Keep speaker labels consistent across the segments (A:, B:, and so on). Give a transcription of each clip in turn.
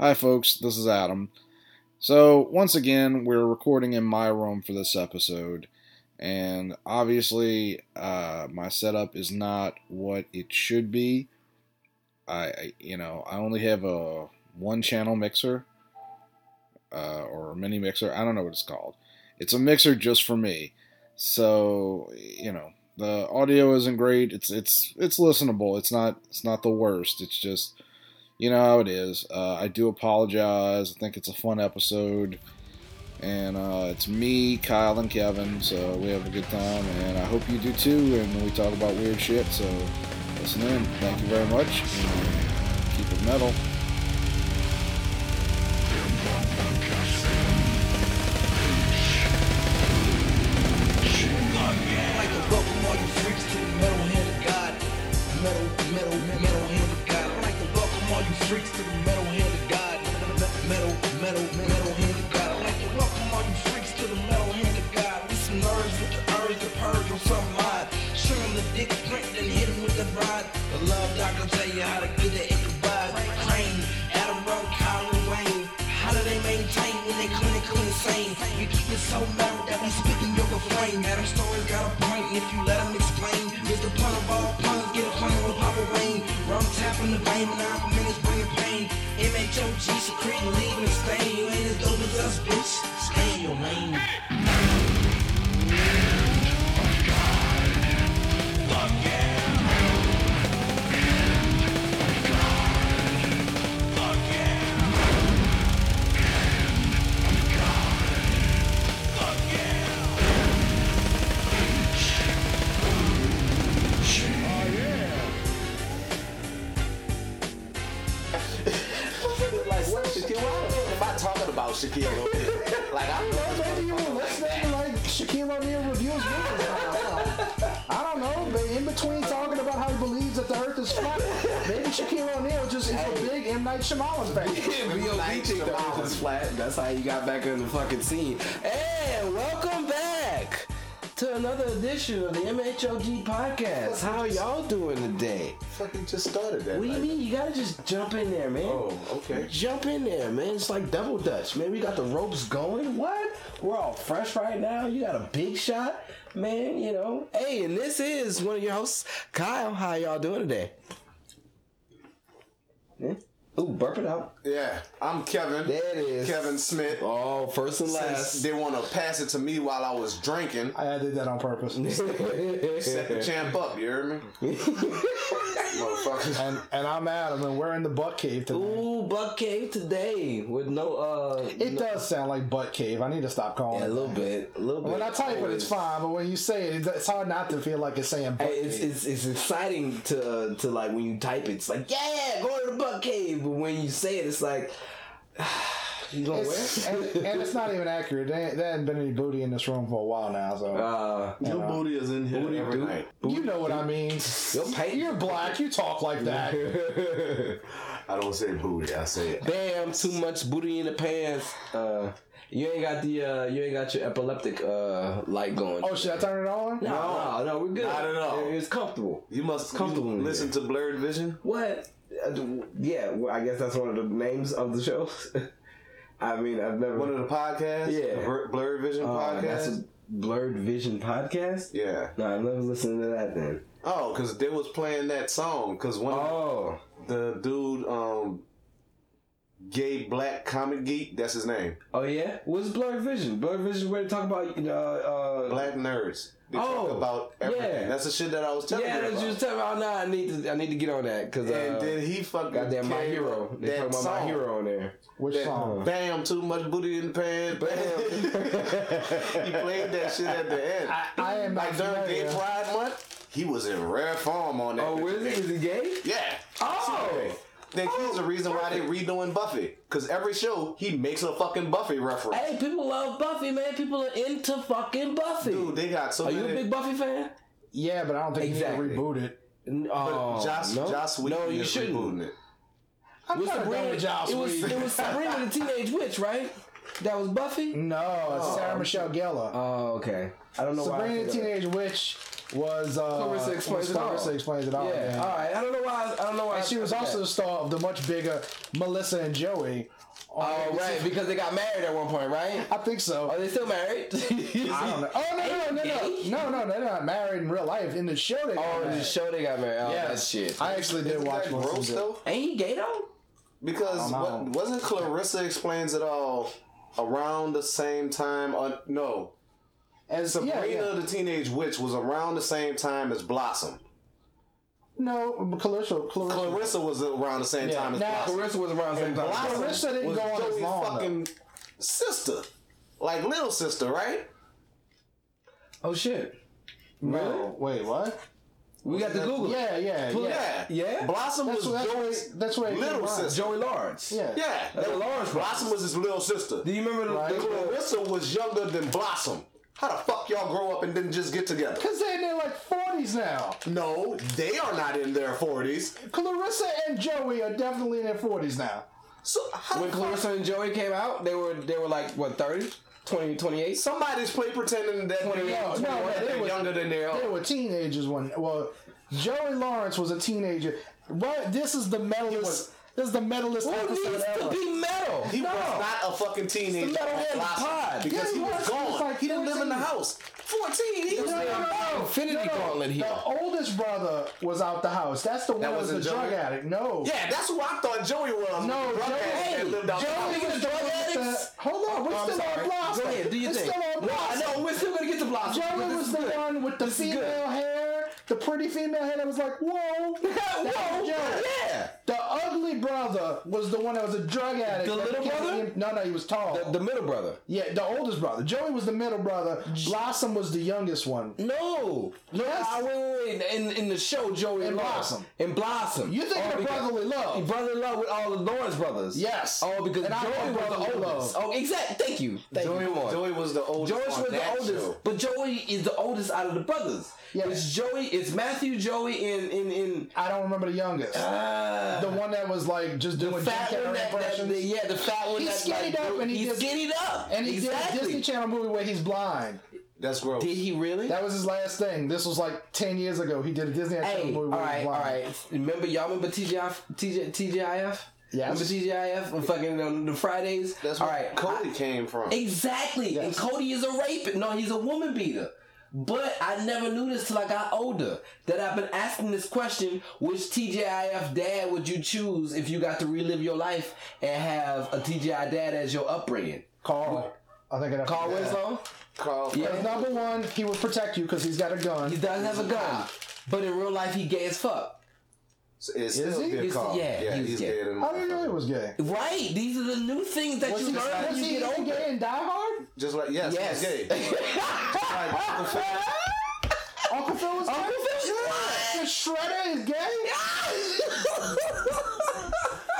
A: Hi, folks, this is Adam. So, once again, we're recording in my room for this episode, and obviously, uh, my setup is not what it should be. I, I you know, I only have a one channel mixer uh, or a mini mixer. I don't know what it's called. It's a mixer just for me. So, you know, the audio isn't great. It's it's it's listenable. It's not it's not the worst. It's just you know how it is. Uh, I do apologize. I think it's a fun episode. And uh, it's me, Kyle, and Kevin, so we have a good time, and I hope you do too. And we talk about weird shit, so listen in. Thank you very much, and keep it metal.
B: I'd like to welcome all you freaks to the metal hand of God. Metal, metal, metal hand of God. I'd like to welcome all you freaks to the metal hand of God. Metal, metal, metal hand of God. I'd like to welcome all you freaks to the metal hand of God. We some nerds with the urge to purge on some line. Show 'em the dick print and hit 'em with the rod. The love doctor tell you how to get the Ichabod. Crane, Adam Rowe, Colin Wayne. How do they maintain when they clinically insane? We keep it so metal that we speak in your refrain. Adam Story got a point, and if you let him explain, it's the pun of all puns, get a plan with Papa Wayne. Rum tapping the vein, and I'm minutes bringing pain. MHOG secreting, leaving a stain. You ain't as dope as us, bitch. Stay in your lane.
C: Like, what Shaquille? What am I talking about Shaquille O'Neal? Like, I don't know.
D: Maybe you were listening to like Shaquille O'Neal reviews movies by myself. I don't know, but in between talking about how he believes that the earth is flat, maybe Shaquille O'Neal just is a big M. Night Shyamalan fan.
C: Night Shyamalan was flat. That's how you got back in the fucking scene.
E: And welcome back to another edition of the MHOG podcast. How y'all doing today?
C: Fucking just started that.
E: What do you
C: like-
E: mean? You gotta just jump in there, man.
C: Oh, okay.
E: Jump in there, man. It's like double dutch, man. We got the ropes going. What? We're all fresh right now. You got a big shot, man. You know. Hey, and this is one of your hosts, Kyle. How y'all doing today? Hmm? Ooh, burp it out.
C: Yeah, I'm Kevin.
E: There it is.
C: Kevin Smith.
E: Oh, first and
C: Since
E: last.
C: they want to pass it to me while I was drinking.
D: I did that on purpose. and,
C: Set the champ up, you hear me? Motherfuckers.
D: and I'm Adam, and we're in the butt cave today.
E: Ooh, Buck Cave today with no uh
D: It does sound like butt cave. I need to stop calling
E: a
D: it.
E: little bit, a little bit.
D: When I type it, it's fine, but when you say it, it's hard not to feel like it's saying butt
E: Hey, It's,
D: cave.
E: it's it's exciting to uh, to like when you type it, it's like yeah, go to the buck cave. But when you say it, it's like you going
D: It's-
E: where?
D: and, and it's not even accurate. There, there hasn't been any booty in this room for a while now, so
E: Uh,
F: Your
D: know.
F: booty is in here every
E: dude.
F: night.
D: you know what I mean.
E: your paint.
D: You're black. You talk like that.
C: I don't say booty, I say it.
E: Bam, too much booty in the pants. Uh, you ain't got the uh, you ain't got your epileptic uh light going.
D: Oh, should I turn it on?
E: no, no, no, we're good.
C: Not at all.
E: It- It's comfortable.
C: You must
E: Comfortable
C: you
E: in
C: listen to Blurred Vision.
E: What? Uh, d- yeah, well, I guess that's one of the names of the show. I mean, I've never.
C: One of the podcasts.
E: Yeah.
C: the Blur- Blurred Vision
E: Oh, that's
C: podcast.
E: a blurred vision podcast.
C: Yeah.
E: No, I've never listened to that then.
C: Oh, because they was playing that song. Because one of
E: Oh,
C: the dude, um, gay black comic geek, that's his name.
E: oh yeah. What's blurred vision? Blurred vision where they talk about uh, uh
C: Black nerds. They
E: Oh,
C: talk about everything.
E: yeah.
C: That's the shit that I was telling
E: Yeah,
C: you
E: that's
C: about.
E: what you was telling me. Oh, no, I need to. I need to get on that because
C: and
E: uh,
C: then he fucking
E: goddamn my
C: came
E: hero.
C: up
E: They talking
C: that
E: about
C: song.
E: my hero on there.
D: Which
C: That
D: song?
C: Bam, too much booty in the pan. Bam. he played that shit at the end.
D: I am not
C: like during Gay
D: familiar.
C: Pride Month, he was in rare form on that.
E: Oh,
C: bitch.
E: really? Is he gay?
C: Yeah.
E: Oh.
C: Seriously. Think he's the reason why they redoing Buffy. Because every show, he makes a fucking Buffy reference.
E: Hey, people love Buffy, man. People are into fucking Buffy.
C: Dude, they got so
E: are you a
C: many.
E: big Buffy fan?
D: Yeah, but I don't think
E: Exactly.
D: you need to reboot it.
E: N- Oh,
C: Joss,
E: no,
C: Joss Whedon
E: no, you
C: is
E: shouldn't.
C: rebooting it.
D: I'm
E: It was
D: not done
E: Sabrina,
D: with Joss
E: it was
D: Whedon.
E: it was Sabrina the Teenage Witch, right? That was Buffy.
D: No, it's Sarah Michelle Gellar.
E: Oh, okay. I don't know why. I
D: Sabrina
E: think
D: the
E: of
D: Teenage Witch was uh,
E: Clarissa Explains
D: was
E: It All.
D: Clarissa Explains It All.
E: Yeah.
D: man.
E: All right. I don't know why. I don't know why.
D: And she was also the star of the much bigger Melissa and Joey. on
E: Oh
D: ABC.
E: right, because they got married at one point, right?
D: I think
E: Are
D: so.
E: they still married?
D: I don't know. Oh no no no no no no! They're not married in real life. In the show they. got
E: Oh, in
D: married.
E: the show they got married. Oh,
D: Yeah.
E: that shit.
D: I actually did watch
C: That
D: most
C: gross
D: of it.
C: though,
E: Ain't he gay though?
C: because
D: I
C: what,
D: don't know.
C: wasn't Clarissa explains it all around the same time? On no,
D: As
C: Sabrina
D: yeah, yeah.
C: the Teenage Witch was around the same time as Blossom.
D: No, Clarissa. Clarissa.
C: Clarissa was around the same
D: Yeah.
C: time as
D: Now,
C: Blossom.
E: Clarissa was around the same time.
C: Blossom
D: Clarissa didn't
C: was
D: go on as
C: Joey's
D: long,
C: fucking sister, like little sister, right?
E: Oh shit.
D: No, wait, what?
E: We got to Google. it.
D: Yeah, yeah, yeah.
C: Yeah,
E: Yeah.
C: Blossom
D: That's,
C: was
D: that's,
C: Joey's.
D: where, that's where it
C: little
D: came from.
C: sister.
E: Joey Lawrence.
D: Yeah.
C: Yeah,
E: That's
C: that-
E: a Lawrence brother.
C: Blossom was his little sister.
E: Do you remember the?
D: Right.
E: the
C: Clarissa was younger than Blossom. How the fuck y'all grow up and didn't just get together?
D: Cause they're in their like forties now.
C: No, they are not in their forties.
D: Clarissa and Joey are definitely in their forties now.
C: So how
E: when
C: the fuck-
E: Clarissa and Joey came out, they were they were like what 30? 20, 28?
C: somebody's play pretending that
E: Twenty-
C: they're
E: no,
D: no, they
C: they're
D: was-
C: younger than their
D: They
C: own.
D: were teenagers when well, Joey Lawrence was a teenager. Right, this is the medalist.
C: was-
D: this is the medalist
E: Who
D: episode
E: needs to
D: ever.
E: be metal?
C: He
E: no.
C: was not a fucking teenager.
E: It's the metalhead
C: like Blossom,
E: pod.
C: because
D: Yeah,
C: he
D: he
C: was,
D: was. He
C: gone.
D: was like
C: he didn't live in the
D: 14.
C: house. Fourteen. He was
D: No, no,
C: there.
D: no, no.
E: Infinity Gauntlet here.
D: The oldest brother was out the house. That's the one that was the
C: wasn't
D: drug
C: Joey?
D: addict. No.
C: Yeah, that's who I thought Joey was.
D: No,
C: the drug
D: Joey-
C: addict that
D: hey,
C: lived out the
E: Joey
C: house.
E: was the drug addicts?
D: Hold on, we're
E: Oh, I'm
D: still
E: sorry.
D: on Blossom.
E: Go ahead, do your
D: we're
E: thing.
D: still on
E: No, I
D: Blossom.
E: know. We're still gonna get to Blossom.
D: Joey
E: but this
D: was
E: is
D: the
E: good.
D: one with the
E: is
D: female
E: good.
D: hair, the pretty female hair that was like, whoa. That
E: Whoa!
D: was Joey.
E: Yeah.
D: The ugly brother was the one that was a drug addict.
E: The
D: that
E: little
D: became-
E: brother?
D: No, no, he was tall.
E: The middle brother.
D: yeah, the oldest brother. Joey was the middle brother. Blossom was the youngest one.
E: No. No.
D: Yes.
E: I- wait, wait, wait. In, in the show, Joey
D: And
E: Lawrence.
D: Blossom.
E: And Blossom.
D: You think
E: All
D: of
E: because-
D: brotherly love?
E: Brother in love with all the Lawrence brothers.
D: Yes.
E: Oh, because
D: And I
E: Joey
D: love
E: was the
D: brotherly
E: oldest.
D: love.
E: Oh, exact. Thank you. Thank
C: Joey,
E: you. Come on.
C: Joey was the oldest.
E: Joey
C: on
E: was the
C: that
E: oldest,
C: show.
E: but Joey is the oldest out of the brothers.
D: Yeah.
E: It's Joey. It's Matthew, Joey, and and and
D: I don't remember the youngest.
E: uh,
D: the one that was like just doing
E: fat
D: Jim
E: one.
D: Carrey
E: That, that,
D: impressions.
E: the, yeah, the fat one.
D: He's
E: that,
D: skinnied up and he
E: he's
D: did-
E: skinnied up.
D: and he
E: exactly.
D: did a Disney Channel movie where he's blind.
C: That's gross.
E: Did he really?
D: That was his last thing. This was like ten years ago. He did a Disney Channel
E: Hey, all
D: movie where
E: right,
D: he's
E: all
D: blind.
E: right. Remember y'all remember TGIF, TG, TGIF?
D: Yes.
E: Remember TGIF and fucking um, the Fridays.
C: That's
E: all
C: where
E: right.
C: Cody
E: I-
C: came from.
E: exactly. And
D: Yes.
E: Cody is a rapist. No, he's a woman beater. But I never knew this till I got older. That I've been asking this question: Which TGIF dad would you choose if you got to relive your life and have a TGI dad as your upbringing?
D: Carl. I think it
E: Carl Winslow.
C: Carl.
E: Yeah.
D: Number one, he would protect you because he's got a gun.
E: He does have a gun, but in real life he gay as fuck.
C: Is still
D: he?
C: good
E: He's-
C: Carl.
E: yeah,
C: yeah,
E: he's
C: he's
E: gay.
C: dead.
D: I didn't know he was gay.
E: Right. These are the new things that
D: Was
E: you
D: he,
E: learn
D: was
E: when you
D: he
E: get older.
D: gay in Die Hard?
C: Just like yes,
E: Yes.
C: he's gay. Just like Uncle Phil.
D: Uncle Phil was
E: Uncle
D: gay.
E: Phil's
D: The
E: right.
D: Shredder is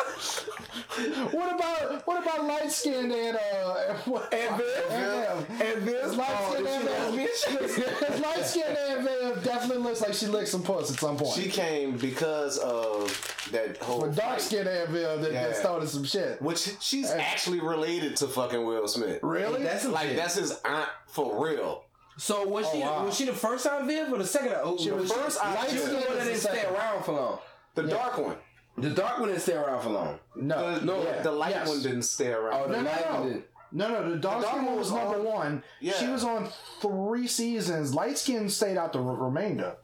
D: gay. What about what about light skinned and uh what-
E: And Viv?
D: and Viv?
E: And Oh, this
D: light skinned and Viv.
E: bitch.
D: Because light skinned and Viv definitely looks like she licked some puss at some point.
C: She came because of that whole
D: But dark
C: fight,
D: skinned and Viv that,
C: Yeah.
D: that started some shit.
C: which she's actually related to fucking Will Smith.
D: Really?
E: That's
C: Like that's his aunt for real.
E: So was she
D: wow.
E: was she the first time Viv or the second time? Ooh, the
D: was-
E: first
D: she-
E: time. She was the one
D: Lightskin
E: that
D: is the
E: didn't stay
D: second.
E: around for long.
C: The dark one.
E: The dark one didn't stay around for long.
D: no,
C: The, no,
D: yeah.
C: the light
D: Yes.
C: one didn't stay
E: Oh,
C: around.
E: the
D: No, no,
E: light
D: no.
E: one didn't.
D: No, no, the dark
C: dark
D: skin
C: one
D: was
C: was
D: number
C: on-
D: one.
C: Yeah.
D: She was on three seasons. Light skin stayed out the re- remainder.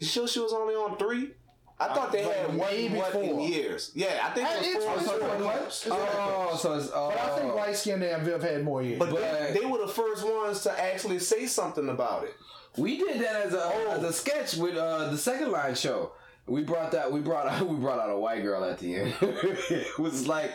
C: You sure she was only on three? I thought they
D: like
C: had one,
D: maybe
C: one in
D: four.
C: years. Yeah, I think
D: Hey,
C: it
D: it's-
C: was four.
D: it's
C: or
D: four.
C: something.
D: What?
E: Oh, so it's oh.
D: But I think light skinned and Viv had more years.
C: But,
E: But-
C: they, they were the first ones to actually say something about it.
E: We did that as a as a sketch with uh, the second line show. We brought that we brought out we brought out a white girl at the end. it was like,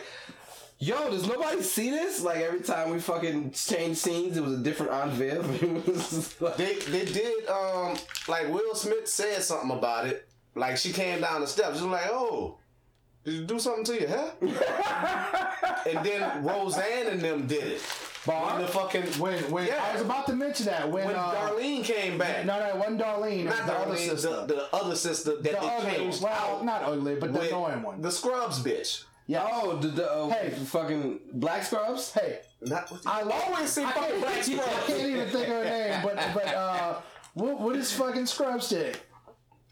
E: yo, does nobody see this? Like every time we fucking change scenes, it was a different Aunt Viv. It was just like-
C: They they did um like Will Smith said something about it. Like she came down the steps, she was like, "Oh, did you do something to your hair?" and then Roseanne and them did it.
D: Bar?
C: When the fucking when,
D: when when
C: Yeah.
D: I was about to mention that when, uh,
C: Darlene came back,
D: no, no, it wasn't Darlene. It was
C: not
D: the other
C: Darlene,
D: sister.
C: the, the other sister that
D: The
C: they
D: ugly one.
C: changed
D: Well,
C: out.
D: not ugly, but the
C: with
D: annoying one.
C: The Scrubs bitch.
D: yeah.
E: oh, the, the uh,
D: Hey.
E: fucking black scrubs.
D: Hey,
C: Not,
D: I love-
C: always see
D: I
C: fucking
D: can't,
C: black
D: I
C: Scrubs.
D: can't even think of her name, but but uh, What, what is fucking Scrubs did?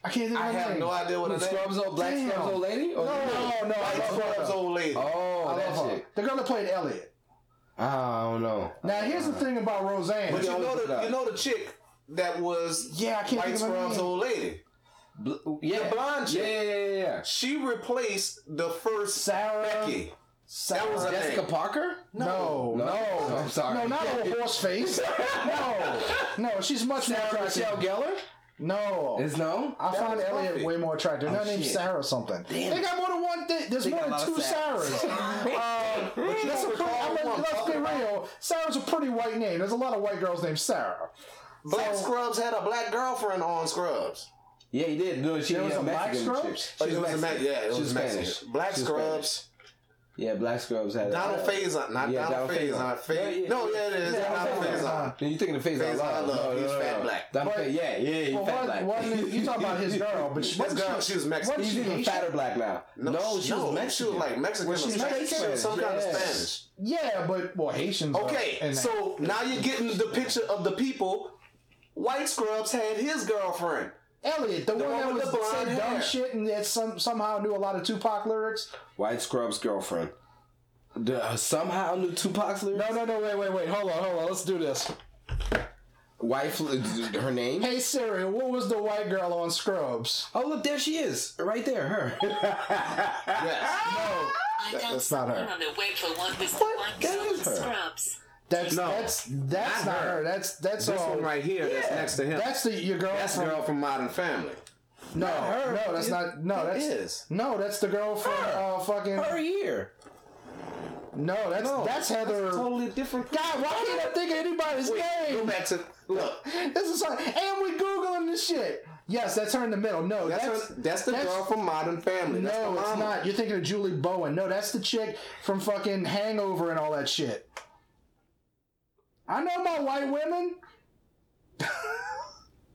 D: I can't think of
C: I
D: her
C: have
D: name.
C: no idea what her name
E: Scrubs old black
D: Damn.
E: Scrubs old lady? Or
D: No, no, I love her.
C: Scrubs old lady.
E: Oh,
D: I
E: that
D: love her.
E: shit.
D: The girl that played Elliot.
E: I don't know.
D: Now here's the thing about Roseanne.
C: But you
E: always
C: know
E: look it
C: the
E: up.
C: you know the chick that was
D: yeah, I can't
C: White
D: think of her
C: Scrubs
D: name.
C: old lady.
E: Bl- yeah,
C: The blonde chick.
E: Yeah, yeah, yeah, yeah.
C: She replaced the first
D: Sarah.
C: Becky.
D: Sarah.
C: That was her
E: Jessica
C: name.
E: Parker?
D: No, no,
E: No,
D: no,
E: I'm sorry.
D: not a little horse face. No, no, she's much more
E: Sarah Michelle
D: attractive.
E: Gellar?
D: No,
E: Is no.
D: I find
C: was
D: Elliot
C: perfect.
D: way more attractive. Her name's
E: shit.
D: Sarah something.
E: Damn
D: They
E: it.
D: got more than one thing. There's
E: They
D: more
E: got a lot
D: than
E: of
D: two
E: Sarahs.
D: Sarahs. um, that's a
C: don't
D: pretty, I
C: recall
D: mean,
C: who I'm
D: let's be
C: talking about.
D: real. Sarah's a pretty white name. There's a lot of white girls named Sarah.
C: Black
D: So-
C: Scrubs had a black girlfriend on Scrubs.
E: Yeah, he did. No, she
D: There was
E: yeah,
D: a black
E: Mexican
D: Scrubs?
E: chick.
C: Oh, it was a Ma- yeah, it was
E: She's
C: Mexican.
E: Spanish.
C: Black
E: She's
C: Scrubs.
E: Yeah, Black Scrubs had
C: Donald
E: uh,
C: Faison, not
E: Yeah,
C: Donald
E: Donald
C: Faison.
E: Faison.
C: Fa-
E: Yeah, yeah.
C: no, yeah, it is
E: Yeah,
C: Donald
E: Donald
C: Faison.
E: Then you thinking of Faison
C: Faison
E: Love.
C: Love,
E: No, no,
C: he's
E: no, no.
C: fat black.
E: Donald
D: But-
E: Fa- yeah, yeah, he's
D: Well,
E: fat
D: what,
E: black.
D: what, you talking about his girl, but she,
C: This
D: wasn't
C: girl, she was Mexican.
D: wasn't
E: He's even
D: Asian?
E: fatter black now. No, she was
C: She
E: Mexican.
C: was like Mexican.
E: Was she
C: or something.
E: Mexican?
C: She was some kind of
E: Yeah.
C: Spanish.
D: Yeah, but well, Haitians. are-
C: Okay,
D: and-
C: so now you're getting the picture of the people. White Scrubs had his girlfriend.
D: Elliot, the, one,
C: one
D: that
C: with
D: was
C: the
D: said
C: blonde
D: dumb
C: hair.
D: shit and that some somehow knew a lot of Tupac lyrics.
E: White Scrubs girlfriend. The- uh, somehow knew Tupac's lyrics.
D: No, no, no, wait, wait, wait, hold on, hold on, let's do this.
E: White, fl- uh, her name.
D: Hey Siri, what was the white girl on Scrubs?
E: Oh look, there she is, right there. Her.
C: Yes.
D: No,
F: Find out
D: that's not her.
F: soon on the way for one with
E: What?
F: one
E: That
F: Zone
E: is her.
F: Scrubs.
D: that's
C: No.
D: that's that's
C: Not
D: not
C: her.
D: her. That's that's
C: this
D: all.
C: one right here that's next to him.
D: That's the your girl.
C: That's the
D: from-
C: girl from Modern Family.
D: No,
E: her.
D: no, that's
E: It-
D: not. No, that's
C: is.
D: no, that's the girl from
E: Her.
D: uh, fucking.
E: her here.
D: No, that's that's Heather.
C: different.
D: God, why can't I think of anybody's
C: Go
D: name?
C: back to look.
D: This is like, and we googling this shit. Yes, that's her in the middle. No,
C: That's
D: that's
C: her- that's, the
D: that's-
C: girl from Modern Family. That's
D: No,
C: the
D: it's
C: mama.
D: not. You're thinking of Julie Bowen. No, that's the chick from fucking Hangover and all that shit. I know my white women.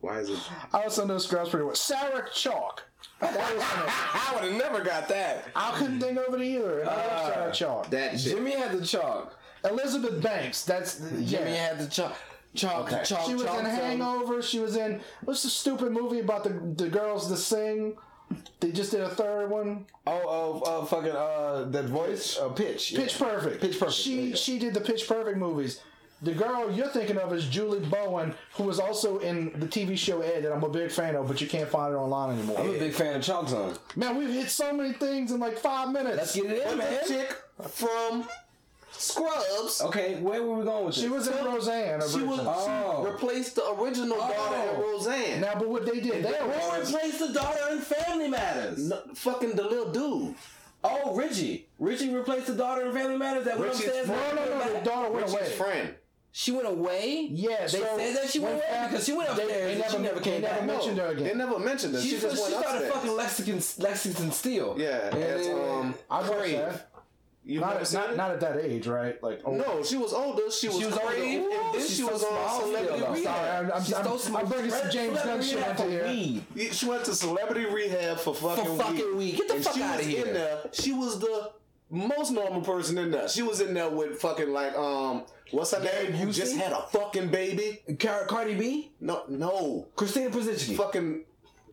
C: Why is it?
D: I also know Scrubs pretty well. Sarah Chalk. That was her name.
E: I would have never got that.
D: I couldn't think of it either. and I love
E: Uh,
D: Sarah Chalk.
C: That shit.
E: Jimmy had the chalk.
D: Elizabeth Banks. That's yeah.
E: Jimmy had the chalk. Chalk. Chalk.
D: she was
E: chalk,
D: in
E: chalk.
D: Hangover. She was in what's the stupid movie about the the girls that sing? They just did a third one.
E: Oh, oh, oh, fucking uh, that voice. Uh, pitch. yeah.
D: Pitch Perfect.
E: Pitch Perfect. there you
D: She
E: go.
D: she did the Pitch Perfect movies. The girl you're thinking of is Julie Bowen, who was also in the TV show Ed that I'm a big fan of, but you can't find it online anymore.
E: I'm a big fan of Chalk Zone.
D: Man, we've hit so many things in like five minutes.
E: Let's get it in, man.
C: That chick from Scrubs.
E: Okay, where were we going with
D: she
E: this?
D: was in Roseanne
C: She
D: originally.
C: was
E: Oh.
C: she replaced the original daughter in Roseanne.
D: now, but what they did, they
E: Who
D: arrested.
E: replaced the daughter in Family Matters?
C: No, fucking the little dude.
E: Oh, Richie. Richie replaced the daughter in Family Matters. That went
C: Richie's-
E: upstairs.
D: No, no, no, the daughter went
C: Richie's
D: away.
C: friend. Oh,
E: She went away.
D: Yeah,
E: they
D: so
E: said that she went
D: when
E: away
D: fam-
E: because she went
D: they-
E: upstairs.
D: they
E: and
D: never-
E: she never
D: they
E: came
D: never
E: back.
D: met- mentioned her again.
C: They never mentioned her.
E: She,
C: She, just
E: she
C: went
E: started
C: upstairs.
E: fucking Lexington, Lexington Steel.
C: yeah,
E: And
C: at,
E: then-
C: um,
D: I watched
C: Crave.
D: that.
C: You
D: Not,
C: never
D: at-
C: seen
D: not,
C: it?
D: not at that age, right? Like, oh,
C: no, she was older. She was,
E: was older.
C: Crave,
E: Ooh,
C: and then
E: she's
C: she was
E: so
C: on
E: small
C: Celebrity
E: still, though.
C: Rehab.
D: Sorry, I'm, I'm,
E: She's
D: I'm,
E: so smart.
D: I'm bringing some
E: Fred-
D: James
E: Fred
D: Gunn shit
E: Rehab
D: into
E: for
D: here.
E: weed.
C: She went to Celebrity Rehab for fucking
E: For fucking
C: weed.
E: weed. Get the
C: and
E: fuck
C: she
E: outta
C: was
E: here.
C: In there, she was the most normal person in there. She was in there with fucking like um, what's her name? Who
E: Busey?
C: just had a fucking baby?
E: Car- Cardi B,
C: No, no,
E: Christina Pazicki.
C: fucking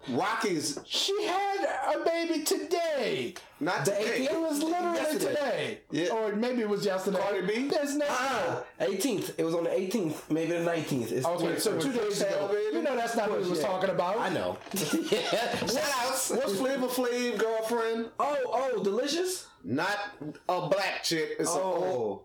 C: Rockies.
D: She had a baby today.
C: Not today.
D: It
E: ATL?
D: was literally
E: Yesterday.
D: today.
C: Yeah.
D: Or maybe it was yesterday.
C: Cardi B?
D: There's no.
E: Ah, 18th. It was on the 18th, maybe the 19th. It's
D: Okay, so
E: 20th.
D: two days ago. You know that's not what he was
E: Yeah.
D: talking about.
E: I know. yeah. Shout
C: What's Flavor Flav girlfriend?
E: Oh, oh, delicious.
C: Not a black chick. It's
E: Oh,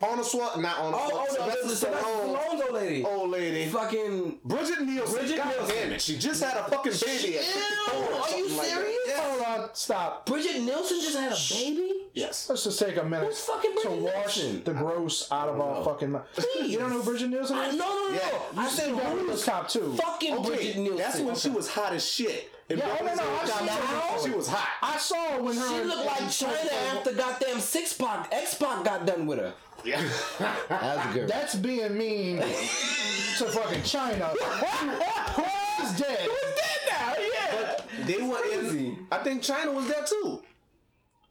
C: a, on a swat. Not on a
E: oh, oh,
C: swat.
E: no,
C: Sylvester
E: that's the
C: Stallone,
E: Sylvester Stallone's old lady.
C: old lady.
E: Fucking.
C: Bridget Nielsen.
E: Bridget
C: God
E: Nielsen.
C: damn it. She just had a fucking baby. at 54 or
E: Are you
C: something like that.
E: serious?
C: Yes.
D: Hold on, stop.
E: Bridget Nielsen just had a baby.
C: Yes.
D: Let's just take a minute
E: Who's fucking
D: to
E: Bridget
D: wash
E: Nielsen?
D: the gross out of our fucking mouth. You don't know who Bridget Nielsen
E: I,
D: is?
E: no, no, no.
C: Yeah,
E: no. I
D: She's
E: said
D: been on
E: who's
D: this top too.
E: fucking Bridget
C: Okay,
E: Nielsen?
C: that's when she was hot as shit. And
D: Yeah, oh, no, no, I've
E: seen her.
C: She was hot.
D: I saw when her.
E: She
D: and-
E: looked like China after goddamn Six Pac. X Pac got done with her.
C: Yeah.
E: That was a good. one.
D: That's being mean to fucking China. Who's dead?
C: they were in. I think China was there too.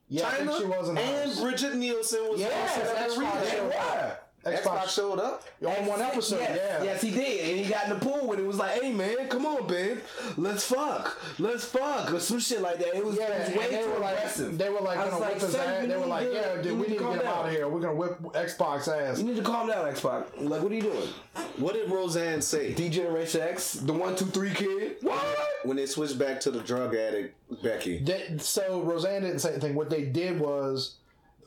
D: Yeah, I
C: China
D: think she was in the
C: and
D: house.
C: Bridget Nielsen was
D: Yeah,
C: there.
D: that's why
C: Rehab.
D: she was-
E: Yeah.
D: Xbox,
C: Xbox showed up.
D: on one episode.
E: Yes,
D: yeah.
E: yes, he did, and he got in the pool, and it was like, "Hey, man, come on, babe, let's fuck, let's fuck," or some shit like that. It was,
D: Yeah,
E: it was
D: and
E: way
D: they
E: too
D: were like,
E: aggressive.
D: they were like
E: I was
D: gonna whip his
E: "Son,
D: ass.
E: you
D: They were
E: need
D: like,
E: to-
D: yeah, dude,
E: you
D: we need to
E: calm
D: get him
E: down.
D: out of here. We're gonna whip Xbox ass.
E: You need to calm down, Xbox. Like, what are you doing?
C: What did Roseanne say
E: D Generation X, the one, two, three kid.
D: Oh,
E: What?
C: when they switched back to the drug addict Becky?
D: They- so Roseanne didn't say anything. What they did was,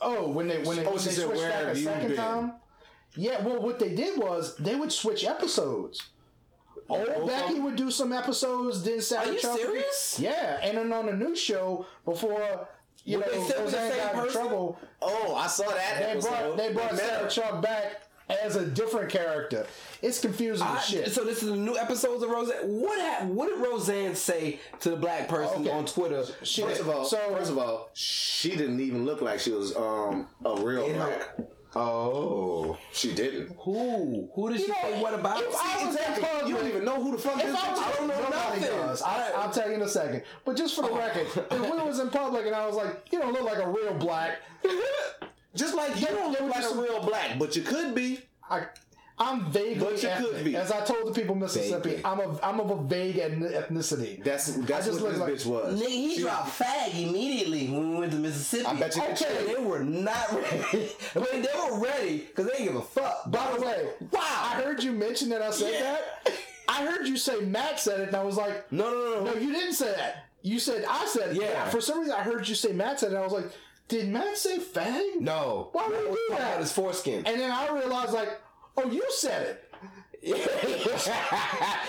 D: oh, when they when they,
C: Oh,
D: when
C: she
D: they
C: said,
D: switched
C: "Where
D: back
C: have
D: a
C: you
D: second
C: been?"
D: time, yeah. Well, what they did was they would switch episodes. Old Becky would do some episodes, then Sally
E: Are you
D: Chunk-
E: serious?
D: Yeah, and then on the new show before you
E: Were they
D: know
E: still with the
D: Roseanne
E: same
D: got in
E: person?
D: trouble,
C: Oh, I saw that.
D: they
C: episode.
D: brought they brought
C: met
D: Sarah
C: her.
D: Chuck back as a different character. It's confusing
E: I,
D: as shit.
E: so this is the new episodes of Roseanne. What hap- what did Roseanne say to the black person
D: Okay.
E: on Twitter?
D: Shit.
C: First of all,
D: So-
C: first of all, she didn't even look like she was um a real
E: And
C: black.
E: like,
C: Oh, she didn't.
E: who who did she
D: know,
E: say what about?
D: if I was that
C: Exactly. You don't
D: public-
C: even know who the fuck this
D: If
C: is.
D: I was-
C: I don't know
D: nobody
C: nothing. Oh.
D: does. I, I'll tell you in a second. But just for the record, if we was in public and I was like, "You don't look like a real black,"
C: Just like you don't look like a real black, but you could be.
D: I, I'm vaguely
C: But you
D: ethnic.
C: could be.
D: As I told the people in Mississippi,
E: Vaguely.
D: I'm a I'm of a vague ethn- ethnicity.
C: That's that's
D: I just
C: what this
D: look
C: bitch was.
E: Nigga, he dropped fag immediately when we went to Mississippi.
C: I bet you can
E: Okay,
C: check.
E: they were not ready. I mean, they were ready because they didn't give a fuck. But I
D: By
E: was
D: the
E: like,
D: way,
E: wow.
D: I heard you mention that I said
E: Yeah.
D: that. I heard you say Matt said it, and I was like,
E: no, no, no,
D: "No,
E: no.
D: you didn't say that. You said I said." it."
E: Yeah.
D: For some reason, I heard you say Matt said it, and I was like, "Did Matt say fang?"
E: No.
D: Why would
E: That
D: he
E: was
D: do
E: talking
D: that?
E: about his foreskin.
D: And then I realized, like, "Oh, you said it."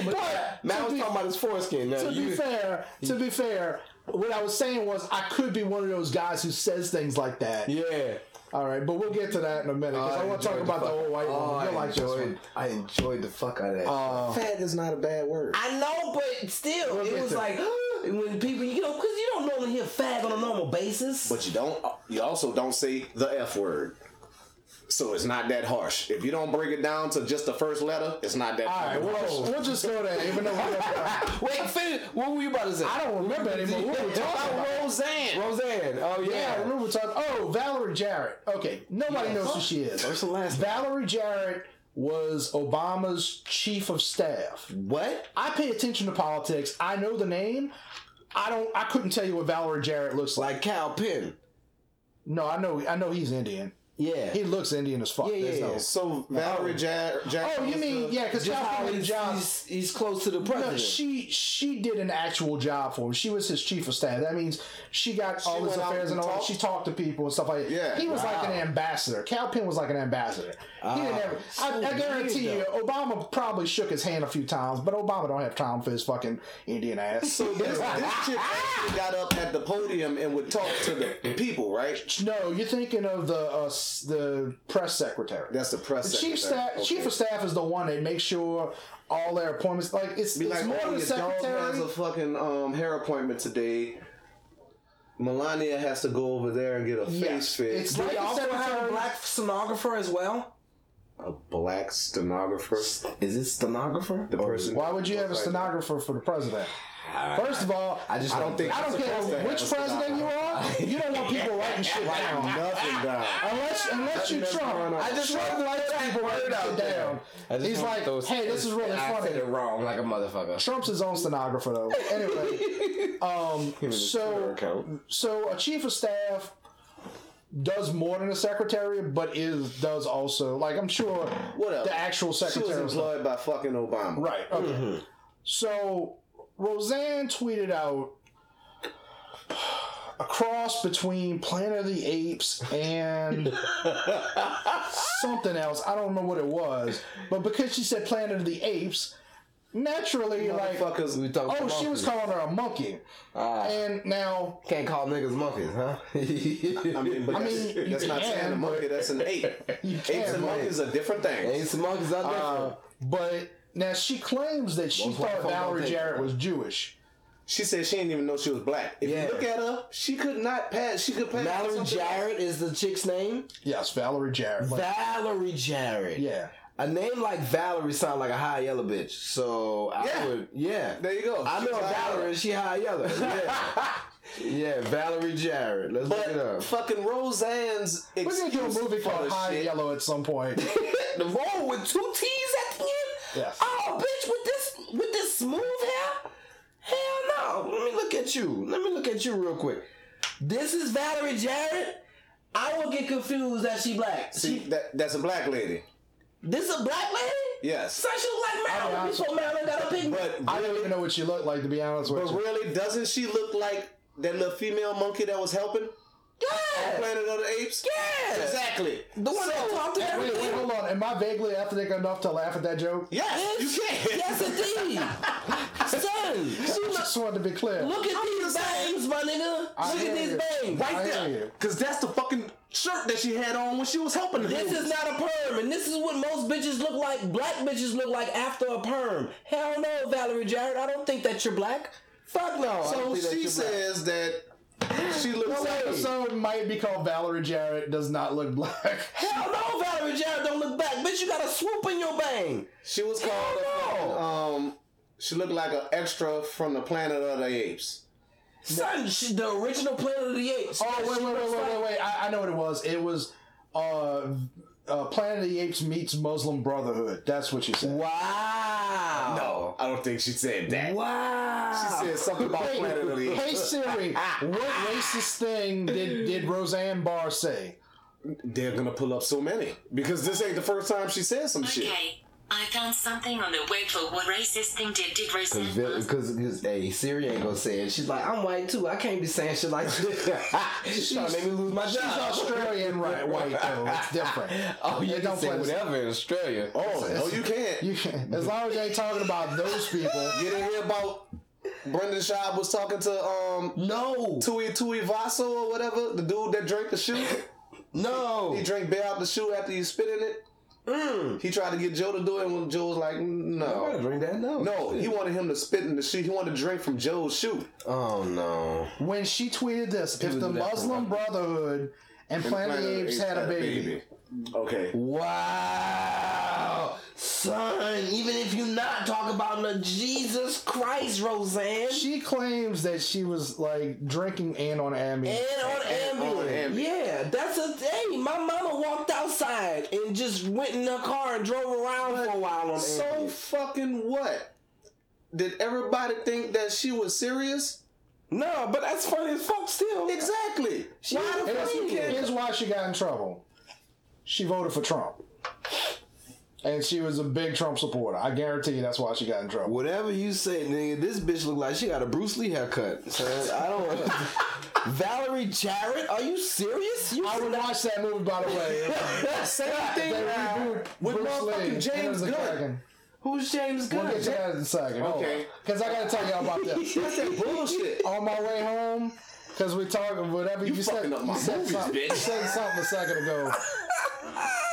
D: But
E: Matt
D: to
E: was
D: be-
E: talking about his foreskin. Now,
D: to
E: you,
D: be fair, to be fair, what I was saying was I could be one of those guys who says things like that.
E: Yeah.
D: All right, but we'll get to that in a minute because I, want to talk about the whole white woman. You'll like this one.
E: I enjoyed the fuck out of that.
C: Fat is not a bad word.
E: I know, but still, it
D: get
E: was
D: to-
E: like when people, you know, because you don't normally hear fag on a normal basis.
C: But you don't. You also don't say the f word. So it's not that harsh. If you don't break it down to just the first letter, it's not that.
D: All right,
C: fucking
D: we'll,
C: harsh.
D: just- we'll just go there, even though we don't,
E: wait, finish. What were you about to say?
D: I don't remember anymore. What were we talking about?
C: Roseanne.
E: Roseanne. Oh yeah.
D: Yeah, I remember talking. Oh, Valerie Jarrett. Okay, nobody knows who she is.
E: First and last name.
D: Valerie Jarrett was Obama's chief of staff.
E: What?
D: I pay attention to politics. I know the name. I don't. I couldn't tell you what Valerie Jarrett looks like.
E: Like Cal Penn.
D: No, I know. I know he's Indian.
E: Yeah.
D: He looks Indian as fuck.
E: Yeah, yeah,
D: There's no-
E: yeah.
C: So Valerie Jar- Jackson.
D: Oh, you
C: was
D: mean
C: the-
D: yeah? Because
E: Just how
D: Calvin
E: he's,
D: Johnson.
E: he's, he's close to the president.
D: No, she she did an actual job for him. She was his chief of staff. That means she got all his
C: went out
D: affairs
C: and
D: and all. that.
C: talked?
D: She talked to people and stuff like that.
C: Yeah,
D: he was like an
E: wow.
D: ambassador. Cal Penn was like an ambassador. Ah, he didn't ever. I, I
E: so
D: guarantee
E: weird,
D: you, Obama probably shook his hand a few times, but Obama don't have time for his fucking Indian ass. "Ah."
C: So this, this chick actually got up at the podium and would talk to the people, right?
D: no, you're thinking of the uh, s- the press secretary.
C: That's the press.
D: The chief
C: secretary.
D: staff, chief of staff is the one that makes sure all their appointments. Like it's,
C: Be
D: it's
C: like,
D: more
C: oh,
D: than the
C: your dog has
D: secretary.
C: a fucking um, hair appointment today. Melania has to go over there and get a face
D: Yes.
C: fit.
D: It's like
E: They
D: the
E: also have a
D: secretary.
E: black stenographer as well.
C: a black stenographer.
E: Is it stenographer?
C: The person.
D: Why would you have a stenographer for the president? First of all, I
E: just
C: I don't think.
D: I don't
C: that's
D: care
C: supposed to have a
D: which president you
C: stenographer.
D: are. You don't want people writing shit down.
C: Nothing down.
D: Unless, unless you Trump,
E: I just
D: Trump
E: want
D: likes people writing shit down. He's like, hey, this is really funny.
E: wrong like a motherfucker.
D: Trump's his own stenographer though. Anyway, um, so so a chief of staff does more than a secretary, but is does also like I'm sure
C: What else?
D: the actual
C: She
D: secretary
C: was
D: was like-
C: employed by fucking Obama.
D: Right. Okay.
C: Mm-hmm.
D: So Roseanne tweeted out a cross between Planet of the Apes and something else. I don't know what it was, but because she said Planet of the Apes, naturally, like,
C: Fuckers,
E: We talking
D: oh,
E: about
D: she
E: monkeys.
D: was calling her a monkey,
E: Ah.
D: and now.
E: Can't call niggas monkeys, huh?
C: I mean, but
D: I
C: that's,
D: mean, you
C: that's not
D: can,
C: saying a monkey. That's an ape. Apes
D: can,
C: and
D: but-
C: monkeys are different things.
E: Ain't some monkeys out there.
D: Uh, but now she claims that she
E: Well,
D: thought
E: well,
D: Valerie
E: well,
D: Jarrett was Jewish.
C: She said she didn't even know she was black. If
E: Yeah.
C: you look at her, she could not pass. She could pass.
E: Mallory
C: something.
E: Jarrett is the chick's name.
D: Yes, Valerie Jarrett. Like,
E: Valerie Jarrett.
D: yeah.
E: A name like Valerie sounds like a high yellow bitch. So I
C: Yeah.
E: would, yeah.
C: There you go.
E: I know
C: She's
E: a
C: high
E: Valerie,
C: yellow.
E: she high yellow. Yeah. Yeah, Valerie Jarrett. Let's look it
C: But
E: up.
C: fucking Roseanne's
D: We're gonna do a
C: excuse
D: movie
C: for
D: called
C: this
D: High
C: shit.
D: Yellow at some point.
E: the roll with two T's at the end.
D: Yes.
E: Oh, bitch, with this with this smooth hair? Hell no. Let me look at you. Let me look at you real quick. This is Valerie Jarrett. I will get confused that she black.
C: See, that, that's a black lady.
E: This a black lady?
C: Yes.
E: So she look like
D: I'll be
E: Marilyn
D: honest
E: before Marilyn got a pink.
C: But
D: I don't even know what she looked like to be honest with
C: but
D: you.
C: really, doesn't she look like that little female monkey that was helping
E: yeah.
C: Planet of the Apes?
E: Yeah.
C: Exactly.
E: The one that
C: So-
E: talked to
D: Wait, wait,
E: everything.
D: hold on. Am I vaguely athletic enough to laugh at that joke?
C: Yes, you can.
E: Yes, indeed. Son, she
D: I
E: look,
D: just wanted to be clear.
E: look at these bangs, my nigga.
D: I
E: look
D: hear
E: at these
D: you.
E: bangs.
D: I
C: Right
D: hear
C: there.
D: you.
C: Because that's the fucking shirt that she had on when she was helping the
E: This
C: dude.
E: is not a perm, and this is what most bitches look like. Black bitches look like after a perm. Hell no, Valerie Jarrett. I don't think that you're black. Fuck no. I don't
C: So
E: think that
C: she
E: you're black.
C: says that she looks
D: This
C: like
D: episode might be called Valerie Jarrett does not look black.
E: Hell no, Valerie Jarrett don't look black. Bitch, you got a swoop in your bang.
C: she was called. a
E: Hell
C: fucking,
E: no.
C: um, she looked like an extra from the Planet of the Apes.
E: Son, she, the original Planet of the Apes.
D: Oh wait, wait, wait, wait, wait, wait! I, I know what it was. It was uh, uh, Planet of the Apes meets Muslim Brotherhood. That's what you said.
E: Wow.
C: I don't think she said that.
E: Wow.
C: She said something about
D: Hey,
C: Planet of the Apes.
D: hey Siri, what racist thing did, did Roseanne Barr say?
C: They're gonna pull up so many because this ain't the first time she said some shit.
F: Okay, I found something on the web for what racist thing did did racist.
E: Because, because, hey, Siri ain't gonna say it. She's like, I'm white too. I can't be saying shit like this. She's trying to make me lose my
D: She's Australian, right? White though, it's different.
E: Oh, you
D: They
E: can say
D: play this-
E: whatever in Australia.
C: Oh no, you can't.
D: You can, as long as you ain't talking about those people.
C: You didn't hear about Brendan Schaub was talking to um
E: No,
C: Tui Tui Vaso or whatever the dude that drank the shoe.
E: no. Mm.
C: He drank beer out the shoe after you spit in it. He tried to get Joe to do it, and Joe was like, "No,
E: drink that. No,
C: no." He wanted him to spit in the shoe. He wanted to drink from Joe's shoe.
E: Oh no.
D: When she tweeted this, if
E: People
D: the
E: do that for
D: Muslim
E: what?
D: Brotherhood and Planet of the Apes had a baby,
C: Okay.
E: Wow, son. Even if you not talk about the Jesus Christ, Roseanne,
D: she claims that she was like drinking and on Amy.
E: and on
C: And on
E: Ambien.
C: Ambien.
E: Yeah, that's a thing. My mama walked outside and just went in her car and drove around for a while on
C: So
E: Ambien.
C: fucking what? Did everybody think that she was serious?
E: No, but that's funny as fuck still.
C: Exactly.
E: She Why the
D: Here's,
E: fuck you can't-
D: here's why she got in trouble. She voted for Trump. And she was a big Trump supporter. I guarantee you that's why she got in trouble.
E: Whatever you say, nigga, this bitch look like she got a Bruce Lee haircut. So I don't. Valerie Jarrett, are you serious? You
D: I would watch that movie, by the way.
C: Same thing
D: They reboot
C: with
D: Bruce Lee,
C: motherfucking
D: Enter
C: James
D: the
C: Gunn.
D: Dragon.
E: who's James Gunn?
D: We'll get to that in a second.
C: Okay.
D: Because I got to tell y'all about this.
C: That's that bullshit.
D: On my way home, because we talking whatever you, said.
C: fucking up my
D: you said
C: movies,
D: something,
C: bitch.
D: You said something a second ago.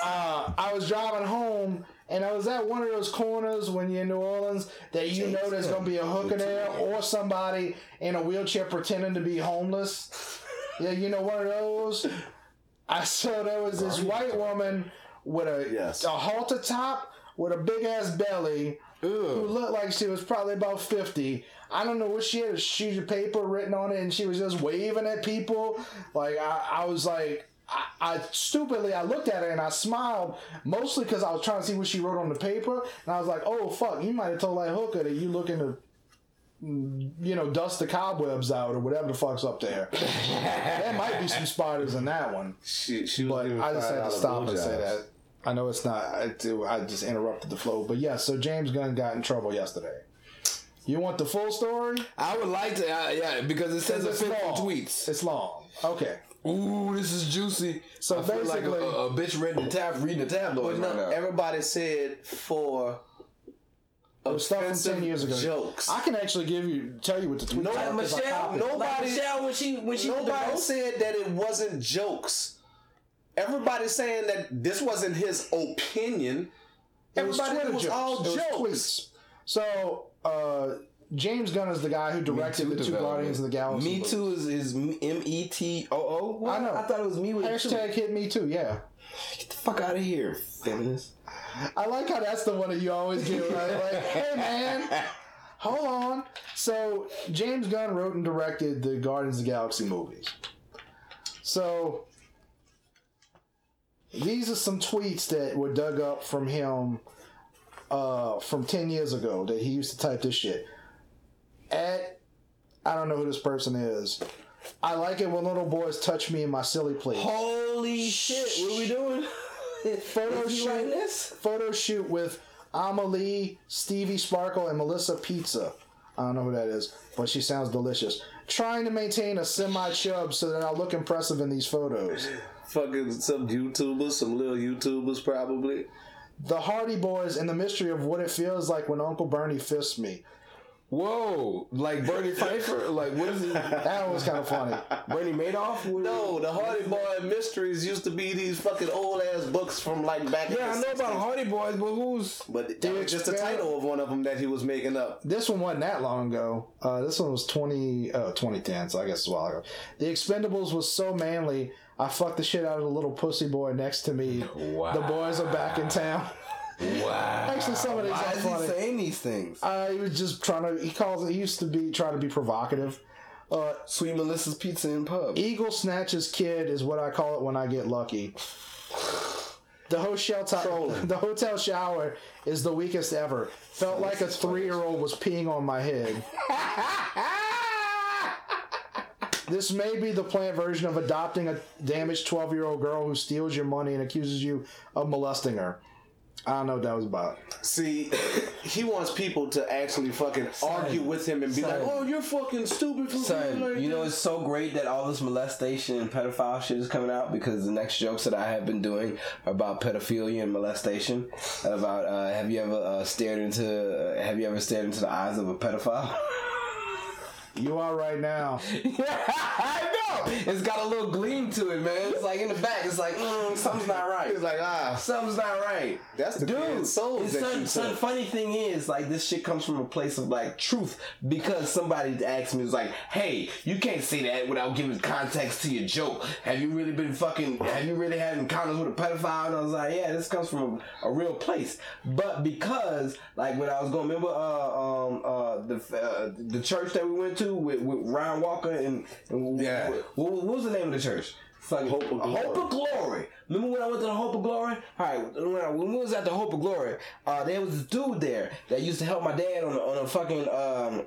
D: Uh, I was driving home, and I was at one of those corners when you're in New Orleans that you know there's gonna be a hooker there or somebody in a wheelchair pretending to be homeless. yeah, you know one of those. I saw there was this white woman with a
C: Yes.
D: a halter top with a big ass belly who looked like she was probably about 50. I don't know what she had, a sheet of paper written on it, and she was just waving at people. Like, I, I was like, I, I stupidly, I looked at her and I smiled, mostly because I was trying to see what she wrote on the paper. And I was like, oh, fuck, you might have told that hooker that you looking to, mm, you know, dust the cobwebs out or whatever the fuck's up there. there might be some spiders in that one.
C: She, she
D: But I just had to stop and say
C: blowjobs.
D: that. I know it's not. I, do- I just interrupted the flow. But yeah, so James Gunn got in trouble yesterday. You want the full story?
E: I would like to, uh, yeah, because it says
D: It's
E: offensive
D: long.
E: tweets.
D: It's long. Okay.
E: Ooh, this is juicy.
D: So
E: I feel like a,
D: basically-
E: a, a bitch reading the tab, reading the tabloids
C: But
E: right
C: no,
E: now.
C: everybody said for
D: It was stuff from ten years ago.
C: jokes.
D: I can actually give you tell you what the tweet.
C: No,
D: are 'cause I
E: Michelle,
D: copied.
E: nobody.
C: Like
E: Michelle, when she when she
C: Nobody said that it wasn't jokes. Everybody saying that this wasn't his opinion.
D: It was
C: Everybody
D: Twitter
C: it was all
D: It was
C: jokes.
D: tweets. So uh, James Gunn is the guy who directed the two Guardians of the Galaxy.
E: Me
D: movies.
E: too is is M E T O O. What?
D: I know.
E: I thought it was me with two.
D: Hashtag hit me too. Yeah.
E: Get the fuck out of here, feminist.
D: I like how that's the one that you always get. Right? Like, hey man, Hold on. So James Gunn wrote and directed the Guardians of the Galaxy movies. So these are some tweets that were dug up from him uh, from ten years ago that he used to type this shit. At I don't know who this person is. I like it when little boys touch me in my silly place.
E: Holy shit! What are we doing?
D: Photo
E: Is he
D: shoot.
E: like this?
D: photo shoot with Amalie, Stevie Sparkle, and Melissa Pizza. I don't know who that is, but she sounds delicious. Trying to maintain a semi chub so that I look impressive in these photos.
C: Fucking some YouTubers, some little YouTubers probably.
D: The Hardy Boys and the mystery of what it feels like when Uncle Bernie fists me.
E: Whoa! Like Bernie Pfeiffer? Like what is it?
D: That was kind of funny.
E: Bernie Madoff? What-
C: No, the Hardy Boy mysteries used to be these fucking old ass books from like back. in
E: Yeah, I
C: the
E: know
C: 60s.
E: about Hardy Boys, but who's?
C: But that was just the
D: experiment-
C: title of one of them that he was making up.
D: This one wasn't that long ago. Uh, this one was 20, uh, 2010, so I guess it's a while ago. The Expendables was so manly, I fucked the shit out of the little pussy boy next to me.
E: Wow.
D: The boys are back in town.
E: Wow.
D: Actually, some of these
E: Why
D: are
E: is he
D: funny.
E: saying these things?
D: Uh, he was just trying to. He calls it. He used to be trying to be provocative. Uh,
E: Sweet Melissa's Pizza and Pub.
D: Eagle snatches kid is what I call it when I get lucky. The hotel to- the hotel shower is the weakest ever. Felt like a three year old was peeing on my head. This may be the planned version of adopting a damaged twelve year old girl who steals your money and accuses you of molesting her. I don't know what that was about.
C: See, he wants people to actually fucking argue with him and be
E: Son.
C: like, "Oh, you're fucking stupid for being like
E: Son, you know
C: this."
E: it's so great that all this molestation and pedophile shit is coming out because the next jokes that I have been doing are about pedophilia and molestation. About uh, have you ever uh, stared into uh, have you ever stared into the eyes of a pedophile?
D: You are right now.
E: I know. It's got a little gleam to it, man. It's like in the back. It's like mm, something's not right.
C: He's like, ah,
E: Something's not right.
C: That's the
E: dude.
C: dead souls
E: and
C: that
E: son,
C: you
E: son,
C: took.
E: funny thing is, like this shit comes from a place of like truth because somebody asked me, it's like, hey, you can't say that without giving context to your joke. Have you really been fucking? Have you really had encounters with a pedophile? And I was like, yeah, this comes from a, a real place. But because like when I was going, remember uh, um, uh, the uh, the church that we went to with, with Ryan Walker and, and
C: Yeah.
E: what, what was the name of the church? Fucking
C: Hope of Glory.
E: Hope of Glory. Remember when I went to the Hope of Glory? All right, when, I, when we was at the Hope of Glory, uh, there was this dude there that used to help my dad on a, on a fucking um,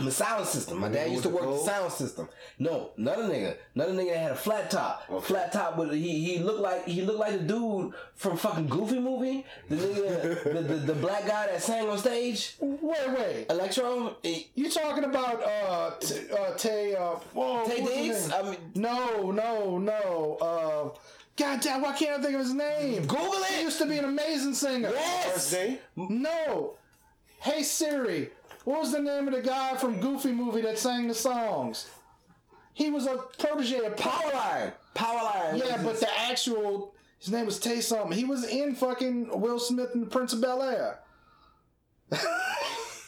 E: the sound system. My dad used to work the sound system. No, another nigga, another nigga that had a flat top. Flat top, but he he looked like he looked like the dude from fucking Goofy movie. The nigga, the, the the black guy that sang on stage,
D: Wait, wait.
E: electro. eh, He,
D: You talking about uh, t- uh Tay uh whoa,
E: Tay
D: what's his
E: Diggs?
D: name?
E: I mean-
D: no, no, no. Uh, God damn, why can't I think of his name?
E: Google it!
D: He used to be an amazing singer.
E: yes.
C: birthday.
D: No. Hey Siri, what was the name of the guy from Goofy movie that sang the songs? He was a protege of Powerline.
E: Powerline.
D: Yeah, but the actual his name was Tay something. He was in fucking Will Smith and Prince of Bel Air.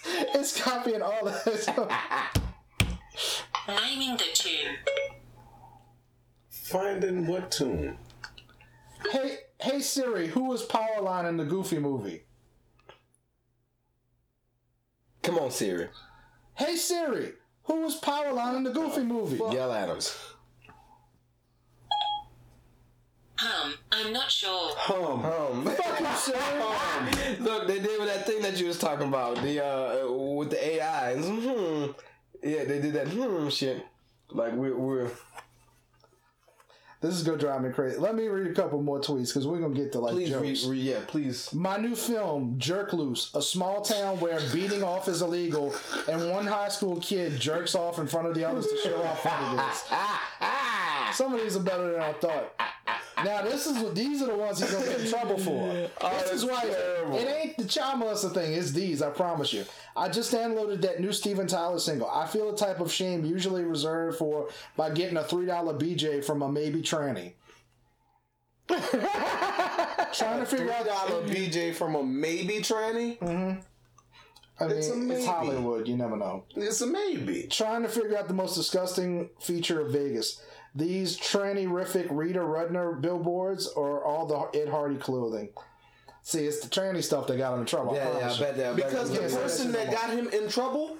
D: it's copying all of this.
F: Naming the tune.
C: Finding what tune?
D: Hey, hey Siri, who was Powerline in the Goofy movie?
E: Come on, Siri.
D: Hey Siri, who was Powerline in the Goofy movie?
E: Yell at him.
F: Um, I'm not sure.
C: Hum.
E: Um,
D: Fuck you, Siri.
E: look, they did with that thing that you was talking about, the uh, with the AI. It's, Hmm. Yeah, they did that hmm shit. Like we're, we're
D: This is gonna drive me crazy. Let me read a couple more tweets because we're gonna get to like
E: please,
D: jokes.
E: re, re, yeah, please.
D: My new film, Jerk Loose, a small town where beating off is illegal, and one high school kid jerks off in front of the others to show how fun it is. Some of these are better than I thought. Now this is what these are the ones he's gonna get in trouble for. this is why it ain't the child molester thing. It's these, I promise you. I just downloaded that new Steven Tyler single. I feel a type of shame usually reserved for by getting a three dollar BJ from a maybe tranny. Trying to figure out
C: Dollar BJ from a maybe tranny.
D: I mean,
C: It's a
D: it's
C: maybe.
D: Hollywood. You never know.
C: It's a maybe.
D: Trying to figure out the most disgusting feature of Vegas. These tranny-rific Rita Rudner billboards or all the Ed Hardy clothing. See, it's the tranny stuff that got him in trouble. I
E: Yeah, yeah,
D: promise
E: I
D: you.
E: bet that. I bet
C: Because
E: that-
C: the
D: Yeah, so that's
C: person
D: just
C: that
D: normal.
C: got him in trouble,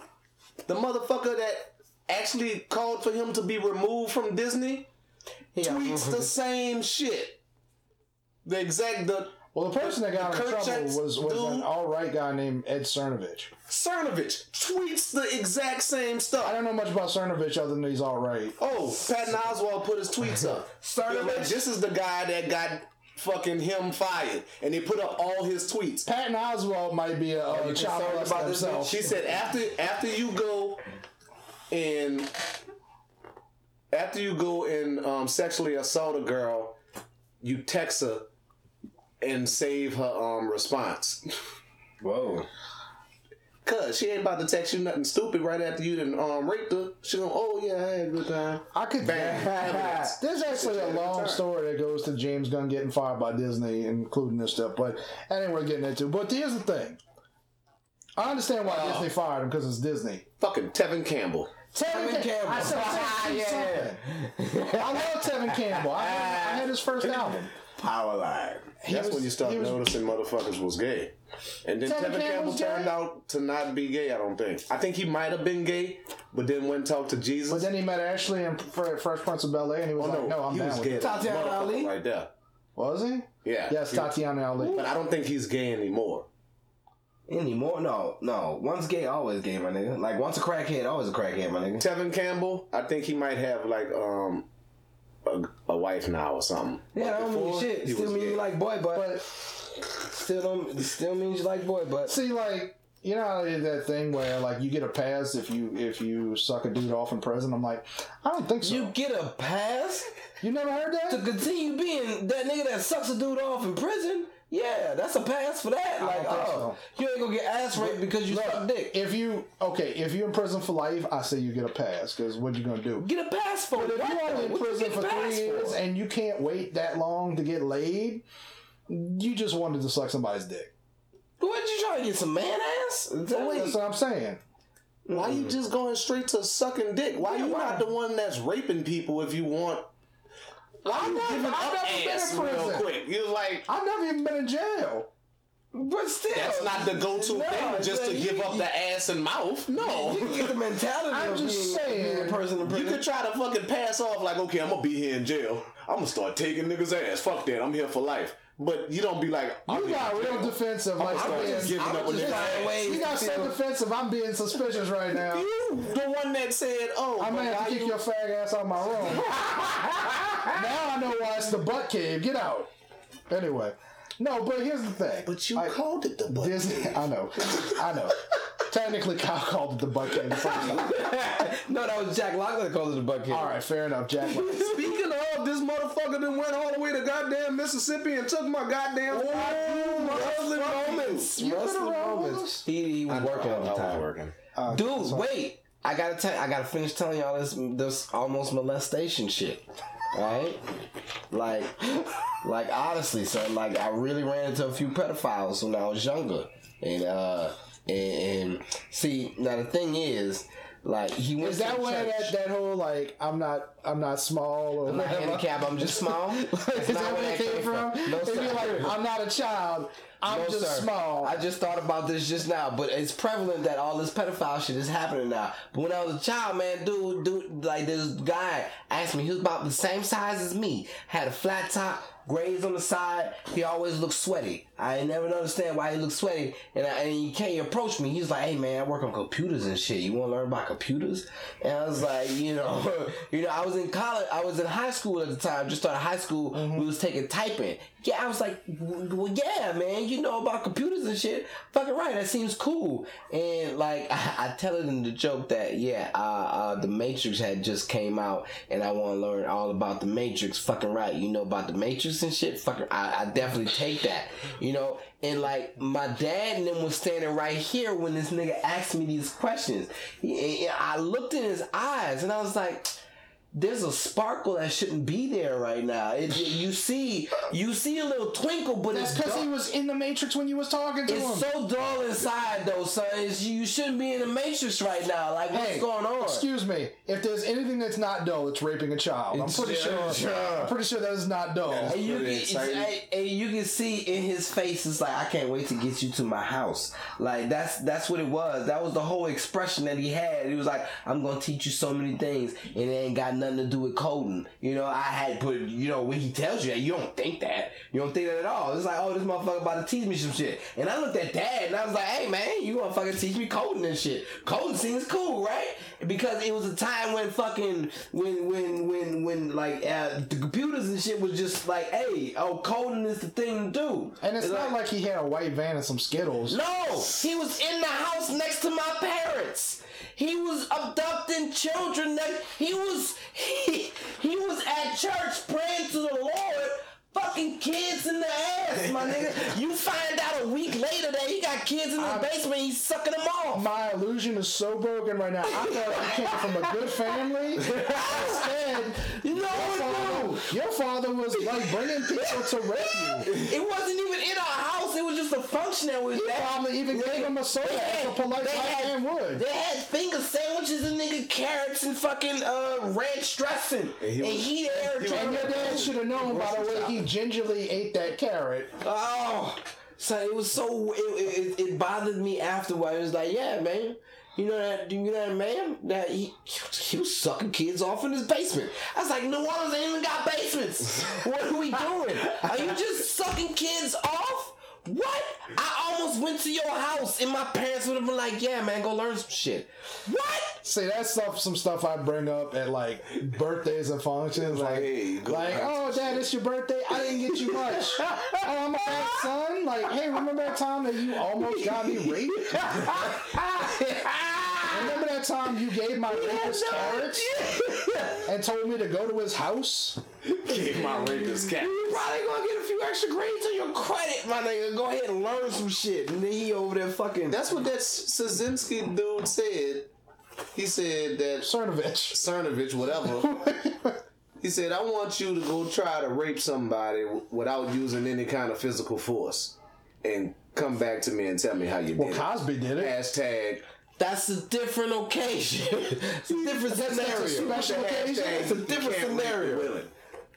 C: the motherfucker that actually called for him to be removed from Disney,
E: Yeah.
C: tweets the same shit. The exact the
D: Well, the person that got him in
C: Kurt
D: trouble
C: Jackson,
D: was, was an
C: dude.
D: all right guy named Ed Cernovich.
C: Cernovich tweets the exact same
D: I
C: stuff.
D: don't know much about Cernovich other than he's all right.
C: Oh, Patton Oswald put his tweets up.
E: Cernovich?
C: Like, this is the guy that got fucking him fired, and they put up all his tweets.
D: Patton Oswald might be a, a
E: concerned
D: child molester
E: about this
D: himself.
C: She said after after you go and after you go and um, sexually assault a girl, you text her and save her um, response.
E: Whoa.
C: Cause she ain't about to text you nothing stupid right after you done um, raped her. She going, oh yeah, I had a good time.
D: I could.
C: Bam.
D: There's actually a long story that goes to James Gunn getting fired by Disney, including this stuff. But I didn't want to get into. it. But here's the thing. I understand why Disney fired him because it's Disney.
C: Fucking Tevin Campbell.
D: Tevin
E: Tevin
D: Campbell. I, said,
E: Campbell.
D: yeah. I love Tevin Campbell. I, had- I had his first album.
E: Power line.
C: That's
D: was-
C: when you start
D: he was-
C: noticing motherfuckers was gay. And then
D: Tevin
C: Tevin, Campbell
D: Campbell's gay?
C: turned out to not be gay, I don't think. I think he might have been gay, but then went and talked to Jesus.
D: But then he met Ashley and Fre- Fresh Prince of Bel Air, and he was
C: Oh,
D: like, "No, I'm
C: he
D: down
C: was
D: with
C: gay.
D: it."
E: Tatiana
C: Motherfucker
E: Ali?
C: right there.
D: Was he?
C: Yeah.
D: Yes,
C: He-
D: Tatiana Ali.
C: But I don't think he's gay anymore.
E: Anymore? No, no. Once gay, always gay, my nigga. Like once a crackhead, always a crackhead, my nigga.
C: Tevin Campbell, I think he might have like um a, a wife now or something.
E: Yeah, that don't mean
C: Before,
E: shit.
C: he
E: Still
C: was
E: mean
C: gay.
E: you like boy butt.
D: But
E: still don't. Still means you like boy butt.
D: See, like you know how they did that thing where like you get a pass if you if you suck a dude off in prison. I'm like, I don't think so.
E: You
D: You,
E: get a pass
D: never heard
E: to
D: that?
E: continue being that nigga that sucks a dude off in prison. Yeah, that's a pass for that.
D: I
E: Like,
D: don't think
E: oh, you ain't gonna get ass raped because you suck dick.
D: If you okay, if you're in prison for life, I say you get a pass because what you gonna do?
E: Get a pass for
D: But
E: it.
D: if
E: What
D: you're
E: the-
D: only in
E: what you
D: prison
E: get a
D: for three
E: pass
D: years and you can't wait that long to get laid, you just wanted to suck somebody's dick.
E: what you trying to get some man ass?
D: That's what I'm saying.
C: Why
D: Mm-hmm.
C: you just going straight to sucking dick? Why
E: Yeah,
C: you
E: why?
C: not the one that's raping people if you want
D: I've
C: you
D: never,
C: giving
D: I've
C: up
D: never been
C: ass
D: in
C: real
D: prison.
C: quick? You're like
D: I've never even been in jail.
E: But still,
C: that's not the go-to
E: No,
C: thing
E: it's
C: just to
E: like
C: give
E: you-
C: up the ass and mouth. No.
E: You can get the mentality
D: I'm
E: of
D: just
E: being,
D: saying,
E: being a person in
C: You
E: prison.
C: could try to fucking pass off like, okay, I'm gonna be here in jail. I'm gonna start taking niggas' ass. Fuck that. I'm here for life. But you don't be like, I'm
D: You
C: here
D: got
C: in
D: real
C: jail.
D: defensive. Like,
C: I'm
D: man,
C: just giving
E: I'm
C: up on
E: just
C: niggas'
E: trying
C: ass.
E: ways
D: you
E: to
D: got so
E: feel-
D: defensive. I'm being suspicious right now.
C: You the one that said, oh,
D: I'm
C: but
D: gonna have
C: why
D: to kick
C: you-
D: your fag ass out of my room. now I know why it's the butt cave. Get out. Anyway, no, but here's the thing.
C: But you called it the butt.
D: Disney, I know, I know. Technically, Kyle called it the butt cave. the first time.
E: No, that was Jack Lock that called it the bucket.
D: All right, fair enough, Jack.
C: Speaking of, this motherfucker then went all the way to goddamn Mississippi and took my goddamn Wrestling moments.
D: You been
E: Wrestling
D: around with
E: moments.
D: us?
E: He, he was working all the time.
C: working.
E: Dude, wait. I gotta tell. I gotta finish telling y'all this this almost molestation shit. Right? Like, like honestly, son. Like I really ran into a few pedophiles when I was younger, and uh, and, and see now the thing is, like he went
D: Is that
E: to the
D: where
E: church.
D: that, that whole like I'm not I'm not small or
E: I'm not
D: whatever?
E: handicapped. I'm just small. That's
D: Is that where it came from?
E: No,
D: It'd be
E: sir.
D: like I'm not a child. I'm
E: No,
D: just
E: sir.
D: small.
E: I just thought about this just now, but it's prevalent that all this pedophile shit is happening now. But when I was a child, man, dude, dude, like this guy asked me, he was about the same size as me, had a flat top, grays on the side. He always looked sweaty. I ain't never understand why he looked sweaty, and I, and he can't approach me. He was like, "Hey, man, I work on computers and shit. You want to learn about computers?" And I was like, you know, you know, I was in college, I was in high school at the time, just started high school.
D: Mm-hmm.
E: We was taking typing. Yeah, I was like, w- well, yeah, man, you know about computers and shit. Fucking right, that seems cool. And like, I, I tell it in the joke that yeah, uh, uh, the Matrix had just came out, and I want to learn all about the Matrix. Fucking right, you know about the Matrix and shit. Fucking, I, I definitely take that. You know, and like my dad and them was standing right here when this nigga asked me these questions. And- and I looked in his eyes, and I was like there's a sparkle that shouldn't be there right now. It, you see, you see a little twinkle, but
D: That's
E: it's
D: because he
E: dull.
D: was in the Matrix when you was talking to him.
E: It's so dull inside, though, son. It's, you shouldn't be in the matrix right now. Like, what's
D: Hey,
E: going on?
D: Excuse me. If there's anything that's not dull, it's raping a child. I'm
E: It's-
D: pretty
E: yeah,
D: sure. I'm pretty sure that is not dull.
C: That
E: and you,
C: Pretty
E: can,
C: exciting.
E: and- and you can see in his face, it's like I can't wait to get you to my house. Like that's that's what it was. That was the whole expression that he had. He was like, "I'm gonna teach you so many things, and it ain't got nothing to do with coding." You know, I had put. You know, when he tells you that, you don't think that. You don't think that at all. It's like, oh, this motherfucker about to teach me some shit. And I looked at dad, and I was like, "Hey, man, you gonna fucking teach me coding and shit? Coding seems cool, right?" Because it was a time when fucking when when when when like uh, the computers and shit was just like, "Hey, oh, coding is the thing to do."
D: And it's not like he had a white van and some Skittles.
E: No, he was in the house next to my parents. He was abducting children. Next, he was he, he was at church praying to the Lord. Fucking kids in the ass, my nigga. You find out a week later that he got kids in the basement. He's sucking them off.
D: My illusion is so broken right now. I thought you came from a good family. Instead,
E: No, no,
D: father- your father was like bringing people to rape you.
E: it wasn't even in our house. It was just a function that was
D: He
E: there.
D: probably even gave him a soda as a polite
E: they
D: white
E: had-
D: man would.
E: They had finger sandwiches and nigga carrots and fucking uh, ranch dressing. And
C: he
E: he,
C: was-
E: there
D: And
E: trying
D: your
E: to.
D: dad should have known by the way he gingerly ate that carrot.
E: Oh, so it was so it, it, it bothered me afterward. It was like, yeah, man. You know that you know that man that he he was sucking kids off in his basement. I was like, New Orleans ain't even got basements. What are we doing? Are you just sucking kids off? What? I almost went to your house and my parents would have been like, yeah, man, go learn some shit. What?
D: See, that's stuff, some stuff I bring up at like birthdays and functions. Like,
C: hey, go
D: like
C: back
D: oh, dad, it's your birthday. I didn't get you much. oh, I'm a bad son. Like, hey, remember that time that you almost got me raped? remember that time you gave my rapist carrots and told me to go to his house?
C: Keep my rapist cat.
E: You probably gonna get a few extra grades on your credit, my nigga. Go ahead and learn some shit. And then he over there fucking.
C: That's what that Szynski dude said. He said that
D: Cernovich.
C: Cernovich, whatever. he said, I want you to go try to rape somebody w- without using any kind of physical force. And come back to me and tell me how you
D: Well,
C: did
D: Cosby did
C: it.
D: it.
C: Hashtag.
E: That's a different occasion. it's a different scenario.
D: special
C: Hashtag,
D: occasion.
E: It's a
C: you
E: different
C: can't rape the
E: scenario.
C: willing.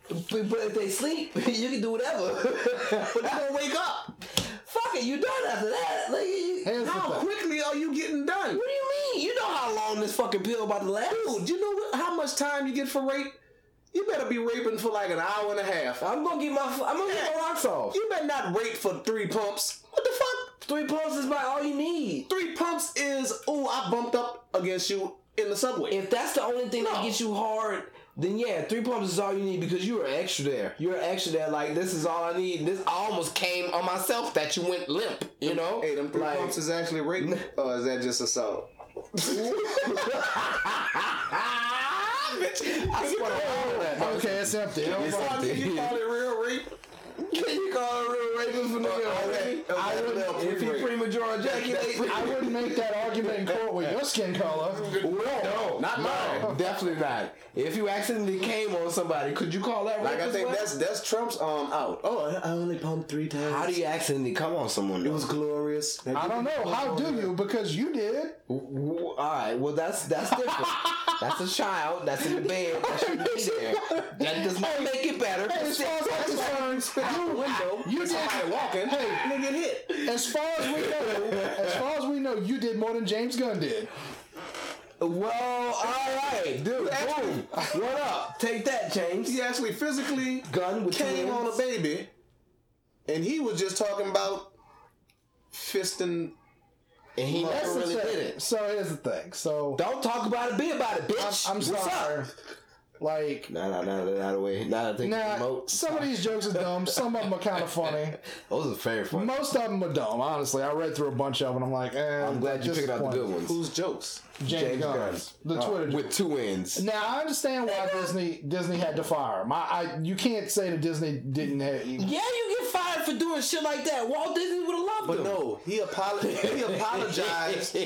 E: But, but if they sleep, you can do whatever. but they gonna wake up. Fuck it, you done after that. Like, you,
D: Here's the
E: how
D: thing.
E: quick?
C: Quickly, are you getting done?
E: What do you mean? You know how long this fucking pill about to last?
C: Dude, you know what- how much time you get for rape? You better be raping for like an hour and a half. Uh,
E: I'm gonna get my I'm gonna get my rocks off.
C: You better not rape for three pumps. What the fuck?
E: Three pumps is about all you need.
C: Three pumps is, ooh, I bumped up against you in the subway.
E: If that's the only thing
C: No.
E: that gets you hard, then yeah, three pumps is all you need because you were extra there. You were extra there. Like this is all I need. This I almost came on myself that you went limp. You know,
C: Hey, them three
E: Like,
C: pumps is actually rape, or is that just assault?
E: Ah, bitch! I swear to God.
D: Okay, it's empty.
C: Call it- You call it real rape?
E: Can you call a real rapist for nigga?
C: Okay, okay,
E: I would
C: well,
E: if he
C: pre-rape.
E: premature ejaculate.
D: I wouldn't make that argument in court with your skin color.
E: No,
C: Not mine.
E: definitely not. If you accidentally came on somebody, could you call that
C: Like I
E: rapist
C: think
E: one?
C: that's that's Trump's um out. Oh, I only pumped three times.
E: How do you accidentally come on someone?
C: It was glorious.
D: I don't know. How do you? Because you did.
E: All right. Well, that's that's different. that's a child. That's in the bed. That shouldn't be there. That does not make it better.
D: Hey, as far as I'm concerned,
C: window.
D: you, you
C: Somebody
D: did.
C: walking.
D: Hey,
C: nigga, hit.
D: as far as we know, as far as we know, you did more than James Gunn did.
E: Well, all right, dude. Boom. What up? Take that, James.
C: He actually physically
E: Gun with
C: came
E: two
C: on a
E: hands.
C: baby, and he was just talking about fisting.
E: and he
D: That's
E: never
D: the
E: really
D: thing.
E: did it.
D: So here's the thing. So
E: Don't talk about it. Be about it,
D: I'm,
E: bitch.
D: I'm
E: What's
D: sorry.
E: Up?
D: Like.
E: Nah, nah, nah, nah, nah, the way. Nah, I think
D: Nah,
E: remote.
D: some of these jokes are dumb. Some of them are kind of funny.
E: Those are very funny.
D: Most of them are dumb, honestly. I read through a bunch of them. I'm like, eh,
E: I'm glad you
D: this
E: picked out the
D: point.
E: good ones.
C: Who's jokes?
D: James,
E: James
D: Gunn,
E: Gunn. Oh,
D: the Twitter joke.
E: With two ends.
D: Now I understand why Disney Disney had to fire him. I, I you can't say that Disney didn't have.
E: Yeah, you get fired for doing shit like that. Walt Disney would have loved
C: But
E: him.
C: no, he apologized. he apologized.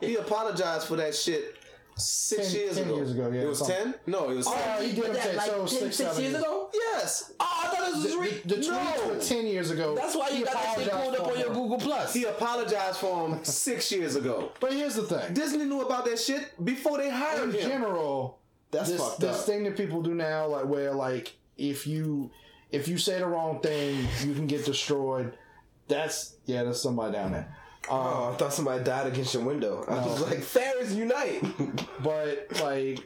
C: He apologized for that shit six
D: Ten-
C: years
D: ten
C: ago.
D: years ago, yeah,
C: It was
D: something.
C: ten? No, it was
D: Oh,
C: ten.
D: he did
E: But
D: okay.
E: that, like,
D: so
E: 10,
D: six,
E: six
D: seven
E: years ago?
C: Yes.
E: Oh, I thought this was
D: The,
E: three.
D: the tweets
E: no.
D: were ten years ago.
E: That's why
D: He
E: you got that shit
D: apologized
E: pulled up
D: for
E: on your
D: it.
E: Google Plus.
C: He apologized for him six years ago.
D: But here's the thing.
C: Disney knew about that shit before they
D: in
C: hired him.
D: general,
E: That's
D: this,
E: fucked
D: this
E: up.
D: thing that people do now, like where like if you if you say the wrong thing, you can get destroyed. That's yeah, that's somebody down there.
E: Oh, I thought somebody died against your window. I was like, Ferris unite.
D: But like,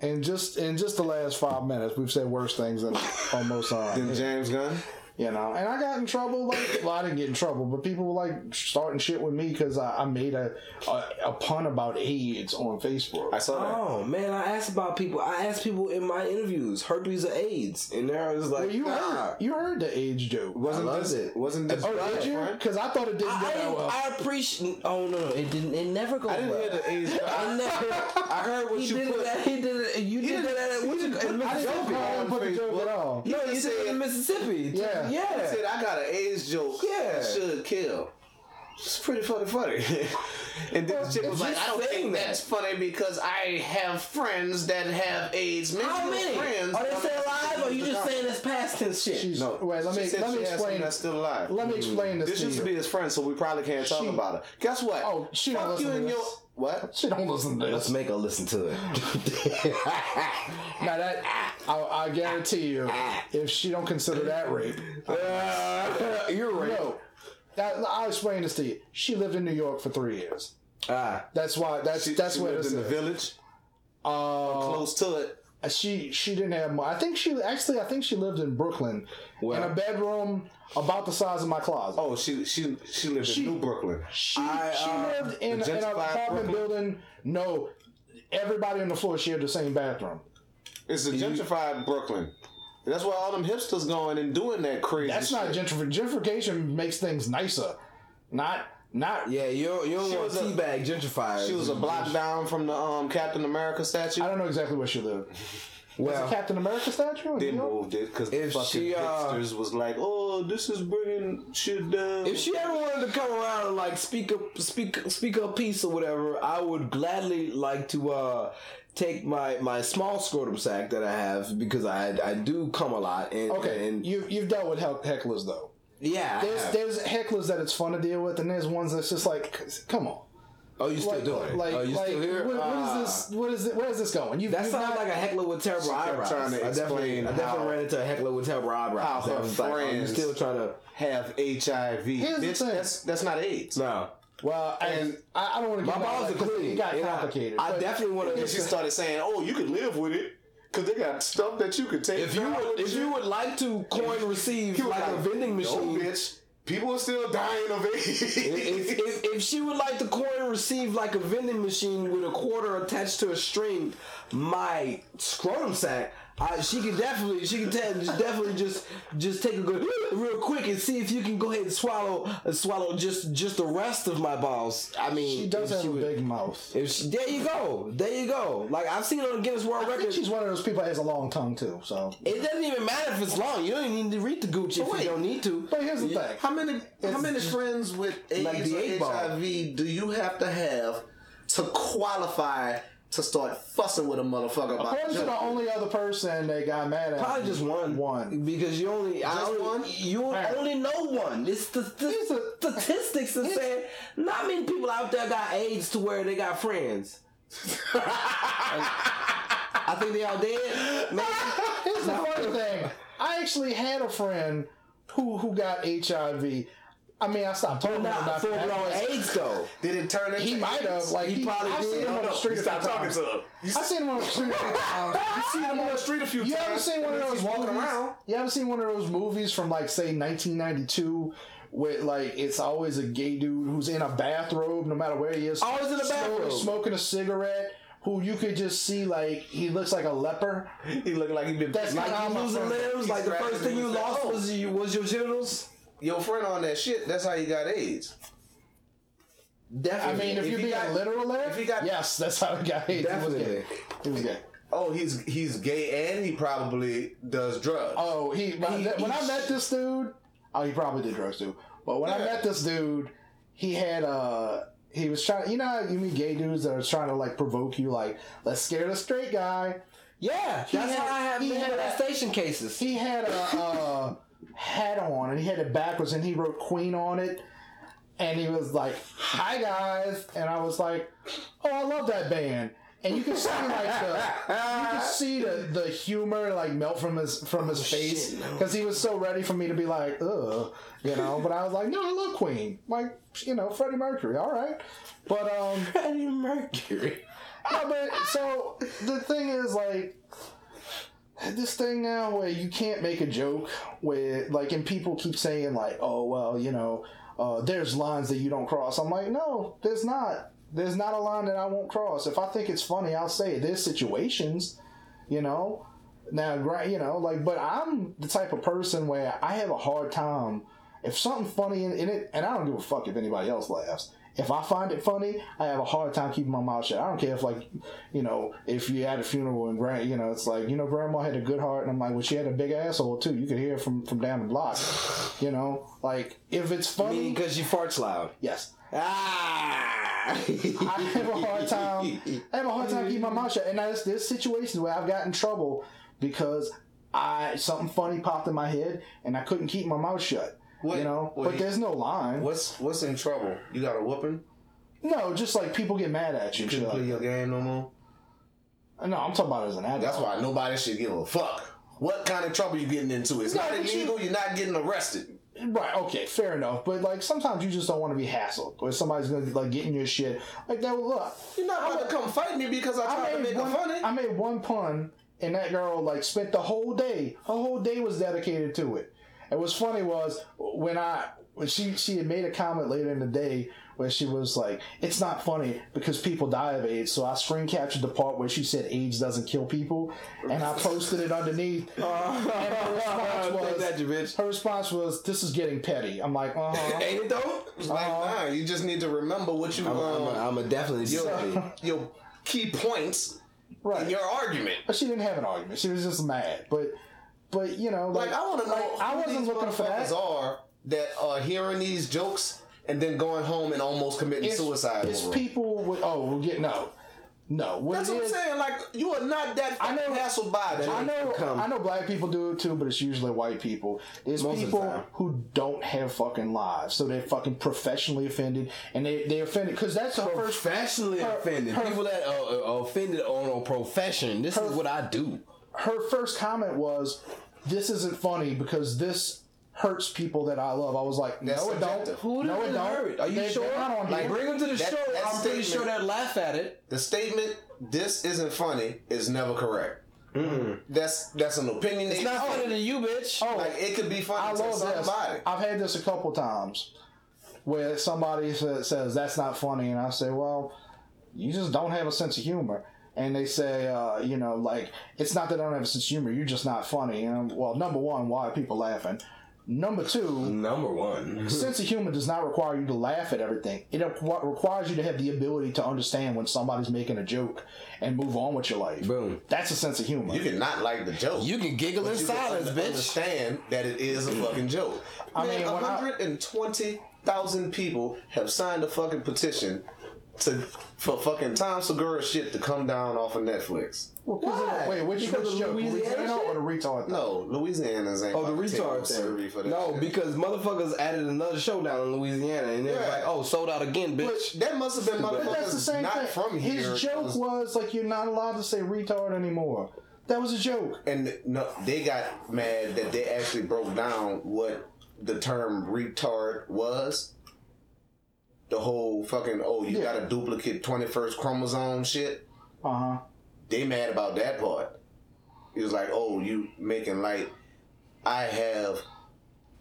D: and just in just the last five minutes, we've said worse things than almost all.
C: Then James Gunn.
D: You know, and I got in trouble. Like, well, I didn't get in trouble, but people were like starting shit with me because I, I made a, a a pun about AIDS on Facebook.
C: I saw that.
E: oh man, I asked about people. I asked people in my interviews, herpes or AIDS, and they're always like,
D: Well, you
E: nah.
D: heard you heard the AIDS joke.
C: Wasn't
E: I loved
C: this?
E: it.
C: Wasn't this?
D: Oh, did you?
C: Brian?
D: Because I thought it didn't
E: I,
D: go
E: I,
D: that
E: didn't-
D: well.
E: I appreciate. Oh no, no, it didn't. It never go
C: I didn't
E: well.
C: hear the A's.
E: I
C: I,
E: never.
C: I heard what
E: he
C: you
E: did
C: put.
E: that. He did it. You did
C: didn't-
E: that. At,
C: he
E: what you,
C: didn't put-
E: in
C: I
D: I
E: Mississippi.
D: didn't
C: joking
D: call
C: on
D: him for the joke
C: Facebook.
D: at all.
E: No, you
C: just
E: did it
C: said-
E: in Mississippi.
D: Yeah.
C: I said
E: yeah.
C: I got an AIDS joke.
E: Yeah.
C: that should kill. It's pretty fucking funny. and then the chick was
E: it's
C: like,
E: just
C: I don't
E: saying
C: think
E: that.
C: that's funny because I have friends that have AIDS.
E: How
C: Mental
E: many?
C: Friends
D: Oh,
E: Are they still alive? Or you just saying it's past tense shit?
D: She's,
C: No.
D: wait, let
C: She
D: me
C: said
D: let me
C: she has someone
D: explain.
C: That's still alive.
D: Let me explain this,
C: This
D: to
C: used
D: you.
C: to be his friend, so we probably can't talk
D: She-
C: about it. Guess what?
D: Oh, she don't
C: Fuck
D: listen
C: you
D: to
C: and
D: this.
C: your what?
D: she don't listen to
E: Let's
D: this.
E: make her listen to it.
D: Now that I, I guarantee you, if she don't consider that rape,
E: Uh, you're right.
D: no. That, I'll explain this to you. She lived in New York for three years.
E: Ah,
D: That's why. That's
C: She,
D: that's
C: she
D: where
C: lived
D: this
C: in the
D: is.
C: village,
D: Uh,
C: close to it.
D: she she didn't have. mu- I think she actually. I think she lived in Brooklyn in
E: Well.
D: a bedroom about the size of my closet.
C: Oh, she she she lived
D: She-
C: in New Brooklyn.
D: She,
E: I,
D: she
E: uh,
D: lived in, in
C: the
D: an
C: gentrified Brooklyn?
D: apartment building. No, everybody on the floor shared the same bathroom.
C: It's a gentrified Brooklyn. That's why all them hipsters going and doing that crazy.
D: That's not
C: shit.
D: gentrification. Gentrification makes things nicer. Not not.
E: yeah. You don't, you don't
C: She
E: want
C: was a-
E: teabag gentrifiers.
C: She was a block down from the um, Captain America statue.
D: I don't know exactly where she lived.
E: well.
D: The Captain America statue. in
C: They
D: New York?
C: moved it because the
E: If
C: fucking
E: she, uh,
C: hipsters was like, "Oh, this is bringing shit down."
E: If she ever wanted to come around and like speak up, speak speak up piece or whatever, I would gladly like to uh, take my, my small scrotum sack that I have because I I do come a lot and
D: Okay,
E: and
D: you you've dealt with heck- hecklers though.
E: yeah. I
D: There's
E: have.
D: there's hecklers that it's fun to deal with, and there's ones that's just like, c- come on,
E: oh, you still
D: like
E: doing it?
D: like,
E: oh, you
D: like
E: still here?
D: what-
E: Ah.
D: what is this? What is it? Where is this going? You
E: That
D: you've
E: sounds
D: not-
E: like a heckler with terrible
C: kept
E: eyebrows.
C: trying to
E: I definitely,
C: explain
E: I definitely
C: how-
E: ran into a heckler with terrible
C: how
E: eyebrows.
C: her
E: I was like, oh, you
C: friends-
E: still trying to?
C: have HIV,
D: Here's the
C: bitch,
D: thing.
C: that's that's not AIDS.
E: No,
D: well, and
C: and-
D: I, I don't want to.
E: my balls are clean.
D: It got
E: and I-
D: complicated.
E: I,
D: but-
E: definitely want
C: And she
E: to.
C: started saying, "Oh, you could live with it because they got stuff that you could take."
E: If you
C: now
E: would,
C: and
E: if
C: shit."
E: you would like to coin receive
C: He was
E: like, a vending machine,
C: no, bitch, people are still dying of AIDS.
E: if, if, if she would like to coin and receive like a vending machine with a quarter attached to a string, my scrotum sack, I, she could definitely she could te- definitely just just take a good real quick and see if you can go ahead and swallow swallow just just the rest of my balls. I mean,
D: she does
E: if
D: have a
E: would-
D: big mouth.
E: If she, there you go, there you go. Like I've seen on Guinness World
D: I think
E: Records.
D: she's one of those people that has a long tongue too. So,
E: It doesn't even matter if it's long. You don't even need to read the Gucci if
C: wait.
E: you don't need to.
D: but here's the thing.
C: How many how many friends with AIDS
E: Like the
C: or
E: eight ball.
C: HIV do you have to have to qualify to start fussing with a motherfucker about
D: According to
C: junk?
D: the only other person they got mad at,
E: Probably just one.
D: One.
E: Because you only I
C: Just
E: only,
C: one?
E: You
D: Alright.
E: only know one. It's the,
D: Here's the-
E: statistics that say not many people out there got AIDS to where they got friends. And I think they all dead. Maybe.
D: Here's the funny thing. I actually had a friend who who got HIV. I mean, I stopped talking
E: Not
D: about
E: full blown
D: that.
E: AIDS though.
C: Did it turn into
D: He might have.
C: AIDS?
D: Like
E: He probably
D: I've
E: did.
D: seen him
E: No,
D: on the
E: no,
D: street.
C: You
D: a
C: stop
D: few
C: talking
D: times.
C: to him. You
D: I've seen him on the street. a few times.
C: You see him on the street a few
D: You
C: times.
D: ever seen one of
C: and
D: those
C: he's walking
D: movies-
C: around?
D: You ever seen one of those movies from like say 1992? With like it's always a gay dude who's in a bathrobe, no matter where he is.
E: Always in a
D: smoking-
E: bathrobe.
D: smoking a cigarette. Who you could just see like he looks like a leper.
C: He looked like he been
D: That's
C: like
D: not
C: he
D: how my
E: Losing
D: friend-
E: limbs, like the
C: He's
E: first thing you
C: grabbing
E: lost
C: his-
E: was you was your genitals.
C: Your friend on that shit. That's how you got AIDS.
D: I
E: Definitely.
D: mean, if,
C: If
D: you're
C: he
D: being
C: got-
D: literal there,
C: if he got-
D: yes, that's how it got. It was gay.
E: Definitely.
D: He was gay.
C: Oh, he's he's gay and he probably does drugs.
D: Oh, he. When, I,
E: He-
D: met- when I
E: he-
D: met this dude, oh, he probably did drugs too. But when I
C: Yeah.
D: met this dude, he had uh he was trying. You know, how you meet gay dudes that are trying to like provoke you, like let's scare the straight guy.
E: Yeah,
D: He
E: that's
D: had-
E: how I have
D: he
E: been
D: had
E: with
D: that-
E: station cases.
D: He had a, uh hat on and he had it backwards and he wrote Queen on it. And he was like, "Hi guys," and I was like, "Oh, I love that band." And you can see like the, you can see the, the humor like melt from his from
E: Oh,
D: his face because he was so ready for me to be like, "Ugh," you know. But I was like, "No, I love Queen." Like, you know, Freddie Mercury. All right, but um,
E: Freddie Mercury.
D: no, but so the thing is like this thing now where you can't make a joke with like and people keep saying like oh well you know uh, there's lines that you don't cross i'm like no there's not there's not a line that i won't cross if i think it's funny i'll say it there's situations you know now right you know like but i'm the type of person where i have a hard time if something funny in, in it and i don't give a fuck if anybody else laughs if i find it funny i have a hard time keeping my mouth shut i don't care if like you know if you had a funeral and grand you know it's like you know grandma had a good heart and i'm like well she had a big asshole too you could hear it from from down the block you know like if it's funny
E: Meaning because you farts loud.
D: yes
E: Ah!
D: I have a hard time. I have a hard time keeping my mouth shut. And now there's, there's situations where I've gotten in trouble because I something funny popped in my head and I couldn't keep my mouth shut.
C: Wait,
D: you know, but
C: wait.
D: there's no line.
C: What's what's in trouble? You got a whooping?
D: No, just like people get mad at
C: You
D: you. and shit
C: couldn't play
D: Like,
C: your game no more.
D: no, I'm talking about as an adult.
C: That's why nobody should give a fuck. What kind of trouble you getting into? It's
D: No,
C: not
D: but you-
C: illegal. You, are not getting arrested.
D: Right. Okay. Fair enough. But like sometimes you just don't want to be hassled or somebody's gonna like get in your shit. Like that. Well, look,
C: You're not gonna come fight me because I tried
D: I
C: to make
D: made,
C: a
D: one,
C: funny.
D: I made one pun, and that girl like spent the whole day. Her whole day was dedicated to it. And what's funny was when I when she she had made a comment later in the day where she was like, "It's not funny because people die of AIDS." So I screen captured the part where she said AIDS doesn't kill people, and I posted it underneath. and her response
E: Take
D: was,
E: that, you bitch.
D: her response was, "This is getting petty." I'm like, "Uh huh."
C: Ain't it though? It's like, nah, you just need to remember what you
E: I'm, I'm,
C: um,
E: I'm a definitely
C: your,
E: so,
C: your key points in
D: Right.
C: your argument.
D: But she didn't have an argument. She was just mad. But but you know,
C: Like, I want to know.
D: like, I
C: who
D: wasn't
C: these
D: looking for that.
C: motherfuckers Are that are hearing these jokes and then going home and almost committing
D: It's-
C: suicide?
D: It's
C: over 'em.
D: people with oh we'll get no. No. What
C: That's
D: it
C: what I'm
D: is-
C: saying. Like, you are not that
D: I know-
C: hassled by that.
D: I know,
E: Come.
D: I know black people do it too, but it's usually white people. There's
E: Most of the
D: people
E: time.
D: who don't have fucking lives, so they're fucking professionally offended, and they they offended because that's the first
E: professionally
D: her-
E: offended.
D: her-
E: People that are, are offended on a profession. This is what I do.
D: her first comment was, "This isn't funny because this." Hurts people that I love. I was like, no,
C: That's
D: it don't.
C: subjective.
D: no, it don't.
E: Are you
D: They- they're
E: sure?
D: not on
E: Like,
D: here.
E: bring them to the
C: That-
E: show.
C: that
E: I'm pretty
C: statement-
E: sure they'd laugh at it.
C: The statement "this isn't funny" is never correct.
E: Mm-hmm.
C: That's that's an opinion.
E: It's not funny to you, bitch.
D: Oh,
C: Like it could be
D: I
C: funny to
D: love this.
C: somebody.
D: I've had this a couple times where somebody sa- says that's not funny, and I say, well, you just don't have a sense of humor. And they say, uh, you know, like it's not that I don't have a sense of humor. You're just not funny. And I'm, well, number one, why are people laughing? Number two,
E: Number one.
D: sense of humor does not require you to laugh at everything. It requ- requires you to have the ability to understand when somebody's making a joke and move on with your life.
E: Boom.
D: That's a sense of humor.
C: You can not like the joke.
E: You can giggle in
C: but you can
E: silence,
C: under-
E: bitch.
C: Understand that it is a
E: Mm.
C: fucking joke. I Man,
D: mean, when I-
C: 120,000 people have signed a fucking petition to for fucking Tom Segura shit to come down off of Netflix.
D: Well, 'cause of-
E: Why?
D: Wait, which,
E: Because
D: which
E: of
D: joke?
E: Louisiana
D: Louisiana
E: shit?
D: or the retard? thing?
C: No, Louisiana's ain't.
E: Oh, the
C: about to take no
E: retard
C: surgery for
E: thing.
C: that
E: No,
C: shit.
E: because motherfuckers added another show down in Louisiana, and they're
C: Yeah.
E: like, "Oh, sold out again, bitch."
C: But that must have been
E: But
C: motherfuckers
D: That's the same
C: not
D: thing.
C: from here.
D: His joke was, like, "You're not allowed to say retard anymore." That was a joke.
C: and no, they got mad that they actually broke down what the term retard was. The whole fucking oh, you
D: Yeah.
C: got a duplicate twenty first chromosome shit.
D: Uh huh.
C: They mad about that part. It was like, oh, you making light. I have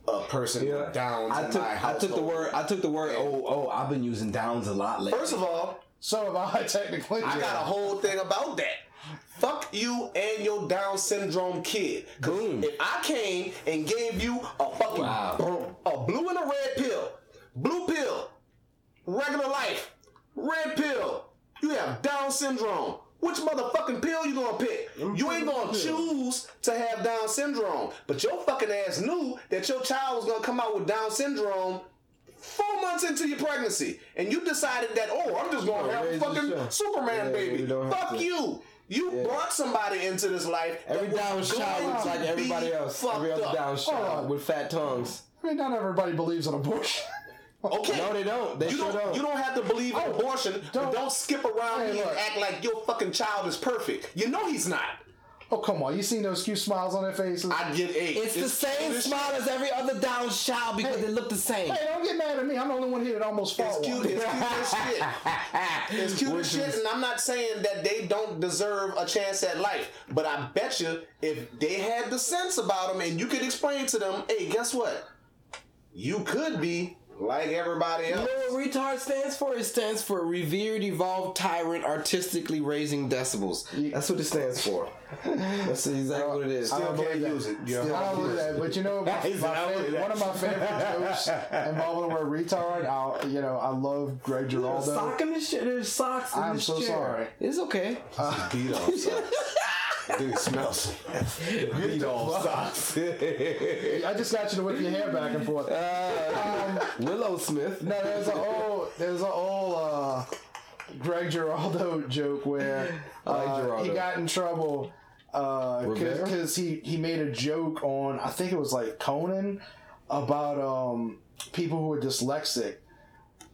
C: a person
E: Yeah.
C: down to
E: I took,
C: my
E: I
C: household.
E: took the word. I took the word. Oh, oh, I've been using downs a lot lately.
C: First of all,
D: So am I technically.
C: I got a whole thing about that. Fuck you and your Down syndrome kid. 'Cause
E: Boom.
C: If I came and gave you a fucking
E: Wow.
C: br- a blue and a red pill, blue pill, regular life, red pill, you have Down syndrome. Which motherfucking pill you gonna pick? You ain't gonna choose to have Down syndrome, but your fucking ass knew that your child was gonna come out with Down syndrome Four months into your pregnancy, and you decided that, oh, I'm just gonna
E: Yeah,
C: have a
E: raise this
C: fucking
E: up.
C: Superman
E: Yeah,
C: baby.
E: we don't have
C: Fuck
E: to.
C: you. You brought somebody into this life. that
E: Every down child
C: going
E: looks like
C: to
E: everybody
C: be
E: else.
C: fucked
E: Every other
C: up.
E: down child
D: on.
E: with fat tongues.
D: I mean, not everybody believes in abortion.
C: Okay.
E: No, they don't. They
C: you
E: sure
C: don't,
E: don't.
C: You don't have to believe in
D: Oh,
C: abortion, but
D: don't-
C: don't skip around
D: Hey,
C: me and
D: look.
C: act like your fucking child is perfect. You know he's not.
D: Oh come on, you seen those cute smiles on their faces?
C: I get eight.
E: It's, the same
C: it's-
E: smile as every other down child because they look the same.
D: hey, don't get mad at me. I'm the only one here that almost
C: It's
D: fought
C: cute,
D: one.
C: it's cute as shit. It's cute as
E: Which
C: shit,
E: is-
C: and I'm not saying that they don't deserve a chance at life, but I bet you if they had the sense about them and you could explain to them, hey, guess what? You could be like everybody
E: You
C: else.
E: know what retard stands for? It stands for revered, evolved tyrant, artistically raising decibels. That's what it stands for. That's exactly what it is.
C: Still can't use it. you know?
D: I don't believe that, but you know, my,
E: He's
D: my
E: not
D: favorite-
E: with that.
D: one of my favorite jokes involving the word retard. I, you know, I love Greg
E: There's a
D: Giraldo.
E: sock in this shit. There's socks in
D: I'm
E: this
D: so
E: chair.
D: sorry.
E: It's okay.
C: Beat off
D: uh,
C: socks. Dude, it smells. Beat off socks.
D: I just got you to whip your hair back and forth.
E: Willow Smith.
D: No, there's an old, there's an old uh, Greg Giraldo joke where
E: like
D: uh, he
E: Geraldo.
D: got in trouble
E: Rivera?
D: because he he made a joke on I think it was like Conan about um, people who are dyslexic,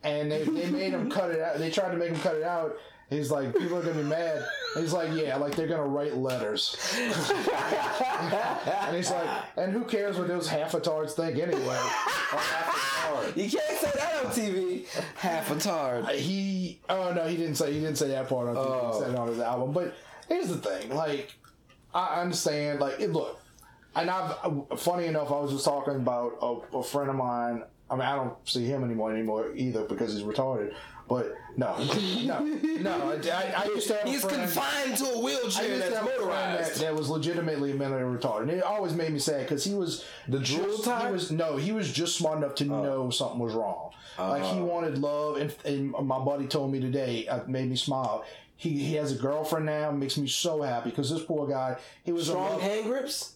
D: and they, they made him cut it out. They tried to make him cut it out. He's like, people are gonna be mad. He's like, yeah, like they're gonna write letters. and he's like, and who cares what those half tards think anyway?
E: You can't say that on TV. Half a tard.
D: he oh no he didn't say he didn't say that part on TV.
E: Oh.
D: he said it on his album but here's the thing like i understand like it, look and i've funny enough i was just talking about a, a friend of mine i mean i don't see him anymore anymore either because he's retarded but no no no i, I used to have
E: He's
D: a friend
E: confined to a
D: I
E: wheelchair
D: used to
E: that's
D: have a friend that,
E: motorized.
D: that was legitimately mentally retarded. And it always made me sad because he was the
E: drool
D: just,
E: type? Oh.
D: He was no, he was just smart enough to know something was wrong. like he wanted love, and, and my buddy told me today, uh, made me smile. He, he has a girlfriend now, makes me so happy because this poor guy, he was a
E: Strong
D: love-
E: hand grips.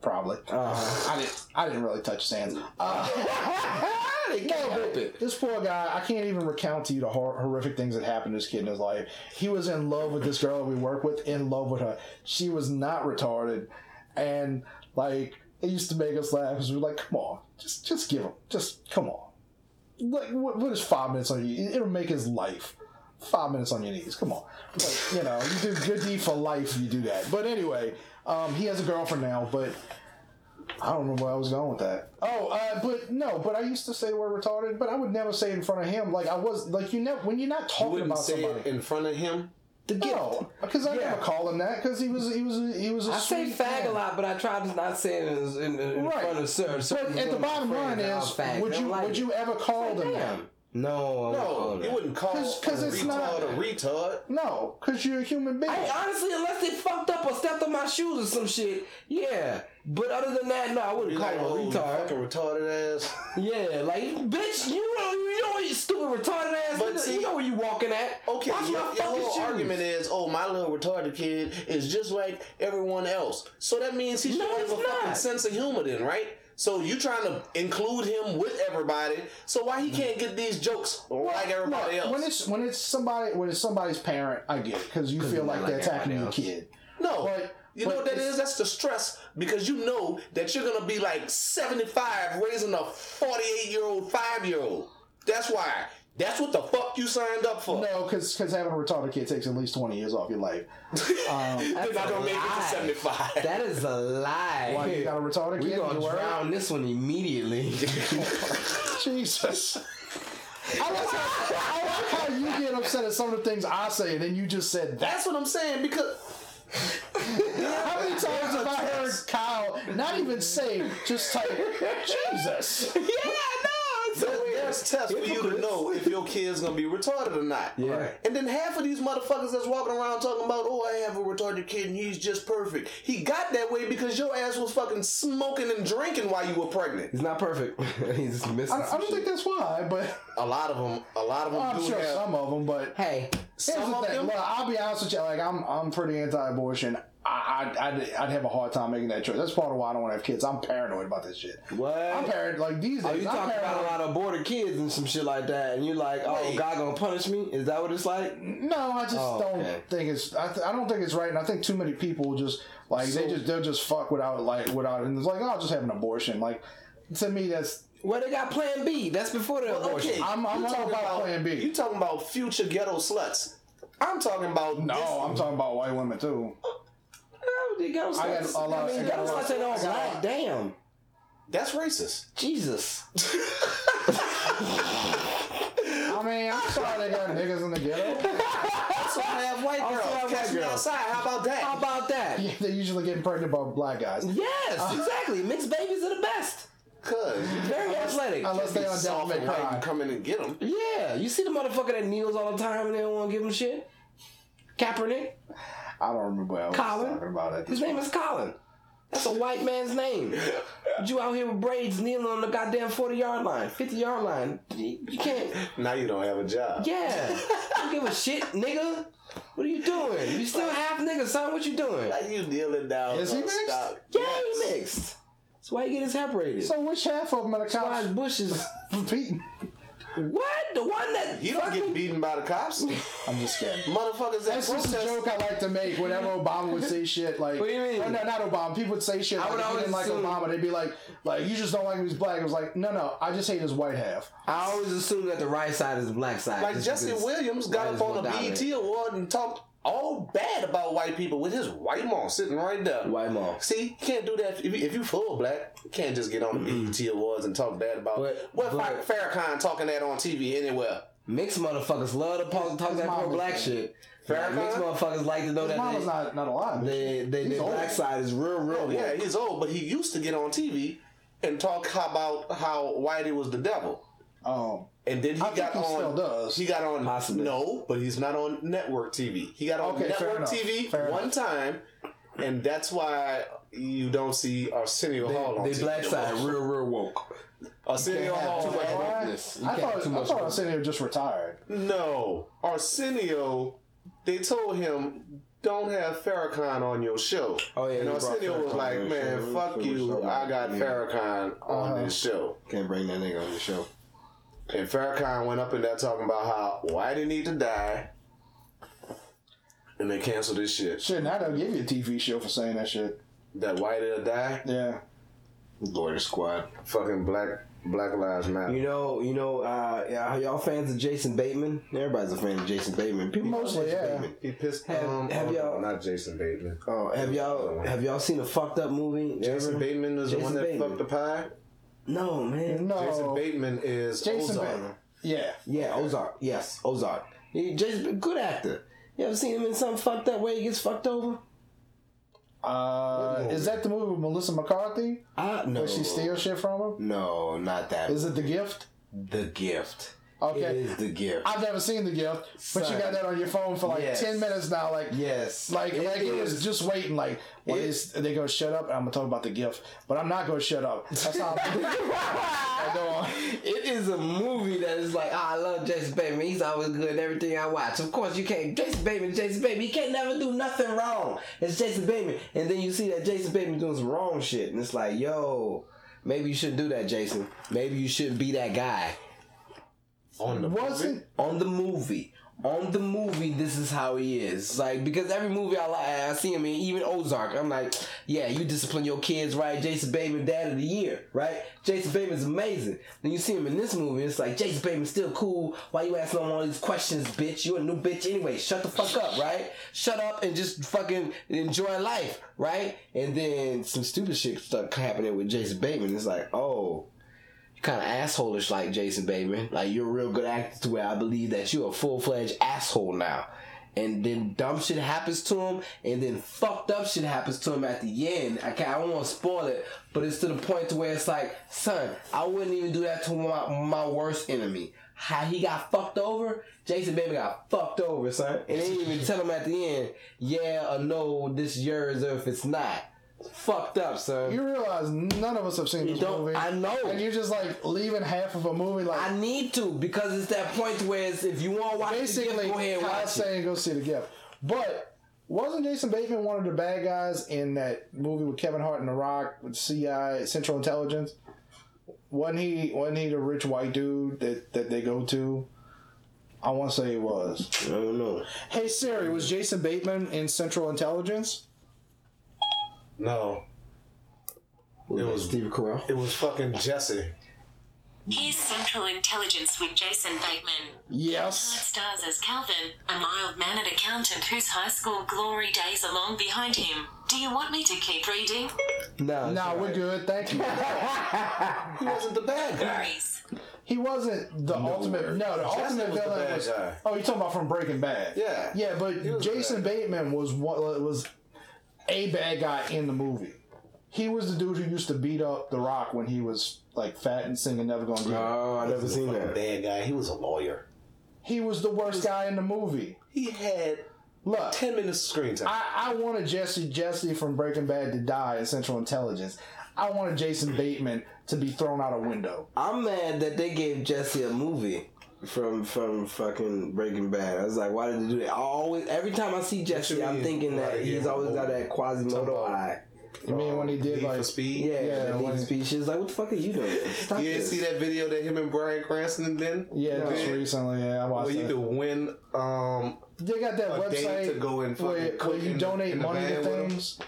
D: probably. I didn't I didn't really touch Uh, his hands.
E: they can't help it.
D: This poor guy, I can't even recount to you the hor- horrific things that happened to this kid in his life. He was in love with this girl that we work with, in love with her. She was not retarded, and like it used to make us laugh because we were like, "Come on, just just give him, just come on." Like, what, what is five minutes on you? It'll make his life. Five minutes on your knees. Come on, like, you know, you do good deed for life. if You do that. But anyway, um, he has a girlfriend now, but. I don't remember where I was going with that. Oh, uh, but no, but I used to say the word retarded, but I would never say it in front of him. Like I was, like you know, when you're not
C: You
D: talking
C: wouldn't
D: about
C: say
D: somebody.
C: it in front of him.
E: The gift.
D: no, because I
E: Yeah.
D: never call him that because he was he was he was a
E: I say
D: sweet
E: fag a
D: man.
E: lot, but I try to not say it in, in, in
D: Right.
E: front of certain.
D: But at the bottom line is, would you would you ever call them that?
E: Damn. No,
C: No, you wouldn't call
D: 'Cause-
C: a
D: 'cause it's
C: retard
D: not-
C: a retard.
D: No, because you're a human being.
E: Hey, honestly, unless they fucked up or stepped on my shoes or some shit, yeah. But other than that, no, I wouldn't
C: You're
E: call
C: like,
E: him
C: oh,
E: a
C: you
E: retard.
C: fucking retarded ass.
E: Yeah, like bitch, you know, you know, you stupid retarded ass.
C: But
E: nigga,
C: see-
E: you know where you walking at?
C: Okay,
E: Watch
C: your,
E: my
C: your
E: fucking
C: whole
E: shoes.
C: argument is, oh, my little retarded kid is just like everyone else. So that means he should
E: No,
C: have
E: it's
C: a fucking
E: not.
C: sense of humor, then, right? So you trying to include him with everybody. So why he can't get these jokes like everybody
D: Look,
C: else?
D: when it's when it's somebody when it's somebody's parent, I get it because you feel like, they're attacking your kid.
C: no.
D: but-
C: you
D: but
C: know what that
D: it's-
C: is? That's the stress because you know that you're gonna be like 75 raising a 48 year old, five year old. That's why. That's what the fuck you signed up for.
D: No, because having a retarded kid takes at least twenty years off your life.
C: They're not gonna make it to
E: That's a lie.
C: 75.
E: That is a lie.
D: Why you got a retarded
E: we
D: kid?
E: gonna
D: You worried?
E: drown this one immediately.
D: Jesus. I like, how, I like how you get upset at some of the things I say, and then you just said that.
C: That's what I'm saying because
D: How many times have I heard Kyle not even say, just type, Jesus?
E: yeah, no. It's
C: There- There's tests for you to know if your kid's gonna be retarded or not.
E: Yeah.
C: And then half of these motherfuckers that's walking around talking about, oh, I have a retarded kid and he's just perfect. He got that way because your ass was fucking smoking and drinking while you were pregnant.
E: He's not perfect. He's missing.
D: I, I
E: some
D: don't
E: shit.
D: think that's why, but
C: A lot of them, a lot of them
D: I'm
C: do
D: sure
C: have.
D: some of them, but
E: Hey,
D: here's
C: some
D: the
C: of
D: thing.
C: them-
D: Look, I'll be honest with you, like, I'm, I'm pretty anti abortion. I, I, I'd, I'd have a hard time making that choice. That's part of why I don't want to have kids. I'm paranoid about this shit.
E: What?
D: I'm paranoid. Like these
E: Oh,
D: days,
E: you
D: I'm
E: talk about a
D: paranoid.
E: lot of border kids and some shit like that, and you're like, oh, God gonna punish me? Is that what it's like?
D: No, I just
E: Oh,
D: don't
E: okay.
D: think it's. I, th- I don't think it's right, and I think too many people just like
E: So-
D: they just they'll just fuck without like without, and it's like oh, I'll just have an abortion. Like to me, that's
E: Well, they got Plan B. That's before the abortion.
C: Okay,
D: I'm- I'm
C: you
D: all
C: talking
D: about Plan B.
C: You talking about future ghetto sluts? I'm talking about
D: no.
C: this-
D: I'm talking about white women too.
E: No, they got
D: I got a lot-
E: I mean,
D: I got a
E: ghetto
D: lot-
E: sluts ain't all
D: I got a
E: black.
D: lot.
E: Damn,
C: that's racist.
E: Jesus.
D: I mean, I'm sorry they got niggas in the ghetto.
C: So I have white
E: Also
C: girls
E: have
C: catch
E: white
C: me
E: girls.
C: outside. How about that?
E: How about that?
D: They're usually getting pregnant by black guys.
E: Yes,
D: Uh-huh.
E: exactly. Mixed babies are the best.
C: Cause you
E: Very athletic.
D: Unless they on Devil
C: soft
D: May
C: and white
D: Cry.
C: and come in and get them.
E: yeah, you see the motherfucker that kneels all the time and they don't want to give him shit. Kaepernick.
D: I don't remember what I was
E: Colin?
D: talking about at
E: His
D: this
E: name is Colin. That's a white man's name. But you out here with braids kneeling on the goddamn 40 yard line, 50 yard line. You, you can't.
C: Now you don't have a job.
E: Yeah. You don't give a shit, nigga. What are you doing? You still half nigga, son. What you doing?
C: Like you kneeling down.
D: Is he
C: don't
D: mixed?
C: stop.
E: Yeah, he mixed. That's why he get his hair braided.
D: So which half of them are the
E: why his
D: cops
E: bush is.
D: beating?
E: What? The one that.
C: You don't get beaten by the cops.
D: I'm just kidding.
C: Motherfuckers that
D: That's just a
C: protest.
D: joke I like to make whenever Obama would say shit like.
E: What do you mean?
D: Well, no, not Obama. People would say shit.
E: I
D: Like,
E: would
D: if you
E: always
D: didn't like
E: assume-
D: Obama. They'd be like, like you just don't like him. He's black. I was like, no, no. I just hate his white half.
E: I always assume that the right side is the black side.
C: Like
E: just
C: Justin
E: because
C: Williams got
E: white
C: up
E: is more
C: on the
E: dominant.
C: BET award and talked all bad about white people with his white mom sitting right there.
E: White mom.
C: See, you can't do that if you, if you full black. You can't just get on the BET awards and talk bad about.
E: But-
C: what
E: but-
C: if Farrakhan talking that on TV anywhere?
E: Mixed motherfuckers love to talk, talk that
D: mama
E: poor black
D: was-
E: shit.
C: Farrakhan?
E: mixed motherfuckers like to know
D: His
E: that
D: mom
E: they,
D: was not not alive.
E: they, they,
D: He's
E: their
D: old.
E: black side is real, real.
C: Oh
E: woke.
C: yeah, he's old, but he used to get on TV and talk about how Whitey was the devil.
D: Oh,
C: And then he
D: I think
C: got
D: he
C: on.
D: still does.
C: He got on.
E: Possibly.
C: No, but he's not on network TV. He got on
D: Okay, fair
C: network
D: enough,
C: TV
D: fair
C: one
D: enough.
C: time, and that's why you don't see Arsenio Hall on
E: They
C: TV.
E: black
C: no
E: side
C: more.
E: real, real woke.
C: Arsenio Hall.
E: too much
C: had-
D: Why?
E: wokeness. You
D: I
E: can't have
D: thought
E: too
D: I
E: much
D: thought
E: woke.
D: Arsenio just retired.
C: No, Arsenio. They told him don't have Farrakhan on your show.
E: Oh, yeah,
C: and
E: he brought
C: Arsenio was
E: Farrakhan
C: like,
E: on his
C: "Man,
E: show.
C: fuck
E: It was
C: you!
E: so
C: I got
E: bad.
C: Farrakhan on
D: Uh-huh.
C: this show."
E: Can't bring that nigga on the show.
C: And Farrakhan went up in there talking about how why they need to die. And they canceled this shit.
D: Shit, now they'll give you a TV show for saying that shit.
C: That why they'll die?
D: Yeah.
E: Lawyer Squad.
C: Fucking black black lives matter.
E: You know, you know, uh, yeah, are y'all fans of Jason Bateman? Everybody's a fan of Jason Bateman. People love
D: Mostly,
E: Jason
D: yeah.
E: Bateman.
C: he pissed
E: Have-
C: um,
E: have
C: oh,
E: y'all-
C: not Jason Bateman.
E: Oh, have y'all have y'all seen a fucked up movie?
C: Jason
E: ever?
C: Bateman is
E: Jason
C: the one that
E: Bateman.
C: fucked the pie.
E: No, man.
D: No.
C: Jason Bateman is
D: Oh. Jason
C: Ozark.
D: Bateman. Yeah.
E: Yeah, Ozark. Yes, Ozark. He, Jason, good actor. You ever seen him in some fucked up way? He gets fucked over.
D: Uh,
C: What
D: is that the movie with Melissa McCarthy?
E: I no.
D: Where she
E: Oh.
D: steal shit from him?
E: No, not that.
D: Is it The Gift?
E: the gift? It
D: Okay.
E: is the gift.
D: I've never seen The Gift, but you
E: Son.
D: got that on your phone for like
E: Yes.
D: ten minutes now. Like
E: yes.
D: Like,
E: It
D: like it
E: is.
D: was just waiting. Like, when
E: It-
D: it's- they go shut up, and I'm gonna talk about the gift, but I'm not gonna shut up. That's how. I go on.
E: It is a movie that is like, ah, I love Jason Bateman. He's always good in everything I watch. Of course, you can't. Jason Bateman, Jason Bateman. He can't never do nothing wrong. It's Jason Bateman. And then you see that Jason Bateman doing some wrong shit. And it's like, yo, maybe you shouldn't do that, Jason. Maybe you shouldn't be that guy.
C: On the
D: Wasn't
E: On the movie. On the movie, this is how he is. Like, because every movie I like, I see him in, even Ozark, I'm like, yeah, you discipline your kids right. Jason Bateman, dad of the year, right? Jason Bateman's amazing. Then you see him in this movie, it's like, Jason Bateman's still cool. Why you asking him all these questions, bitch? You a new bitch anyway. Shut the fuck up, right? Shut up and just fucking enjoy life, right? And then some stupid shit stuck happening with Jason Bateman. It's like, oh, kind of assholeish like Jason Bateman. Like you're a real good actor to where I believe that you're a full fledged asshole now. And then dumb shit happens to him, and then fucked up shit happens to him at the end. I can't, I don't want to spoil it, but it's to the point to where it's like, son, I wouldn't even do that to my, my worst enemy. How he got fucked over? Jason Baby got fucked over, son. And they didn't even tell him at the end, yeah or no, this yours or if it's not. Fucked up, son.
D: you realize none of us have seen this
E: don't-
D: movie?
E: I know.
D: And you're just like leaving half of a movie like.
E: I need to because it's that point where it's, if you want to watch
D: basically,
E: the gift, go ahead and
D: Kyle's
E: watch it.
D: saying go see the gift, but Wasn't Jason Bateman one of the bad guys in that movie with Kevin Hart and The Rock with CI Central Intelligence? Wasn't he? Wasn't he the rich white dude that that they go to? I want to say it was.
E: I don't know.
D: Hey Siri, was Jason Bateman in Central Intelligence?
C: No,
E: It
C: was-
E: Steve Carell.
C: it was fucking Jesse.
F: Here's Central Intelligence with Jason Bateman.
D: Yes.
F: Stars as Calvin, a mild-mannered accountant whose high school glory days are long behind him. Do you want me to keep reading?
E: No,
D: No, we're good. Thank you.
C: He wasn't the bad guy.
F: Please.
D: He wasn't the ultimate. No, the
C: Jesse
D: ultimate
C: was the
D: villain
C: bad
D: was.
C: guy.
D: Oh, you talking about from Breaking Bad?
C: Yeah.
D: Yeah,
C: He
D: but
C: was
D: Jason Bateman was what was a bad guy in the movie. He was the dude who used to beat up The Rock when he was like fat and singing "Never Gonna Get It."
E: Oh, I never
C: He
E: seen
C: was a
E: that.
C: bad guy. He was a lawyer.
D: He was the worst guy in the movie.
C: He had
D: Look,
C: ten minutes of screen time.
D: I, I wanted Jesse Jesse from Breaking Bad to die in Central Intelligence. I wanted Jason Bateman to be thrown out a window.
E: I'm mad that they gave Jesse a movie from from fucking Breaking Bad. I was like, why did they do that? I always every time I see Jesse,
C: you
E: I'm
C: mean?
E: thinking
C: Why
E: that
C: they gave
E: he's
C: him a
E: always got
C: movie?
E: that Quasimodo
C: Somebody-
E: eye.
D: You mean when he did
C: Oh, Need for
D: like
C: speed.
E: Yeah,
D: Yeah,
E: yeah.
D: when-
E: Lead species. Like, what the fuck are you doing? Stop
C: You didn't
E: this.
C: see that video that him and Brian Cranston did?
D: yeah, just
C: Yeah.
D: recently. Yeah, I watched
C: Well, you
D: that.
C: could win. Um,
D: They got that
C: a day
D: website
C: to go and
D: where,
C: fucking
D: where
C: cook
D: you
C: in the-
D: donate
C: in the
D: money to
C: van with 'em.
D: things.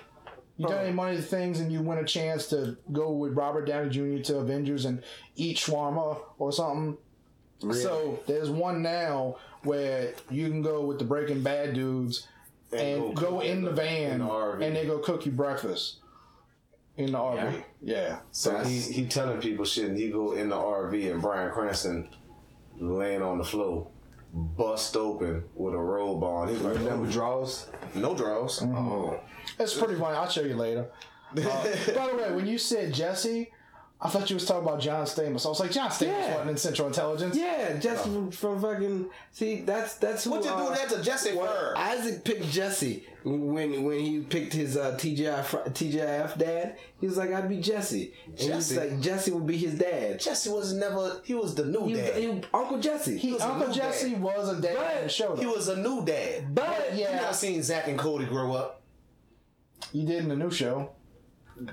D: You donate money to things, and you win a chance to go with Robert Downey Jr. to Avengers and eat shawarma or something. So there's one now where you can go with the Breaking Bad dudes and,
C: go
D: go
C: cook
D: in
C: in
D: the
C: the-
D: van
C: in the RV.
D: and they go cook you breakfast in the RV. Yeah.
C: so he, he telling people shit, and you go in the RV, and Brian Cranston laying on the floor, bust open with a robe on. He's like,
E: Remember
C: no,
E: draws?
C: no draws.
E: Oh.
D: It's pretty funny. I'll show you later. Uh, by the way, when you said Jesse, I thought you was talking about John Stamos. I was like, John Stamos
E: Yeah.
D: wasn't in Central Intelligence.
E: Yeah, Jesse from, from fucking. See, that's that's who.
C: Oh. What you
E: uh,
C: do that to Jesse for?
E: Isaac picked Jesse when when he picked his uh, TGI fr- TGIF dad. He was like, I'd be Jesse. And he was
C: Jesse?
E: like, Jesse would be his dad.
C: Jesse was never. He was the new
E: He was,
C: dad.
E: he
C: He,
E: was Uncle Jesse.
D: He,
C: was a
D: Uncle
C: new
D: Jesse
C: dad.
D: was a dad in the
E: But
D: show. though.
C: was a new dad.
E: but
C: You
D: yeah,
C: not seen Zach and Cody grow up,
D: you did in the new show.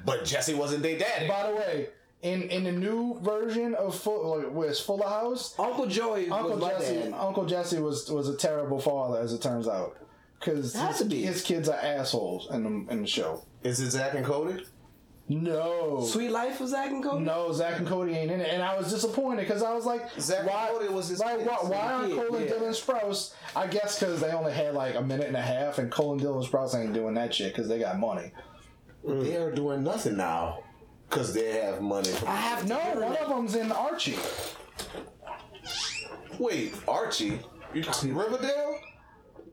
C: but Jesse wasn't their daddy.
D: By the way, in in the new version of Full, like, was Fuller House,
E: Uncle Joey
D: Uncle
E: Oh, was my
D: Jesse,
E: dad.
D: Uncle Jesse was was a terrible father, as it turns out, because
E: Has
D: his,
E: to be.
D: his kids are assholes in the in the show.
C: Is it Zach and Cody?
D: No.
E: Sweet Life of Zach and Cody.
D: No, Zach and Cody ain't in it, and I was disappointed because I was like,
C: Zach and
D: why,
C: Cody was his
D: like,
C: kids.
D: why, why aren't
E: Yeah,
D: Colin
E: yeah.
D: Dylan Sprouse? I guess because they only had like a minute and a half, and Colin Dylan Sprouse ain't doing that shit because they got money.
C: They are doing nothing now because they have money.
E: I have to
D: No,
E: hear
D: one
E: that.
D: of them's in Archie.
C: Wait, Archie, you Riverdale?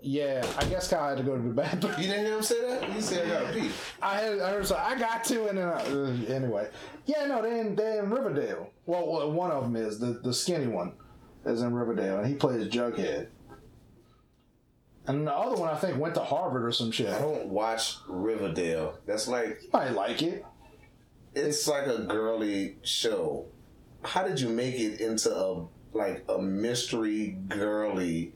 D: Yeah, I guess I had to go to the bathroom.
C: You didn't hear him say that? He said I got pee.
D: I had, I heard, so I got to, and then I, uh, anyway, yeah, no, they in they in Riverdale. Well, well, one of them is the the skinny one is in Riverdale, and he plays Jughead. And the other one, I think, went to Harvard or some shit.
C: I don't watch Riverdale. That's like
D: You might like it.
C: it's like a girly show. How did you make it into a like a mystery girly?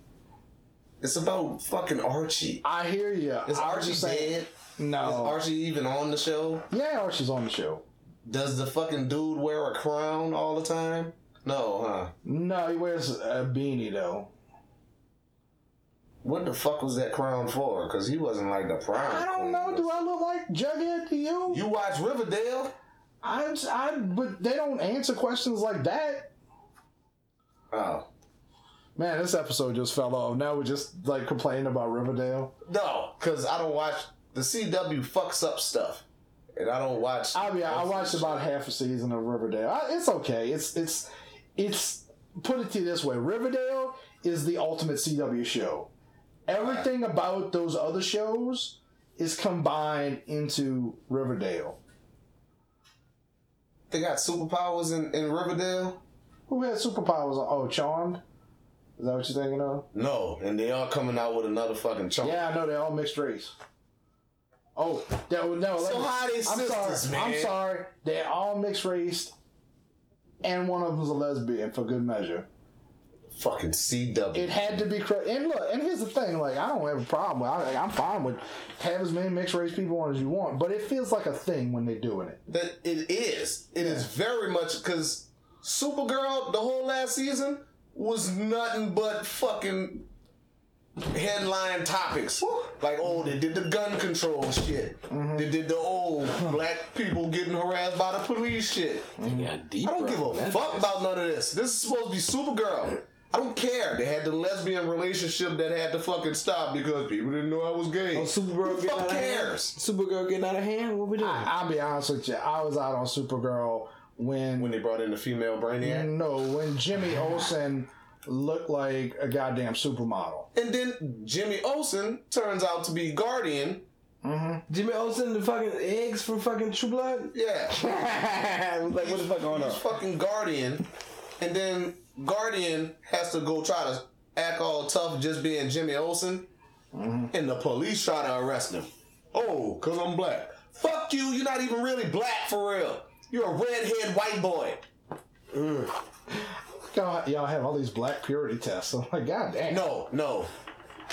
C: It's about fucking Archie.
D: I hear you.
C: Is Archie Oh. dead?
D: No.
C: Is Archie even on the show?
D: yeah, Archie's on the show.
C: Does the fucking dude wear a crown all the time? No, huh?
D: No, he wears a beanie though.
C: What the fuck was that crown for? Because he wasn't like the prime.
D: I don't know. Do I look like Jughead to you?
C: You watch Riverdale?
D: I, I, but they don't answer questions like that.
C: Oh.
D: Man, this episode just fell off. Now we're just like complaining about Riverdale.
C: No, because I don't watch. The CW fucks up stuff. And I don't watch.
D: I mean, I watched about half a season of Riverdale. I, it's okay. It's it's it's put it to you this way: Riverdale is the ultimate CW show. Everything about those other shows is combined into Riverdale.
C: They got superpowers in, in Riverdale?
D: Who had superpowers? on- Oh, Charmed. Is that what you're thinking of?
C: No. And they are coming out with another fucking chunk.
D: Yeah, I know they're all mixed race. Oh, that, no. let me-
C: how they
D: I'm
C: sisters,
D: sorry.
C: man?
D: I'm sorry. They're all mixed race, and one of them's a lesbian for good measure.
C: Fucking CW.
D: It had to be cra And look, and here's the thing: like, I don't have a problem. with- I, like, I'm fine with have as many mixed race people on as you want, but it feels like a thing when they're doing it.
C: that it is. It is very much because Supergirl, the whole last season, was nothing but fucking headline topics. Like, oh, they did the gun control shit.
D: Mm-hmm.
C: They did the old black people getting harassed by the police shit.
E: Yeah, deep.
C: I don't give a fuck about none of this. This is supposed to be Supergirl. I don't care. They had the lesbian relationship that had to fucking stop because people didn't know I was gay.
E: Oh, Supergirl
C: Who the
E: getting
C: fuck
E: out of hand.
C: cares?
E: Supergirl getting out of hand. What we doing?
D: I'll be honest with you: I was out on Supergirl when,
C: When they brought in the female brainiac.
D: no, when Jimmy Olsen looked like a goddamn supermodel.
C: And then Jimmy Olsen turns out to be Guardian.
E: Jimmy Olsen, the fucking eggs from fucking True Blood.
C: Yeah.
E: I was like, what the fuck going on?
C: He's fucking Guardian. And then Guardian has to go try to act all tough just being Jimmy Olsen. And the police try to arrest him. Oh, because I'm black. Fuck you, you're not even really black for real. You're a redhead white boy.
D: Y'all, y'all have all these black purity tests. I'm like, God damn.
C: No, no.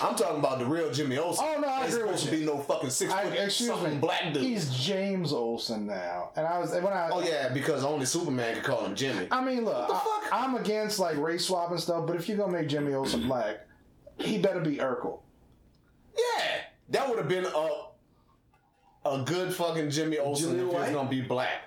C: I'm talking about the real Jimmy Olsen.
D: Oh, no, I
C: Ain't
D: agree with
C: supposed to be
D: you.
C: no fucking six
D: I,
C: foot
D: excuse
C: something
D: me.
C: black dude.
D: He's James Olsen now, and I was when I.
C: oh yeah, because only Superman can call him Jimmy.
D: I mean, look,
C: the fuck?
D: I, am against like race swap and stuff, but if you're gonna make Jimmy Olsen black, he better be Urkel.
C: Yeah, that would have been a a good fucking Jimmy Olsen
E: Jaleel
C: if he was
E: White?
C: gonna be black.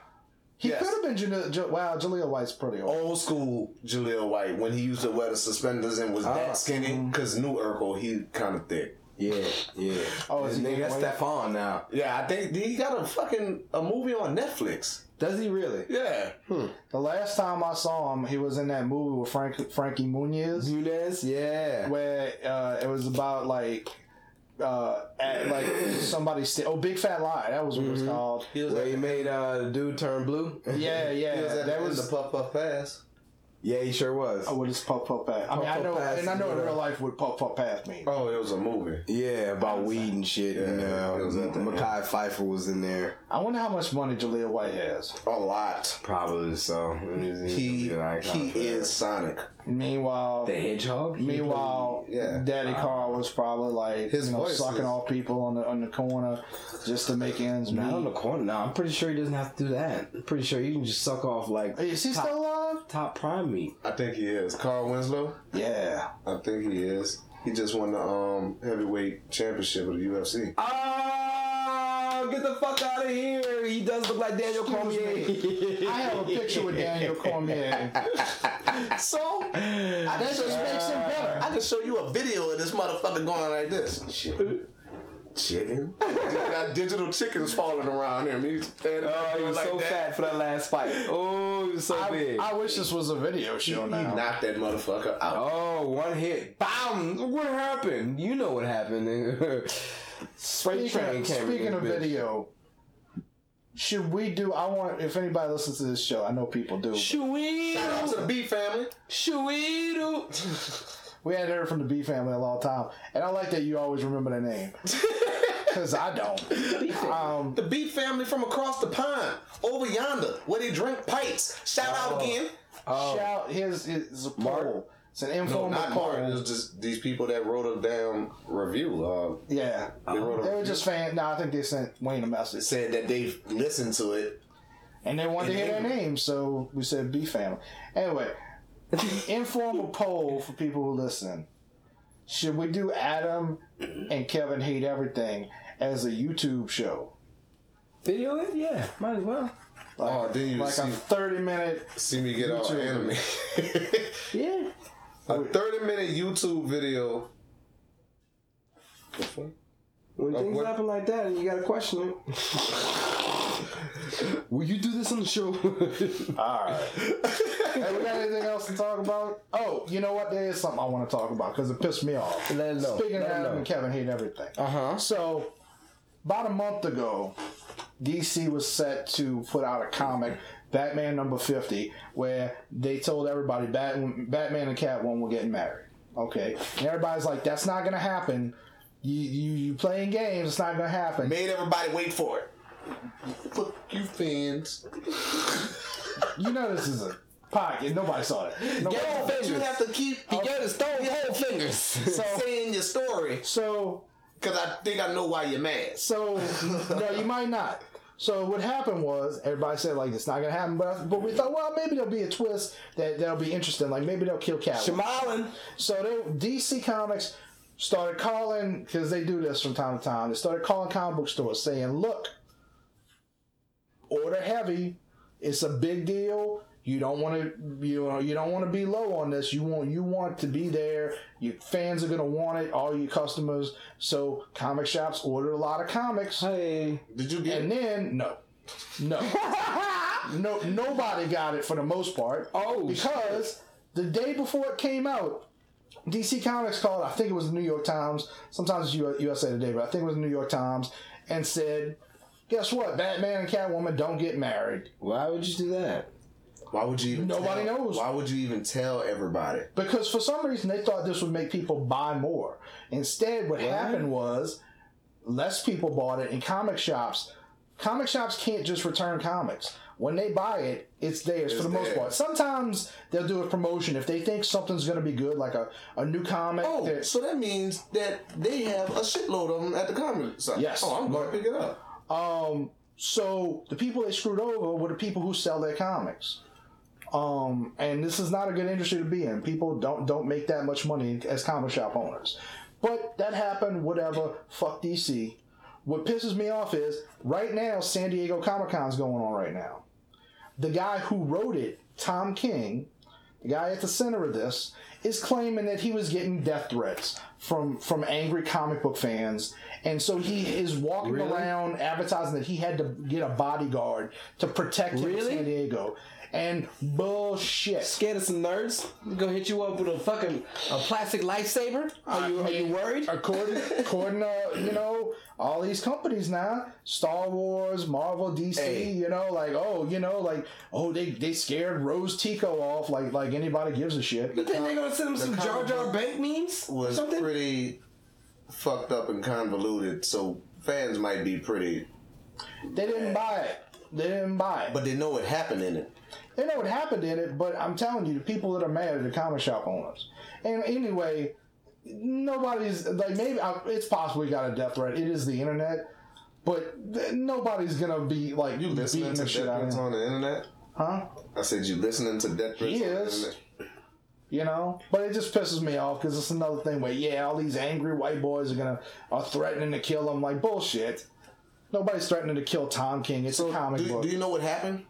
D: He
C: Yes.
D: could have been Jane- J- wow, Jaleel White's pretty old.
C: Old school Jaleel White when he used to wear the suspenders and was
E: Ah.
C: that skinny
D: mm.
C: because new Urkel he kind of thick.
E: Yeah, yeah.
D: Oh, is he
E: nigga,
D: getting
E: that's
D: away?
E: Stefan now.
C: Yeah, I think he got a fucking a movie on Netflix.
E: Does he really?
C: Yeah,
D: The last time I saw him, he was in that movie with Frank, Frankie Muniz,
E: Nunez?
C: Mm.
E: Yeah.
D: where uh, it was about like. Uh, at, like somebody st- oh big fat lie that was what it
C: Mm-hmm.
D: was called
E: Where he made uh, the dude turn blue?
D: yeah yeah
C: He was at
D: that
C: the end
D: was
C: of Puff Puff Pass.
E: yeah, he sure was.
D: Oh, what is pop pop at? I mean, I
E: Puff
D: know,
E: Pass
D: and I
E: is
D: know in
E: what
D: real
E: I-
D: life what pop pop path means.
C: Oh, it was a movie.
E: Yeah, about weed and shit. and
C: Yeah, it was at
E: uh,
C: the end.
E: Mackay Pfeiffer was in there.
D: I wonder how much money Jaleel White has.
C: A lot.
E: Probably so.
C: He he is Sonic.
D: Meanwhile,
E: hedgehog.
D: meanwhile,
C: Yeah.
D: Daddy Carl was probably like
C: His
D: you know
C: voice
D: sucking
C: is-
D: off people on the on the corner just to make ends meet.
E: Not on the corner. No, I'm pretty sure he doesn't have to do that. I'm pretty sure you can just suck off like
D: Is he
E: top,
D: still alive?
E: top prime meat.
C: I think he is. Carl Winslow.
D: Yeah.
C: I think he is. He just won the um, heavyweight championship of the UFC.
E: Oh, get the fuck out of here! He does look like Daniel Cormier.
D: I have a picture with Daniel Cormier.
C: So
D: That just makes him better.
C: I can show you a video of this motherfucker going like this. Chicken. Chicken. got digital chickens falling around him. He's standing
E: oh,
C: there
E: he was
C: like
E: so
C: that.
E: fat for that last fight. Oh, he was so
D: I,
E: big.
D: I wish this was a video show
C: He
D: now.
C: knocked that motherfucker out.
E: oh, one hit. Bam! What happened? You know what happened. Straight
D: Speaking
E: train
D: of,
E: came. in
D: speaking
E: this
D: of
E: bitch.
D: video, should we do? I want if anybody listens to this show, I know people do.
E: Should we?
C: Shout out to the B family.
E: Should we do?
D: We hadn't heard from the B family in a long time, and I like that you always remember their name because I don't. Um,
C: The B family from across the pond, over yonder, where they drink pipes. Shout out again.
D: Shout here's here's a poll.
E: Mark?
D: It's an informal
C: Oh. Not
D: poll.
C: Martin. It was just these people that wrote a damn review. Uh,
D: Yeah,
C: they wrote a
D: they
C: review.
D: were just fans. No, I think they sent Wayne a
C: It
D: message,
C: said that they've listened to it.
D: and they wanted to hear their name, so we said B family. Anyway, informal poll for people who listen: Should we do Adam and Kevin hate everything as a YouTube show,
E: Video it? Yeah, might as well.
D: like,
C: Oh, then you
D: like a
C: see-
D: thirty-minute
C: See me get all
D: YouTube.
C: anime.
E: Yeah.
C: a 30 minute YouTube video.
E: When
C: Of
E: things
C: what-
E: happen like that, and you gotta question it. Will you do this on the show? Uh,
D: Hey, we got anything else to talk about? Oh, you know what? There is something I want to talk about because it pissed me off.
E: Let it know.
D: Speaking
E: Let it
D: of Adam
E: know.
D: and Kevin hate everything.
E: uh huh.
D: So, about a month ago, DC was set to put out a comic, Batman number 50, where they told everybody Bat- Batman and Catwoman were getting married. Okay? And everybody's like, that's not going to happen. You, you, you playing games, it's not going to happen.
C: Made everybody wait for it. Fuck you fans.
D: You know this is a pocket. Nobody saw that. Nobody saw
E: Yo,
D: that.
C: You have to keep
E: He got his stone cold fingers. So
C: saying your story
D: So
C: because I think I know why you're mad.
D: So no, you might not. So what happened was everybody said like it's not gonna happen, but but we thought well maybe there'll be a twist that that'll be interesting. Like maybe they'll kill Catwoman.
E: Jamalin,
D: So they DC Comics started calling because they do this from time to time. They started calling comic book stores saying, "Look, order heavy. It's a big deal. You don't want to you know, you don't want to be low on this. You want you want to be there. Your fans are gonna want it. All your customers. So comic shops ordered a lot of comics.
E: hey,
C: Did you get
D: And then no, no, no, nobody got it for the most part.
E: Oh,
D: because the day before it came out, DC Comics called. I think it was the New York Times. Sometimes it's U- USA Today, but I think it was the New York Times, and said, "Guess what? Batman and Catwoman don't get married
E: why would you do that?
C: Why would you even?
D: Nobody
C: tell-
D: knows.
C: Why would you even tell everybody?
D: because for some reason they thought this would make people buy more. Instead, what happened was less people bought it in comic shops. Comic shops can't just return comics. When they buy it, it's theirs for the most
C: theirs.
D: part. Sometimes they'll do a promotion if they think something's going to be good, like a, a new comic.
C: Oh,
D: that-
C: so that means that they have a shitload of them at the comedy site.
D: Yes.
C: Oh, I'm going to pick it up.
D: Um, so the people they screwed over were the people who sell their comics. Um, and this is not a good industry to be in. People don't don't make that much money as comic shop owners. But that happened. Whatever. Fuck DC. What pisses me off is right now San Diego Comic Con's going on right now. The guy who wrote it, Tom King, the guy at the center of this is claiming that he was getting death threats from from angry comic book fans and so he is walking around advertising that he had to get a bodyguard to protect him in
E: Really?
D: san diego and bullshit
E: Scared of some nerds? Gonna hit you up with a fucking a plastic lightsaber? Are you are you worried?
D: according according to you know all these companies now star wars marvel dc
C: Hey.
D: you know like oh you know like oh they they scared rose tico off like like anybody gives a shit
E: You think they're gonna send him some
C: comic
E: Jar Jar
C: book
E: Bank memes?
C: Was
E: Something?
C: pretty fucked up and convoluted, so fans might be pretty,
D: they didn't buy it they didn't buy it
C: but they know what happened in it.
D: They know what happened in it, but I'm telling you, the people that are mad are the comic shop owners. And anyway, nobody's like maybe I- it's possible we got a death threat. It is the internet, but th- nobody's gonna be like
C: You listening
D: beating
C: to
D: the
C: death
D: shit out of
C: threats
D: him,
C: on the internet?
D: huh?
C: I said you listening to death threats.
D: He
C: on the
D: is.
C: internet?
D: You know, but it just pisses me off because it's another thing where yeah, all these angry white boys are gonna are threatening to kill him. Like bullshit. Nobody's threatening to kill Tom King. It's a
C: So
D: comic
C: do,
D: book.
C: do you know what happened?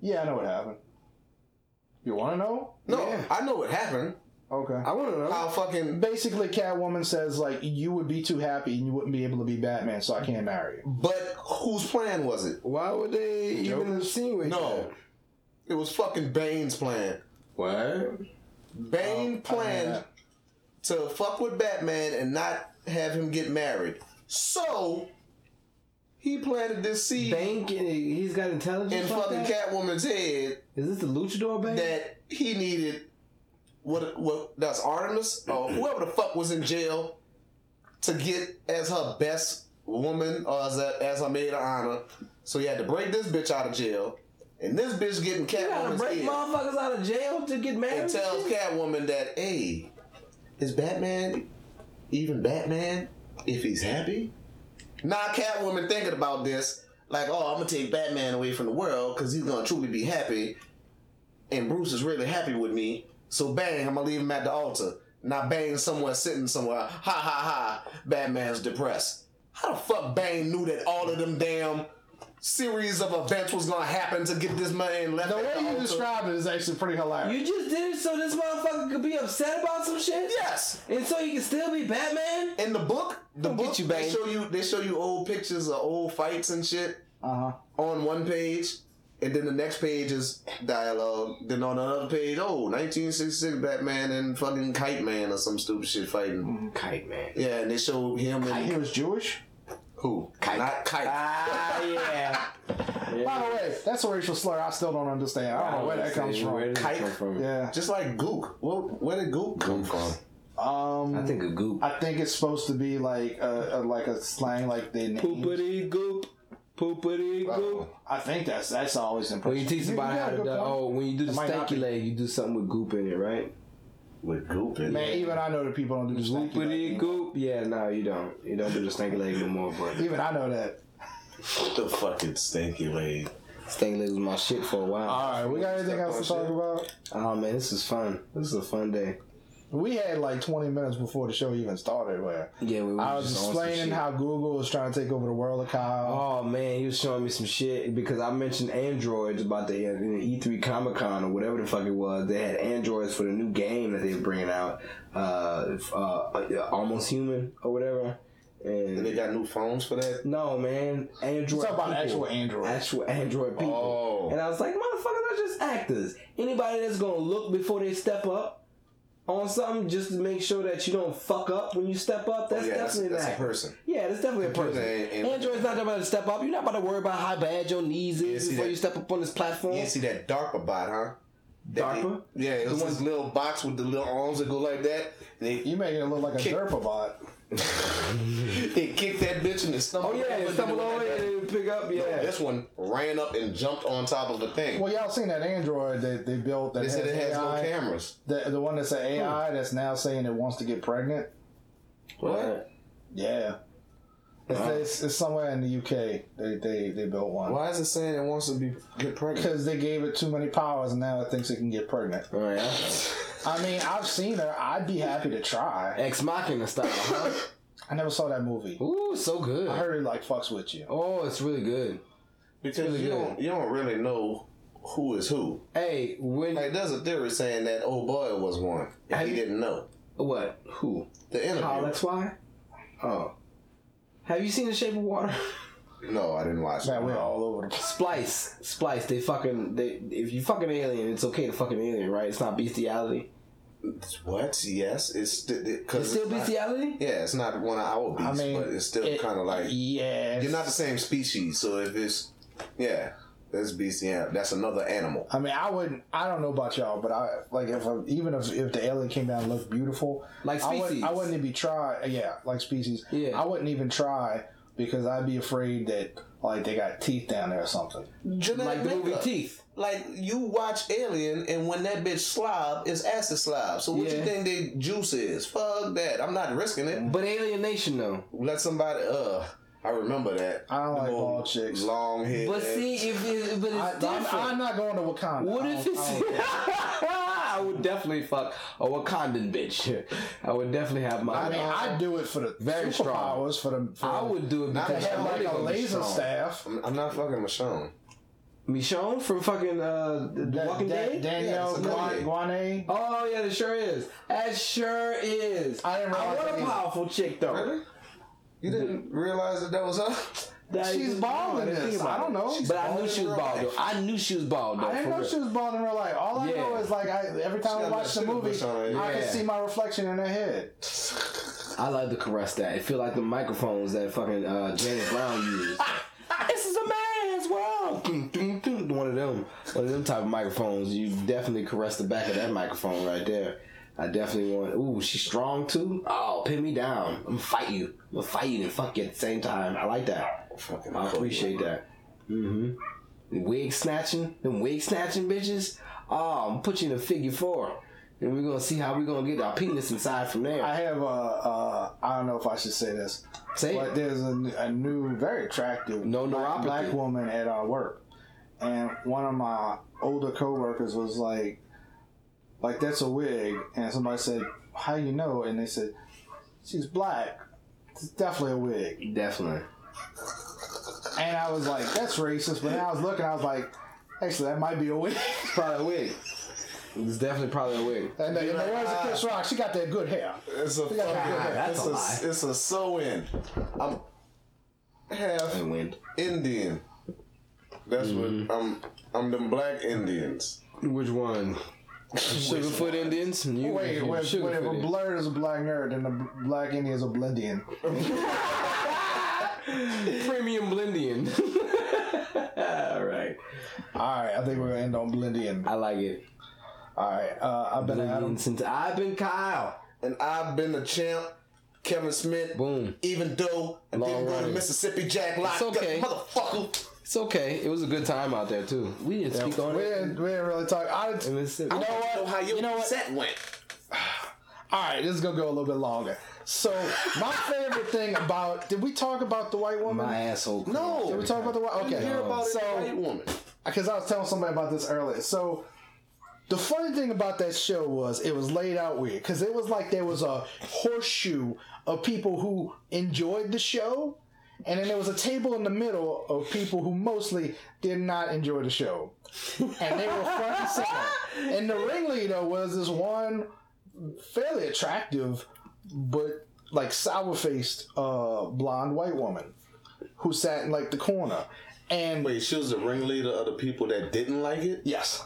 D: yeah, I know what happened. You want to know?
C: No, I know what happened.
D: Okay.
E: I wanna know.
C: How fucking
D: basically catwoman says like you would be too happy and you wouldn't be able to be batman so i can't marry you
C: but whose plan was it?
E: Why would they even
D: Jokers?
E: insinuate
C: No. It was fucking Bane's plan.
E: that? What? Oh,
C: Bane planned to fuck with Batman and not have him get married. So he planted this seed
E: Bank? and He's got intelligence.
C: in
E: like
C: fucking
E: that?
C: Catwoman's head
E: Is this the Luchador Bank?
C: that he needed what what that's Artemis or whoever the fuck was in jail to get as her best woman or as a, as her maid of honor. So he had to break this bitch out of jail, and this bitch getting
E: you gotta
C: Catwoman's
E: break
C: head.
E: motherfuckers out of jail to get married.
C: and tells Catwoman that, hey, is Batman even Batman if he's happy? Nah, Catwoman thinking about this, like, oh, I'm gonna take Batman away from the world because he's gonna truly be happy, and Bruce is really happy with me, so bang, I'm gonna leave him at the altar. Now bang, somewhere sitting somewhere, ha ha ha, Batman's depressed. How the fuck Bane knew that all of them damn series of events was gonna happen to get this man left
D: the
C: at
D: way
C: the
D: you
C: altar?
D: described it is actually pretty hilarious
E: You just did it so this motherfucker could be upset about some shit?
C: yes.
E: And so you can still be Batman?
C: In the book, the
E: Don't get
C: book
E: you,
C: they
E: babe.
C: show you they show you old pictures of old fights and shit
D: uh-huh
C: on one page, and then the next page is dialogue. Then on another page, oh, 1966 Batman and fucking Kite Man or some stupid shit fighting.
E: Mm-hmm. Kite man.
C: Yeah, and they show him and
D: he was jewish
C: who? Kite. Not Kite.
E: Ah, yeah.
D: by the way that's a racial slur i still don't understand i don't know where that comes
E: Where
D: from
E: did it
C: Kite.
E: come from?
D: yeah
C: Just like Gook. Well, where did Gook come from?
D: um
E: I think a goop.
D: I think it's supposed to be like a, a like a slang like they
E: Poopity goop. Poopity goop.
D: I think that's that's always
E: When you
D: impressive.
E: teach somebody
D: Yeah,
E: how to,
D: good
E: do-
D: point.
E: oh, when you do the
D: It might not
E: stanky
D: be.
E: leg, you do something with goop in it, right?
C: With goop in
D: Man,
C: it.
D: even I know that people don't do the stanky
E: Poopity
D: leg.
E: goop. Yeah, no, you don't. You don't do the stanky leg no more, bro.
D: Even I know that.
C: The fucking stinky leg.
E: Stanky leg was my shit for a while.
D: All right, we got anything else to talk about?
E: Oh man, this is fun. This is a fun day.
D: We had like 20 minutes before the show even started where
E: Yeah, we were
D: I was
E: just on some
D: explaining
E: shit.
D: how Google is trying to take over the world of Kyle.
E: Oh man, he was showing me some shit because I mentioned androids about the, uh, the E3 Comic Con or whatever the fuck it was. They had androids for the new game that they're bringing out, uh, if, uh, uh, Almost Human or whatever.
C: And they
E: And
C: got new phones for that?
E: no man, android.
D: It's about
E: people.
D: actual Android.
E: actual android people.
C: Oh.
E: And I was like, motherfucker, that's just actors. Anybody that's gonna look before they step up on something just to make sure that you don't fuck up when you step up, that's
C: Oh, yeah, that's,
E: definitely
C: that's
E: an
C: a
E: actor.
C: person.
E: Yeah, that's definitely a person.
C: and- and-
E: Android's not about to step up. You're not about to worry about how bad your knees is
C: see
E: before
C: that-
E: you step up on this platform.
C: You didn't see that DARPA bot, huh? That
E: DARPA?
C: They, yeah, it was this little box with the little arms that go like that. And
D: You making it look like a
C: Kick-
D: derpa bot.
C: they, they kicked that bitch and it stumbled.
E: oh yeah,
C: over
E: you
C: and
E: stumble
C: it went
E: over
C: like
E: and
C: that.
E: you pick up. Yeah,
C: This one ran up and jumped on top of the thing.
D: Well, y'all seen that Android that they built that
C: they
D: has,
C: said it has
D: AI,
C: no cameras.
D: the, the one that's an AI that's now saying it wants to get pregnant.
C: What?
D: Yeah. It's, it's, it's somewhere in the UK they, they, they built one.
C: Why is it saying it wants to be get pregnant?
D: Because they gave it too many powers and now it thinks it can get pregnant.
E: All right, I-
D: I mean, I've seen her. I'd be happy to try.
E: ex machina style. Huh?
D: I never saw that movie.
E: Ooh, so good.
D: I heard it like fucks with you.
E: Oh, it's really good.
C: Because you don't, you don't really know who is who.
E: Hey, when
C: Like, there's a theory saying that old boy was one. And
E: Have
C: he
E: you-
C: didn't know.
E: what? Who?
C: The
E: Kyle,
C: interview.
E: that's why. Oh, have you seen The Shape of Water?
C: No, I didn't watch
D: Man,
C: it.
D: we're all over the place.
E: Splice, Splice. They fucking. They if you fucking alien, it's okay to fucking alien, right? It's not bestiality.
C: What? Yes, it's st- it, cause
E: It's still
C: not-
E: bestiality.
C: Yeah, it's not one of our beasts,
D: I mean,
C: but it's still
D: it-
C: kind of like
D: Yeah.
C: you're not the same species. So if it's yeah, that's bestiality. That's another animal.
D: I mean, I wouldn't. I don't know about y'all, but I like if I, even if, if the alien came down and looked beautiful,
E: Like
D: I wouldn't, I
E: species.
D: wouldn't even try. Yeah, like species.
E: Yeah.
D: I wouldn't even try because I'd be afraid that like they got teeth down there or something.
C: Genetic
E: Like the movie
C: makeup.
E: Teeth.
C: Like you watch Alien, and when that bitch slob, it's acid slob. So what
E: Yeah.
C: you think they juice is? Fuck that. I'm not risking it.
E: But alienation though.
C: Let somebody. Uh, I remember that.
D: I don't like
C: Little
D: bald chicks.
C: Long hair.
E: But see, if it, but it's
D: I, am
E: different.
D: not going to Wakanda.
E: what
D: I
E: if
D: don't- I
E: it's?
D: don't-
E: I would definitely fuck a Wakandan bitch. I would definitely have my.
D: I mean, I'd do it for the
E: Very strong.
D: Uh, superpowers for the. For
E: I would do it
C: Not
E: because
D: to have
E: I'm
D: like a
E: gonna be
D: laser
E: strong.
D: staff.
C: I'm, I'm not fucking Michonne.
E: Michonne from fucking uh, The
D: That-
E: Walking
D: that-
E: Dead.
D: Danielle
C: Yeah, it's a
D: Guan-
C: good-
D: Guane.
E: Oh yeah, that sure is. That sure is.
D: I didn't realize
E: want
D: that
E: a
D: either.
E: powerful chick though.
C: You didn't realize that that was her?
E: That
D: She's
E: is-
D: bald
E: no, I
D: in
E: didn't think
D: this.
E: about
D: I don't
E: it.
D: know.
E: But I knew she was bald though. I knew she was bald though.
D: I didn't
E: for
D: know
E: real.
D: she was bald in real life. All I
E: Yeah.
D: know is like I, every time I
C: got
D: watch
C: that
D: the
C: sugar
D: movie,
C: bush on her head.
D: I
E: Yeah.
D: can see my reflection in her head.
E: I like to caress that. It feel like the microphones that fucking uh, Janet Brown used. this is a man's world. Dun, dun, dun. One of them, one of them type of microphones. You definitely caress the back of that microphone right there. I definitely want. Ooh, she's strong too. Oh, pin me down. I'm gonna fight you. I'm gonna fight you and fuck you at the same time. I like that.
C: Fucking
E: I appreciate that. Mm-hmm. Wig snatching, them wig snatching bitches. Oh, I'm gonna put you in a figure four, and we're gonna see how we're gonna get our penis inside from there.
D: I have a, uh, I don't know if I should say this,
E: Say
D: but
E: it.
D: there's a, a new, very attractive
E: No
D: black,
E: neuropathy.
D: black woman at our work, and one of my older coworkers was like, like that's a wig, and somebody said, how you know? And they said, she's black. It's definitely a wig.
E: Definitely.
D: And I was like, that's racist. But then I was looking, I was like, actually, that might be a wig.
E: Probably a wig. It's definitely probably a wig.
D: And, the, and the words of Chris Rock, she got that good hair.
C: It's a fucking.
E: Ah, that's
C: it's
E: a lie.
C: It's a sew-in. I'm half
E: And wind.
C: Indian. That's
D: Mm-hmm.
C: what I'm. I'm them black Indians.
E: Which one? Sugarfoot Indians? You,
D: Wait,
E: you
D: when, when if
E: Sugarfoot
D: a
E: Indian.
D: blur is a black nerd and a black Indian is a blindian.
E: Premium Blendian. All right.
D: All right, I think we're gonna end on blindian.
E: I like it.
D: All right, uh, I've been
E: Blendian
D: Adam.
E: since I've been Kyle.
C: And I've been the champ. Kevin Smith.
E: Boom.
C: Even though I
E: Long
C: didn't go to
E: running.
C: Mississippi Jack Lock,
E: It's okay.
C: motherfucker.
E: It's okay. It was a good time out there too. We didn't speak on
D: We
E: it.
D: didn't, we didn't really talk. I,
E: It was-
D: you know what?
C: Know how your
D: you know what?
C: set went.
D: All right, this is gonna go a little bit longer. So my favorite thing about did we talk about the white woman?
E: My asshole.
C: No.
D: Did we talk about the white?
C: You hear
D: Okay,
C: about so,
D: Uh, so
C: white woman.
D: because I was telling somebody about this earlier. So the funny thing about that show was it was laid out weird because it was like there was a horseshoe of people who enjoyed the show, and then there was a table in the middle of people who mostly did not enjoy the show, and they were front and center. And the ringleader was this one fairly attractive, but like sour faced uh, blonde white woman who sat in like the corner. And
C: Wait, she was the ringleader of the people that didn't like it.
D: yes.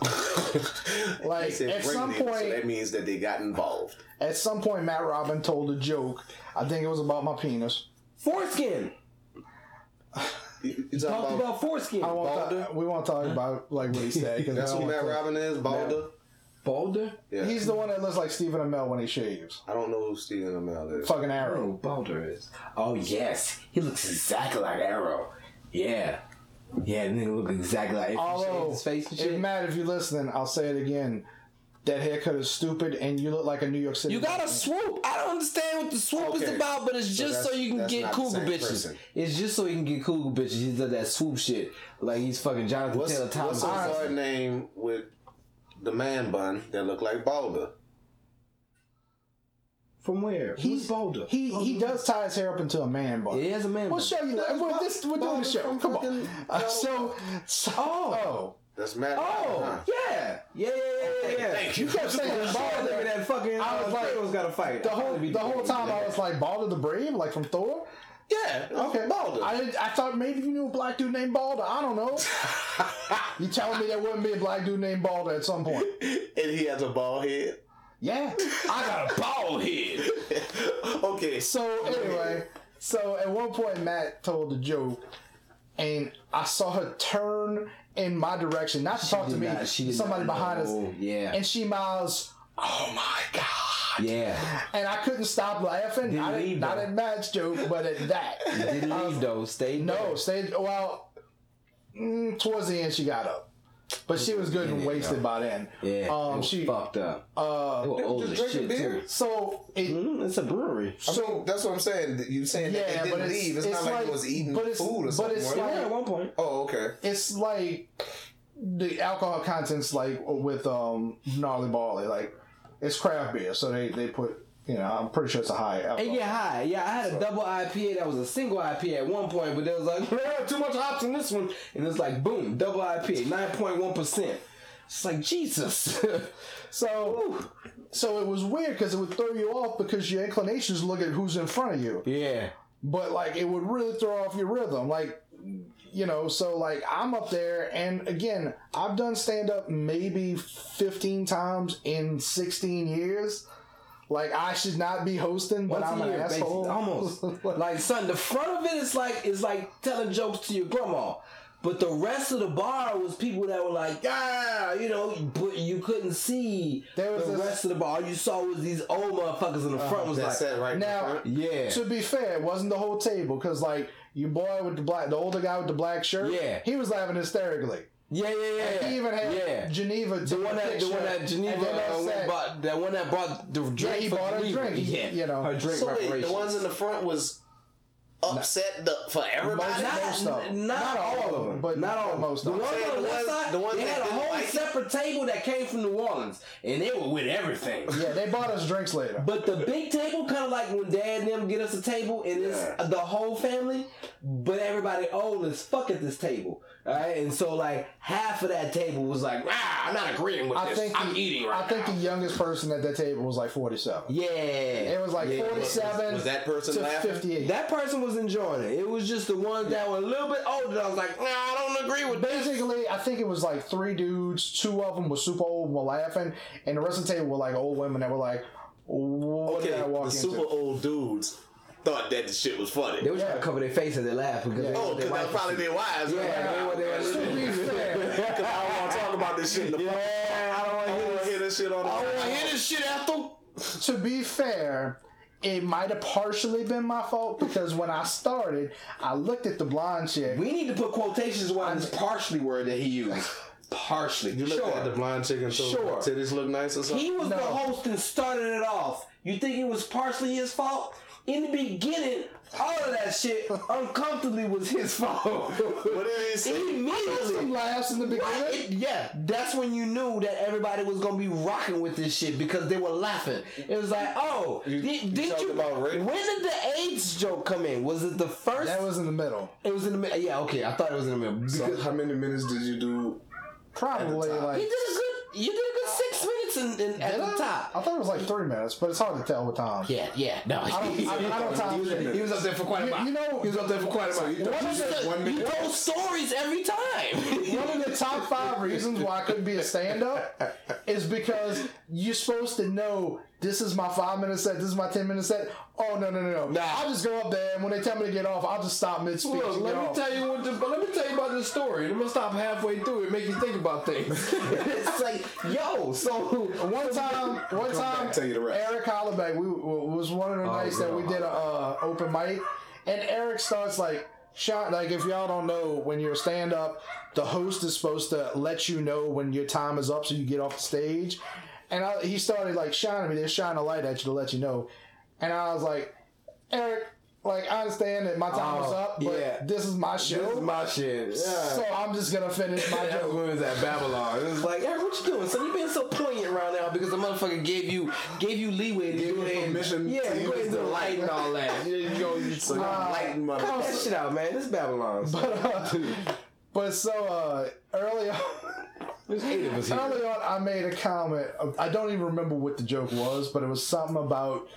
C: They said
D: at some
C: ringleader, so
D: point-
C: that means that they got involved.
D: At some point, Matt Robin told a joke. I think it was about my penis.
E: Foreskin.
C: You, you talking
E: Talked
C: about,
E: about foreskin.
D: I won't
C: Balder?
D: talk- we won't talk about like what he said. 'cause I
C: that's
D: don't
C: who Matt
D: wanna-
C: Robin is, Balder.
E: Boulder.
C: Yeah,
D: He's the one that looks like Stephen Amell when he shaves.
C: I don't know who Stephen Amell is.
D: Fucking arrow.
E: Arrow Boulder is. Oh yes, he looks exactly like Arrow. Yeah, yeah, the nigga look exactly like. if you
D: Although,
E: shaved his face and
D: if
E: shit.
D: Matt, if you're listening, I'll say it again. That haircut is stupid, and you look like a New York City.
E: You got a swoop. I don't understand what the swoop is
C: Okay.
E: about, but it's just so,
C: that's-
E: you can
C: that's
E: get
C: not the
E: cougar
C: same
E: bitches.
C: person.
E: It's just so he can get cougar bitches. He does that swoop shit like he's fucking Jonathan
C: What's,
E: Taylor
C: what's
E: Thomas.
C: the
E: or something.
C: hard name with the man bun that look like Balder?
E: From where?
D: He's
E: Who's Boulder.
D: He he does tie his hair up into a man bun.
E: Yeah, he has a man
D: We'll
E: bun.
D: show you. That. We're, this, we're doing the show. Come on. Uh, so, so oh,
C: That's Matt. Robin,
E: Oh
C: huh?
E: yeah, yeah, yeah, yeah, yeah. yeah.
C: Thank you.
D: you kept saying
E: Bald
D: Balder.
E: nigga that fucking.
D: I was
E: uh,
D: like-
E: Kratos got to fight.
D: The whole the whole time I was like Balder the Brave, like from Thor.
C: Yeah.
D: Okay,
C: Balder.
D: I did, I thought maybe you knew a black dude named Balder. I don't know. you telling me there wouldn't be a black dude named Balder at some point?
C: and he has a bald head.
D: Yeah, I got a
E: bald head.
C: okay.
D: So anyway, so at one point Matt told the joke, and I saw her turn in my direction, not to talk to
E: did
D: me,
E: not- she did
D: somebody
E: not
D: behind
E: know.
D: us.
E: Yeah.
D: and she miles. Oh my god!
E: Yeah.
D: And I couldn't stop laughing.
E: Didn't
D: not, at,
E: leave,
D: not
E: though.
D: at Matt's joke, but at that.
E: Didn't leave though. Stayed.
D: Um, No,
E: there.
D: stayed. Well, mm, towards the end she got up, but she was good and wasted by then.
E: Yeah.
D: Um.
E: it was
D: She.
E: fucked up.
D: Uh.
E: They were old
C: just
E: as
C: drinking
E: shit
C: beer?
E: too.
D: So it.
E: Mm, it's a brewery.
C: So that's what I'm saying. You saying that
D: Yeah,
C: they
D: but
C: didn't
D: it's,
C: leave. It's, not like, it was eating
D: but it's,
C: food or
D: but
C: something.
D: It's
C: right?
D: like,
E: one point.
C: oh, okay.
D: it's like the alcohol contents like with um gnarly barley like it's craft beer so they they put you know i'm pretty sure it's a high alcohol.
E: And get high. Yeah, I had a double IPA that was a single IPA at one point, but they was like, "Yeah, too much hops in this one. And it's like, boom, double IPA, 9.1%. It's like, Jesus.
D: so so it was weird because it would throw you off because your inclinations look at who's in front of you
E: yeah.
D: but like it would really throw off your rhythm like you know so like i'm up there and again i've done stand up maybe 15 times in 16 years like i should not be hosting but
E: Once
D: i'm
E: a
D: an
E: year,
D: asshole
E: basically, almost. like, son, the front of it is like is like telling jokes to your grandma. But the rest of the bar was people that were like, ah, you know, but you couldn't see
D: There was
E: the
D: this- Uh-huh.
E: rest of the bar. All you saw was these old motherfuckers in the front was like,
C: That's that right
D: now-
C: now.
E: yeah.
D: to be fair, it wasn't the whole table because like your boy with the black, the older guy with the black shirt,
E: Yeah.
D: he was laughing hysterically.
E: Yeah, yeah, yeah.
D: He even had
E: yeah.
D: Geneva.
E: The one that, the one that Geneva, uh,
D: that
E: went bought, that one that bought the drink.
D: Yeah, he
E: for
D: bought her
E: Geneva.
D: drink, he-
E: Yeah,
D: you know.
E: her drink
C: So wait, the
E: reparations.
C: ones in the front was upset the, for everybody.
E: not,
D: most of them.
E: n- not,
D: Not
E: all of them, but not all.
D: most
E: the
D: of them.
E: ones
C: Saying
E: on the
C: the
E: west
C: ones-
E: side,
C: the ones
E: they
C: that
E: had a
C: didn't
E: whole
C: like it.
E: separate table that came from New Orleans, and they were with everything.
D: yeah, they bought us drinks later.
E: But the big table, kind of like when Dad and them get us a table, and
C: Yeah.
E: it's the whole family, but everybody old as fuck at this table. All right, and so like half of that table was like, ah, I'm not agreeing with
D: I
E: this.
D: think
E: I'm
D: the,
E: eating right
D: I think
E: now.
D: the youngest person at that table was like forty-seven.
E: e-" yeah,
D: It was like
E: Yeah.
D: forty-seven.
C: Was that person
D: to
C: laughing?
D: fifty-eight?
E: That person was enjoying it. It was just the ones that were a little bit older. that I was like, nah, I don't agree with this.
D: Basically, I think it was like three dudes. Two of them were super old, were laughing, and the rest of the table were like old women that were like, "What
C: Okay,
D: did I walk
C: the
D: into?"
C: super old dudes thought that the shit was funny.
E: They were trying to cover their face as they laugh because
D: Yeah.
E: they
C: oh,
E: wanted
C: because
E: their
C: that's
E: wife to
C: probably
E: see.
C: their wives.
E: Yeah, they were- they were-
D: to be fair,
C: Because I don't want to talk about this shit in the
E: Yeah, I don't
C: I
E: want
C: don't want to hear this shit on the
E: to hear this shit, Ethel.
D: to be fair, It might have partially been my fault because when I started, I looked at the blonde chick.
E: We need to put quotations around this partially word that he used. Partially.
C: You look at the
E: Sure.
C: blind chicken, so
E: Sure.
C: titties look nice or something.
E: He was the
D: No.
E: host and started it off. You think it was partially his fault? In the beginning, all of that shit uncomfortably was his fault.
C: what did he say?
E: Immediately.
D: Some laughs in the beginning.
E: It- yeah, that's when you knew that everybody was gonna be rocking with this shit because they were laughing. It was like, oh,
C: You-
E: did,
C: you
E: did
C: talked
E: you?
C: about rape?
E: when did the AIDS joke come in? Was it the first?
D: That was in the middle.
E: it was in the middle. Yeah, okay, I thought it was in the middle.
C: So
E: Because-
C: how many minutes did you do?
D: Probably
C: top.
E: he
D: like.
E: did a good. You did a good six minutes in, in, at
D: Did
E: the
D: I?
E: top.
D: I thought it was like three minutes, but it's hard to tell with time.
E: Yeah, yeah, no.
D: I don't, I, I don't time.
C: He
E: He was up there for quite a
D: You-
E: while.
D: you know-
E: he was up there for quite a
C: So
E: while.
C: you thought you said one
E: you
C: minute?
E: told stories every time.
D: One of the top five reasons why I couldn't be a stand up is because you're supposed to know this is my five minute set, this is my 10 minute set. Oh, no, no, no, no.
E: Nah.
D: I'll just go up there, and when they tell me to get off, I'll just stop mid speech.
E: Look,
D: and
E: let
D: get
E: me
D: off.
E: tell you what. The, let me tell you about this story. I'm gonna stop halfway through it, make you think about things. it's like, yo, so
D: One time, one
C: Come back,
D: time,
C: tell you the rest.
D: Eric Hollaback, we w- was one of the nights that we did a uh, open mic, and Eric starts like shot. Like if y'all don't know, when you're stand up, the host is supposed to let you know when your time is up, so you get off the stage. And I, he started like shining me, they shine a light at you to let you know. And I was like, Eric, like I understand that my time is
E: Oh,
D: up, but
E: yeah.
D: this is my show.
E: this is my shit. Yeah.
D: so I'm just gonna finish my
E: That
D: joke.
E: was when we was at Babylon. It was like, Eric, what you doing? So you being so poignant right now because the motherfucker gave you gave you leeway to
C: Gave
E: do
C: you
E: it.
C: permission
E: Yeah,
C: to
E: go ahead
C: use
E: and do
C: the
E: the light and all that. You know, you
C: So you enlightened mother.
E: cut that shit out, man. This is Babylon.
D: But so uh, early on.
E: There's eight of us here.
D: Early on, I made a comment. of- I don't even remember what the joke was, but it was something about,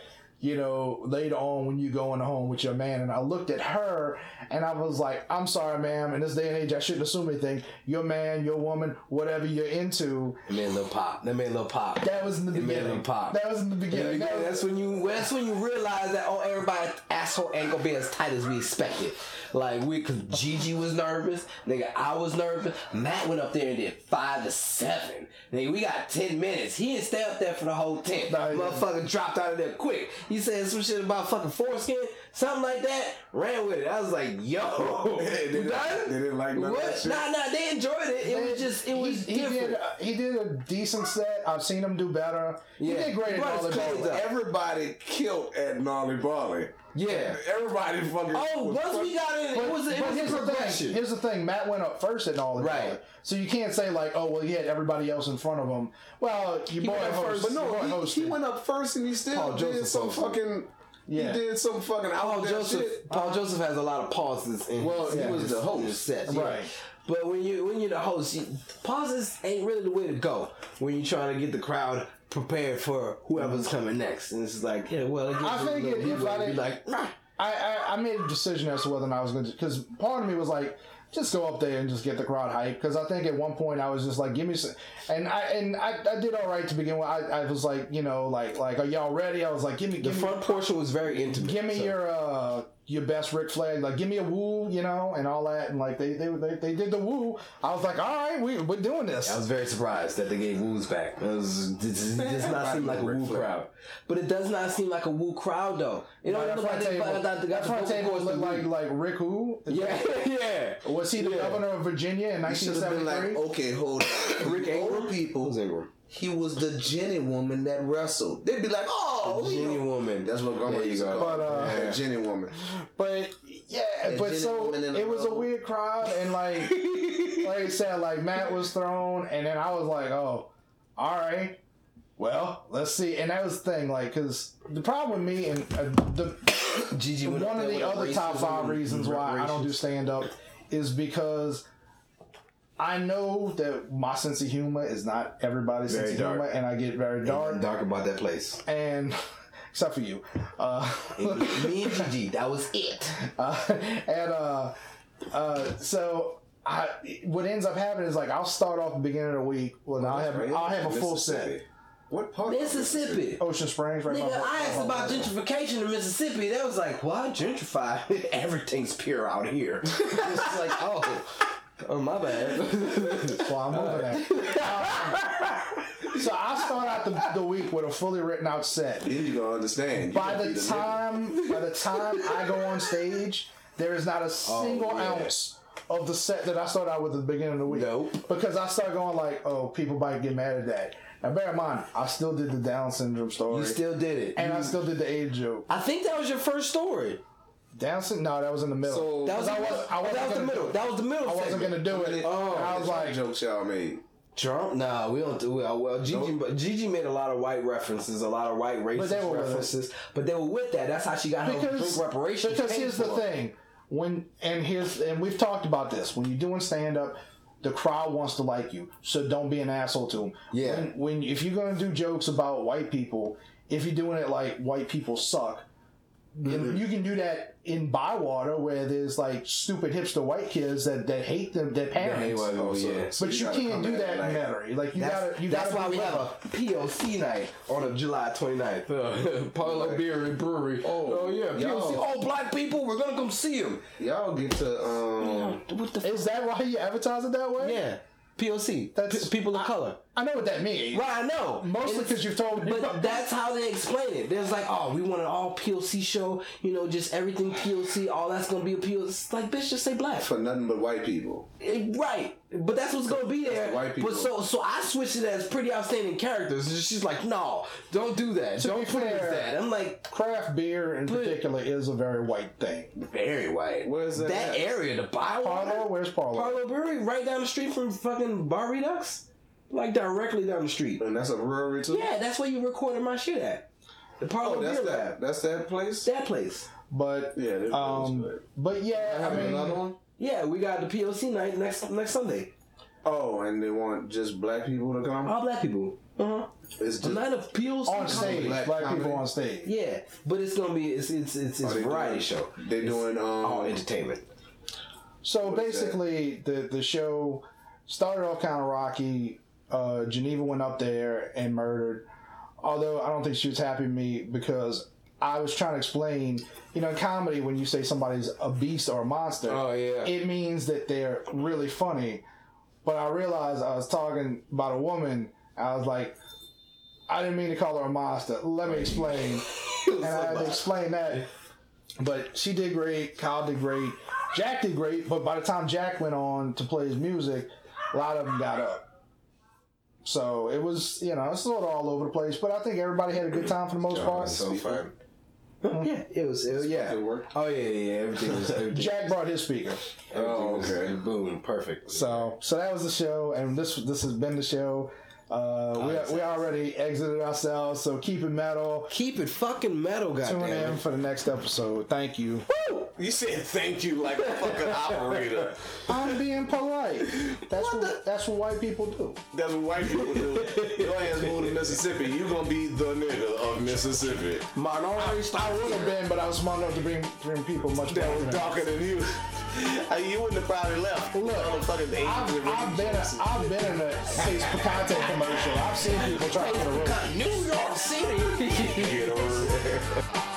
D: you know, later on when you're going home with your man. And I looked at her and I was like, I'm sorry, ma'am. In this day and age, I shouldn't assume anything. Your man, your woman, whatever you're into.
E: That man, little pop. That man, little pop.
D: That was in the
E: It made
D: beginning.
E: him pop.
D: That was in the beginning.
E: Yeah,
D: That was-
E: that's when you that's when you realize that oh everybody's asshole ain't gonna be as tight as we expected. Like we cause Gigi was nervous, nigga I was nervous. Matt went up there and did five to seven. Nigga, we got ten minutes. He didn't stay up there for the whole ten.
D: Nah, he didn't.
E: Motherfucker dropped out of there quick. He said some shit about fucking foreskin, something like that. Ran with it. I was like, yo,
C: They
E: you
C: didn't-
E: done?
C: they didn't like none of
E: what?
C: that shit.
E: Nah, nah, they enjoyed it. It was just it was
C: uh,
D: he, he
E: different.
D: did, he did a decent set. I've seen him do better. He
E: Yeah.
D: did great at
E: Brought
D: all
E: his clothes
D: that.
E: up.
C: Everybody killed at Gnarly Barley.
E: yeah.
C: Everybody fucking.
E: Oh,
C: was
E: once
C: fucking-
E: we got in,
D: But,
E: it was it
D: but
E: was
D: here's
E: a
D: the thing.
E: progression.
D: Here's the thing. Matt went up first in all of
E: Right.
D: that. So you can't say like, oh well, he had everybody else in front of him. Well, your boy
E: went up
D: host,
E: first.
C: But
D: your boy
C: no,
D: hosted.
C: he, he went up first and he still
E: Paul
C: did
E: Joseph
C: some
E: hosted.
C: fucking.
D: Yeah.
C: He did some fucking out
E: Paul
C: there
E: Joseph.
C: shit.
E: Paul Joseph has a lot of pauses. In
C: Well,
E: his,
C: he
E: in
C: was
E: his-
C: the host.
E: in his sets, yeah.
D: Right.
E: But when you when you're the host, you, pauses ain't really the way to go when you're trying to get the crowd prepared for whoever's coming next. And it's like, Mm-hmm. yeah, well, it gives
D: I
E: you a
D: think
E: little
D: if- if
E: leeway
D: I
E: to be
D: didn't-
E: like, nah.
D: I, I I made a decision as to whether or not I was going to because part of me was like. Just go up there and just get the crowd hyped because I think at one point I was just like, "Give me," some, and I and I, I did all right to begin with. I, I was like, you know, like like, are y'all ready? I was like, "Give me,
E: the
D: give me,
E: front portion was very intimate.
D: give me
E: so-
D: your uh your best Ric Flag, like give me a woo, you know, and all that, and like they they, they, they did the woo. I was like, all right, we we're doing this.
E: I was very surprised that they gave woos back. It, was, it just- it does not seem like a woo crowd. But it does not seem like a woo crowd, though. It
D: Now,
E: don't
D: that
E: look like
D: front
E: they
D: table,
E: found out the
D: that front table
E: look
D: looked like like Rick who
E: Yeah, yeah.
D: was he the governor of Virginia in
G: I should have been like,
D: 1973?
G: okay, hold on.
E: Rick
G: Rick
E: Ingram?
G: old people.
E: Who's Ingram?
G: He was the Jenny woman that wrestled. They'd be like, oh, we
E: Virginia
G: know.
E: woman.
G: That's what grandma
E: There you
G: used to
E: go.
G: call.
D: But, uh,
G: her, the Jenny woman.
D: But yeah,
G: That
D: but
G: Jenny
D: so
G: woman in the
D: it was a
G: robe.
D: weird crowd, and like like I said, like Matt was thrown, and then I was like, oh, all right. Well, let's see, and that was the thing, like, because the problem with me and uh, the
E: Gigi went up
D: one of
E: there
D: the
E: with
D: other top
E: racism
D: five
E: and
D: reasons why I don't do
E: reparations.
D: stand up is because I know that my sense of humor is not everybody's
E: Very
D: sense
E: dark.
D: of humor, and I get very dark.
E: Dark about that place.
D: And except for you, uh,
E: Me and Gigi, that was it.
D: uh, and uh, uh, so. I, what ends up happening is like I'll start off the beginning of the week. Well, I'll have I'll have a full set.
C: Mississippi. What part? of
E: Mississippi.
D: Ocean Springs, right? by
E: Nigga,
D: my-
E: I asked
D: my-
E: about gentrification in Mississippi. They was like, "Why gentrify? Everything's pure out here." It's just like, oh, oh my bad.
D: Well, I'm over that. Um, so I start out out the, the week with a fully written out set.
C: Then you gonna understand. You
D: By
C: gonna be
D: the time by the time I go on stage, there is not a single
C: yeah.
D: ounce of the set that I started out with at the beginning of the week.
E: Nope.
D: Because I start going like, oh, people might get mad at that. And bear in mind, I still did the Down syndrome story.
E: You still did it.
D: and I still did the AIDS joke.
E: I think that was your first story.
D: Down syndrome? No, that was in the middle.
C: So-
E: That was,
D: I
E: the
D: was-
E: middle.
D: I wasn't
E: that was the
D: gonna do
E: middle.
D: it.
E: That was the middle.
D: I wasn't
E: segment.
D: gonna do it.
C: Oh,
D: and I was like,
C: jokes y'all made.
E: Drunk? Nah, we don't do well. Well, Gigi, but Gigi made a lot of white references, a lot of white
D: But they
E: racist
D: were with it.
E: references, but they were with that. That's how she got her
D: because
E: drink reparations.
D: Because
E: paid
D: here's the
E: for.
D: thing, when and here's and we've talked about this. When you're doing stand up, the crowd wants to like you, so don't be an asshole to them.
E: Yeah.
D: When, when if you're gonna do jokes about white people, if you're doing it like white people suck.
E: Mm-hmm.
D: And you can do that in Bywater, where there's like stupid hipster white kids that, that hate them, their
E: hate
D: parents.
E: white people, yeah.
D: but you, can't do that in Metairie. Like you
E: That's,
D: gotta, you
E: that's
D: gotta.
E: why
D: be
E: we have a
D: clever.
E: POC night on a July 29th. Uh, Polo Beer and Brewery. Oh, yeah. POC.
C: y'all.
E: Oh, black people, we're going to come see them.
C: Y'all get to um.
E: What the f-
D: Is that why you advertise it that way?
E: Yeah. POC.
D: That's-
E: P- people of color.
D: I know what that means.
E: Well, I know.
D: Mostly
E: And-
D: because you've told. you've
E: But that's how they explain it. There's like, oh, we want an all POC show, you know, just everything POC, all that's gonna be a POC. It's like, bitch, just say black.
C: For nothing but white people.
E: Eh, Right. But that's what's gonna be there.
C: the white people.
E: But so so I switched it as pretty outstanding characters. And she's like, no, don't do that. don't
D: be
E: put it
D: fair-
E: as that. I'm like,
D: craft beer in particular is a very white thing.
E: very white.
C: Where's that
E: That
C: at?
E: area, the
D: Parlo,
E: Bywater?
D: where's Parlo?
E: Parlo Brewery, right down the street from fucking Bar Redux? Like directly down the street.
C: And that's a brewery too.
E: Yeah, that's where you recorded my shit at. The Parlo
C: Oh, that's
E: Beer
C: that.
E: Lab.
C: That's that place.
E: That place.
D: But
C: Yeah, there's
D: um,
C: those,
D: but yeah, I
C: Have another
D: mean,
C: one.
E: Yeah, we got the POC night next next Sunday.
C: Oh, and they want just black people to
D: Oh,
C: come.
E: All black people. Uh huh.
C: It's
E: A
C: just
E: night of POC
D: on
E: comedy.
D: stage,
C: Black
D: black people
C: comedy.
D: on stage.
E: Yeah, but it's gonna be it's it's it's, it's
C: Oh, they
E: a variety
C: doing-
E: show.
C: they doing
E: All
C: um.
E: entertainment.
D: So
C: What is that?
D: basically, the the show started off kind of rocky. Uh, Geneva went up there and murdered. Although I don't think she was happy with me because I was trying to explain, you know, in comedy when you say somebody's a beast or a monster,
C: Oh,
E: yeah.
D: it means that they're really funny. But I realized I was talking about a woman. I was like, I didn't mean to call her a monster. Let me explain. and I had to explain that. But she did great. Kyle did great. Jack did great. But by the time Jack went on to play his music, a lot of them got up. So it was, you know, it's sort of all over the place. But I think everybody had a good time for the most
C: Oh,
D: part.
C: fun.
E: yeah, it was, it was yeah.
C: It worked.
E: Oh yeah, yeah, yeah, everything was everything.
D: Jack brought his speaker.
C: Oh,
E: was-
C: okay.
E: Boom, perfect.
D: So, so that was the show, and this this has been the show. Uh, we, we already exited ourselves, so keep it metal.
E: Keep it fucking metal,
D: Tune
E: goddamn.
D: in for the next episode. Thank you.
C: You said thank you like a fucking operator.
D: I'm being polite. That's what, that's what white people do.
C: That's what white people do. Your ass moved to Mississippi. You gonna be the nigga of Mississippi.
E: Minority
D: I would have been, but I was smart enough to bring bring people much
C: That
D: better.
C: was
D: than that.
C: darker than you. I mean, you wouldn't have probably left.
D: Look,
C: Motherfucking Asians
D: I've,
C: and
D: I've been a, I've been in a Ace Picante commercial. I've seen people try to get away.
E: New York City.
C: Get over it.